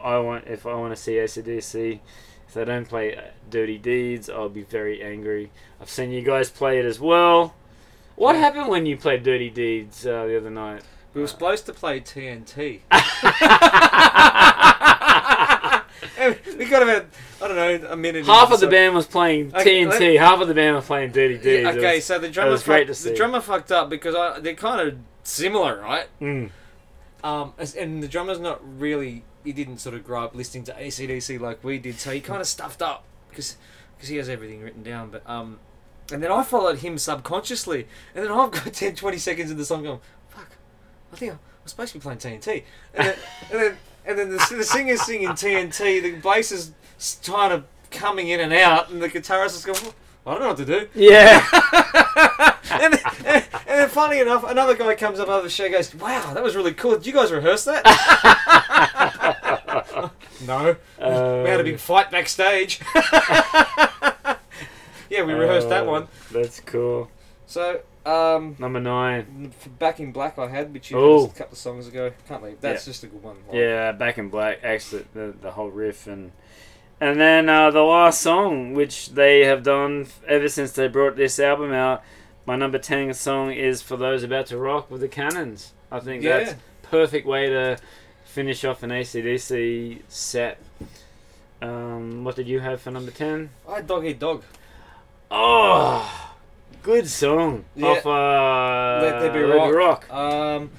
S3: I want if I want to see ACDC, if they don't play uh, "Dirty Deeds," I'll be very angry. I've seen you guys play it as well. What
S2: Yeah.
S3: happened when you played "Dirty Deeds" uh, the other night?
S2: We were supposed to play TNT.
S3: half
S2: we got about I don't know a minute.
S3: of the band was playing
S2: Okay,
S3: TNT, half of the band was playing Dirty Deeds. It
S2: okay,
S3: was-
S2: so the drummer
S3: was great
S2: fucked,
S3: to see.
S2: the drummer fucked up because I, they're kind of similar, right?
S3: Mm.
S2: Um, as- and the drummer's not really. He didn't sort of grow up listening to ACDC like we did, so he kind
S3: Hmm.
S2: of stuffed up because because he has everything written down. But um, and then I followed him subconsciously, and then I've got 10, 20 seconds in the song going, "Fuck, I think I'm supposed to be playing TNT," and then and then, and then the, the singer's singing TNT, the bass is s- kind of coming in and out, and the guitarist is going, "I don't know what to do."
S3: Yeah.
S2: and, and, and funny enough, another guy comes up after the show and goes, Wow, that was really cool. Did you guys rehearse that? no.
S3: Uh,
S2: We had a big fight backstage. yeah, we rehearsed that
S3: Uh,
S2: one.
S3: That's cool.
S2: So, um,
S3: Number nine.
S2: for Back in Black I had, which you
S3: Ooh.
S2: had a couple of songs ago. Can't leave. That's just a good one. Like,
S3: Yeah, Back in Black. Actually, the, the whole riff and and then uh, the last song, which they have done f- ever since they brought this album out. My number ten song is for those about to rock with the Cannons. I think
S2: Yeah.
S3: that's perfect way to finish off an ACDC set. Um, what did you have for number ten?
S2: I had Dog Eat Dog.
S3: Oh, good song.
S2: Yeah.
S3: Off uh,
S2: Let There Be
S3: Let There
S2: Rock. Um,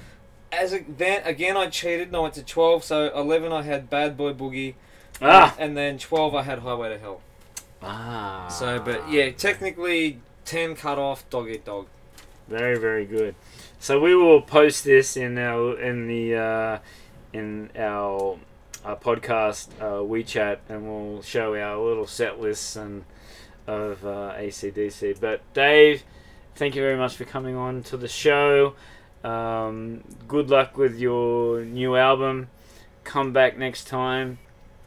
S2: as a, then again, I cheated and I went to 12. So 11, I had Bad Boy Boogie.
S3: Ah,
S2: And then 12, I had Highway to Hell.
S3: ah.
S2: So, but yeah, technically 10 cut off, dog eat dog.
S3: Very, very good. So we will post this in our in the uh, in our, our podcast uh, WeChat, and we'll show our little set lists and of uh, ACDC. But Dave, thank you very much for coming on to the show. Um, good luck with your new album. Come back next time.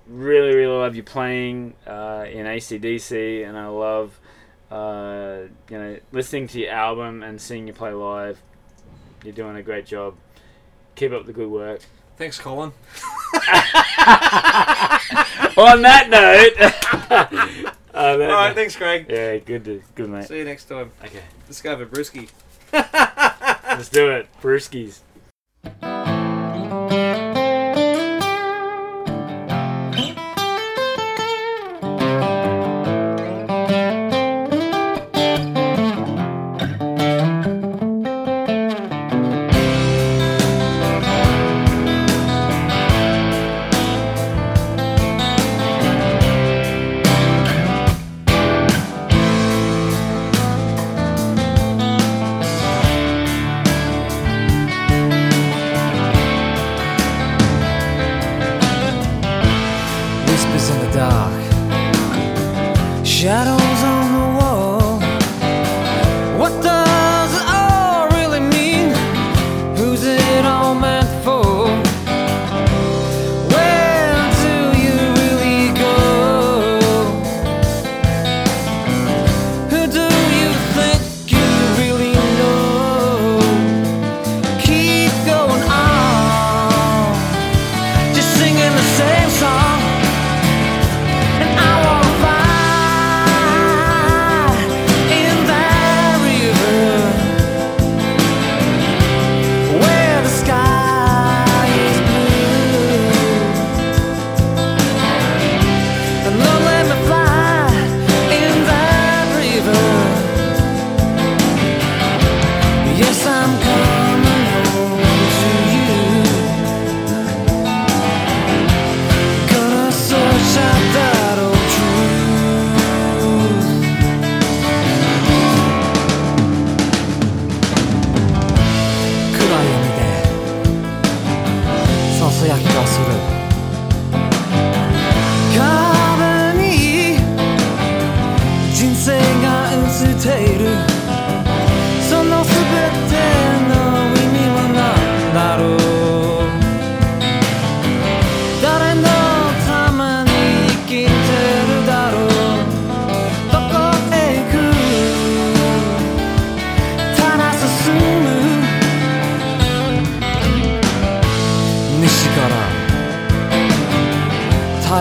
S3: Really, really love you playing uh, in ACDC, and I love uh, you know, listening to your album and seeing you play live, you're doing a great job. Keep up the good work.
S2: Thanks, Colin.
S3: On that note, uh, that-
S2: All right, thanks, Craig.
S3: yeah, good, to, good mate.
S2: See you next time.
S3: Okay,
S2: Let's go have a brewski.
S3: let's do it. Brewskis.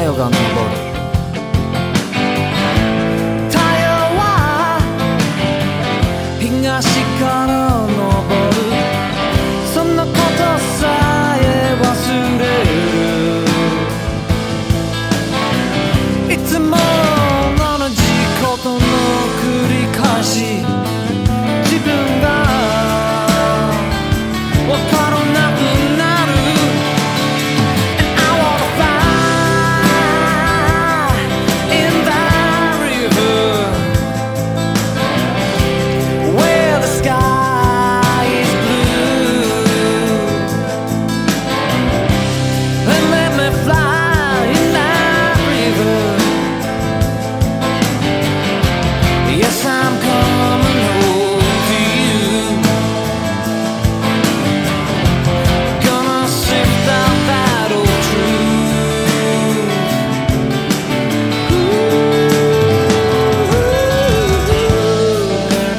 S4: よが昇る太陽は東から昇るそんなことさえ忘れるいつも同じことの繰り返し自分がわからなくなる And I wanna fly in that river Where the sky is blue And let me fly in that river Yes, I'm coming home to you. Gonna sift out that old truth. Ooh.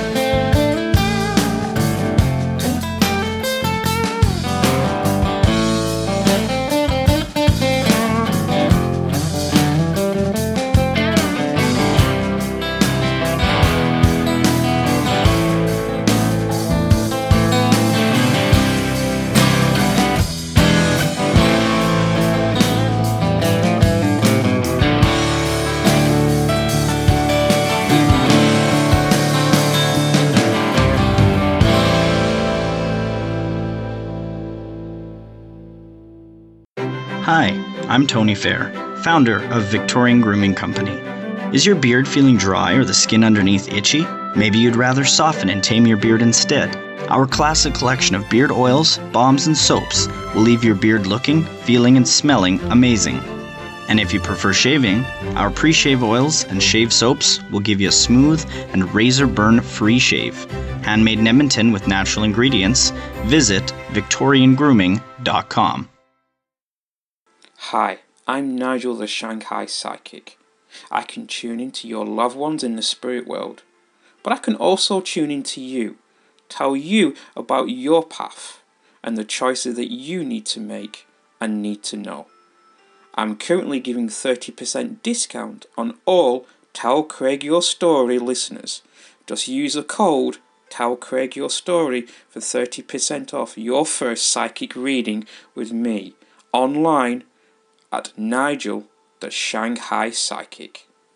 S5: Hi, I'm Tony Fair, founder of Victorian Grooming Company. Is your beard feeling dry or the skin underneath itchy? Maybe you'd rather soften and tame your beard instead. Our classic collection of beard oils, balms, and soaps will leave your beard looking, feeling, and smelling amazing. And if you prefer shaving, our pre shave oils and shave soaps will give you a smooth and razor burn free shave. Handmade in Edmonton with natural ingredients, visit VictorianGrooming.com.
S6: Hi, I'm Nigel the Shanghai Psychic. I can tune into your loved ones in the spirit world, but I can also tune into you, tell you about your path and the choices that you need to make and need to know. I'm currently giving 30% discount on all Tell Craig Your Story listeners. Just use the code Tell Craig Your Story for 30% off your first psychic reading with me online at Nigel the Shanghai Psychic.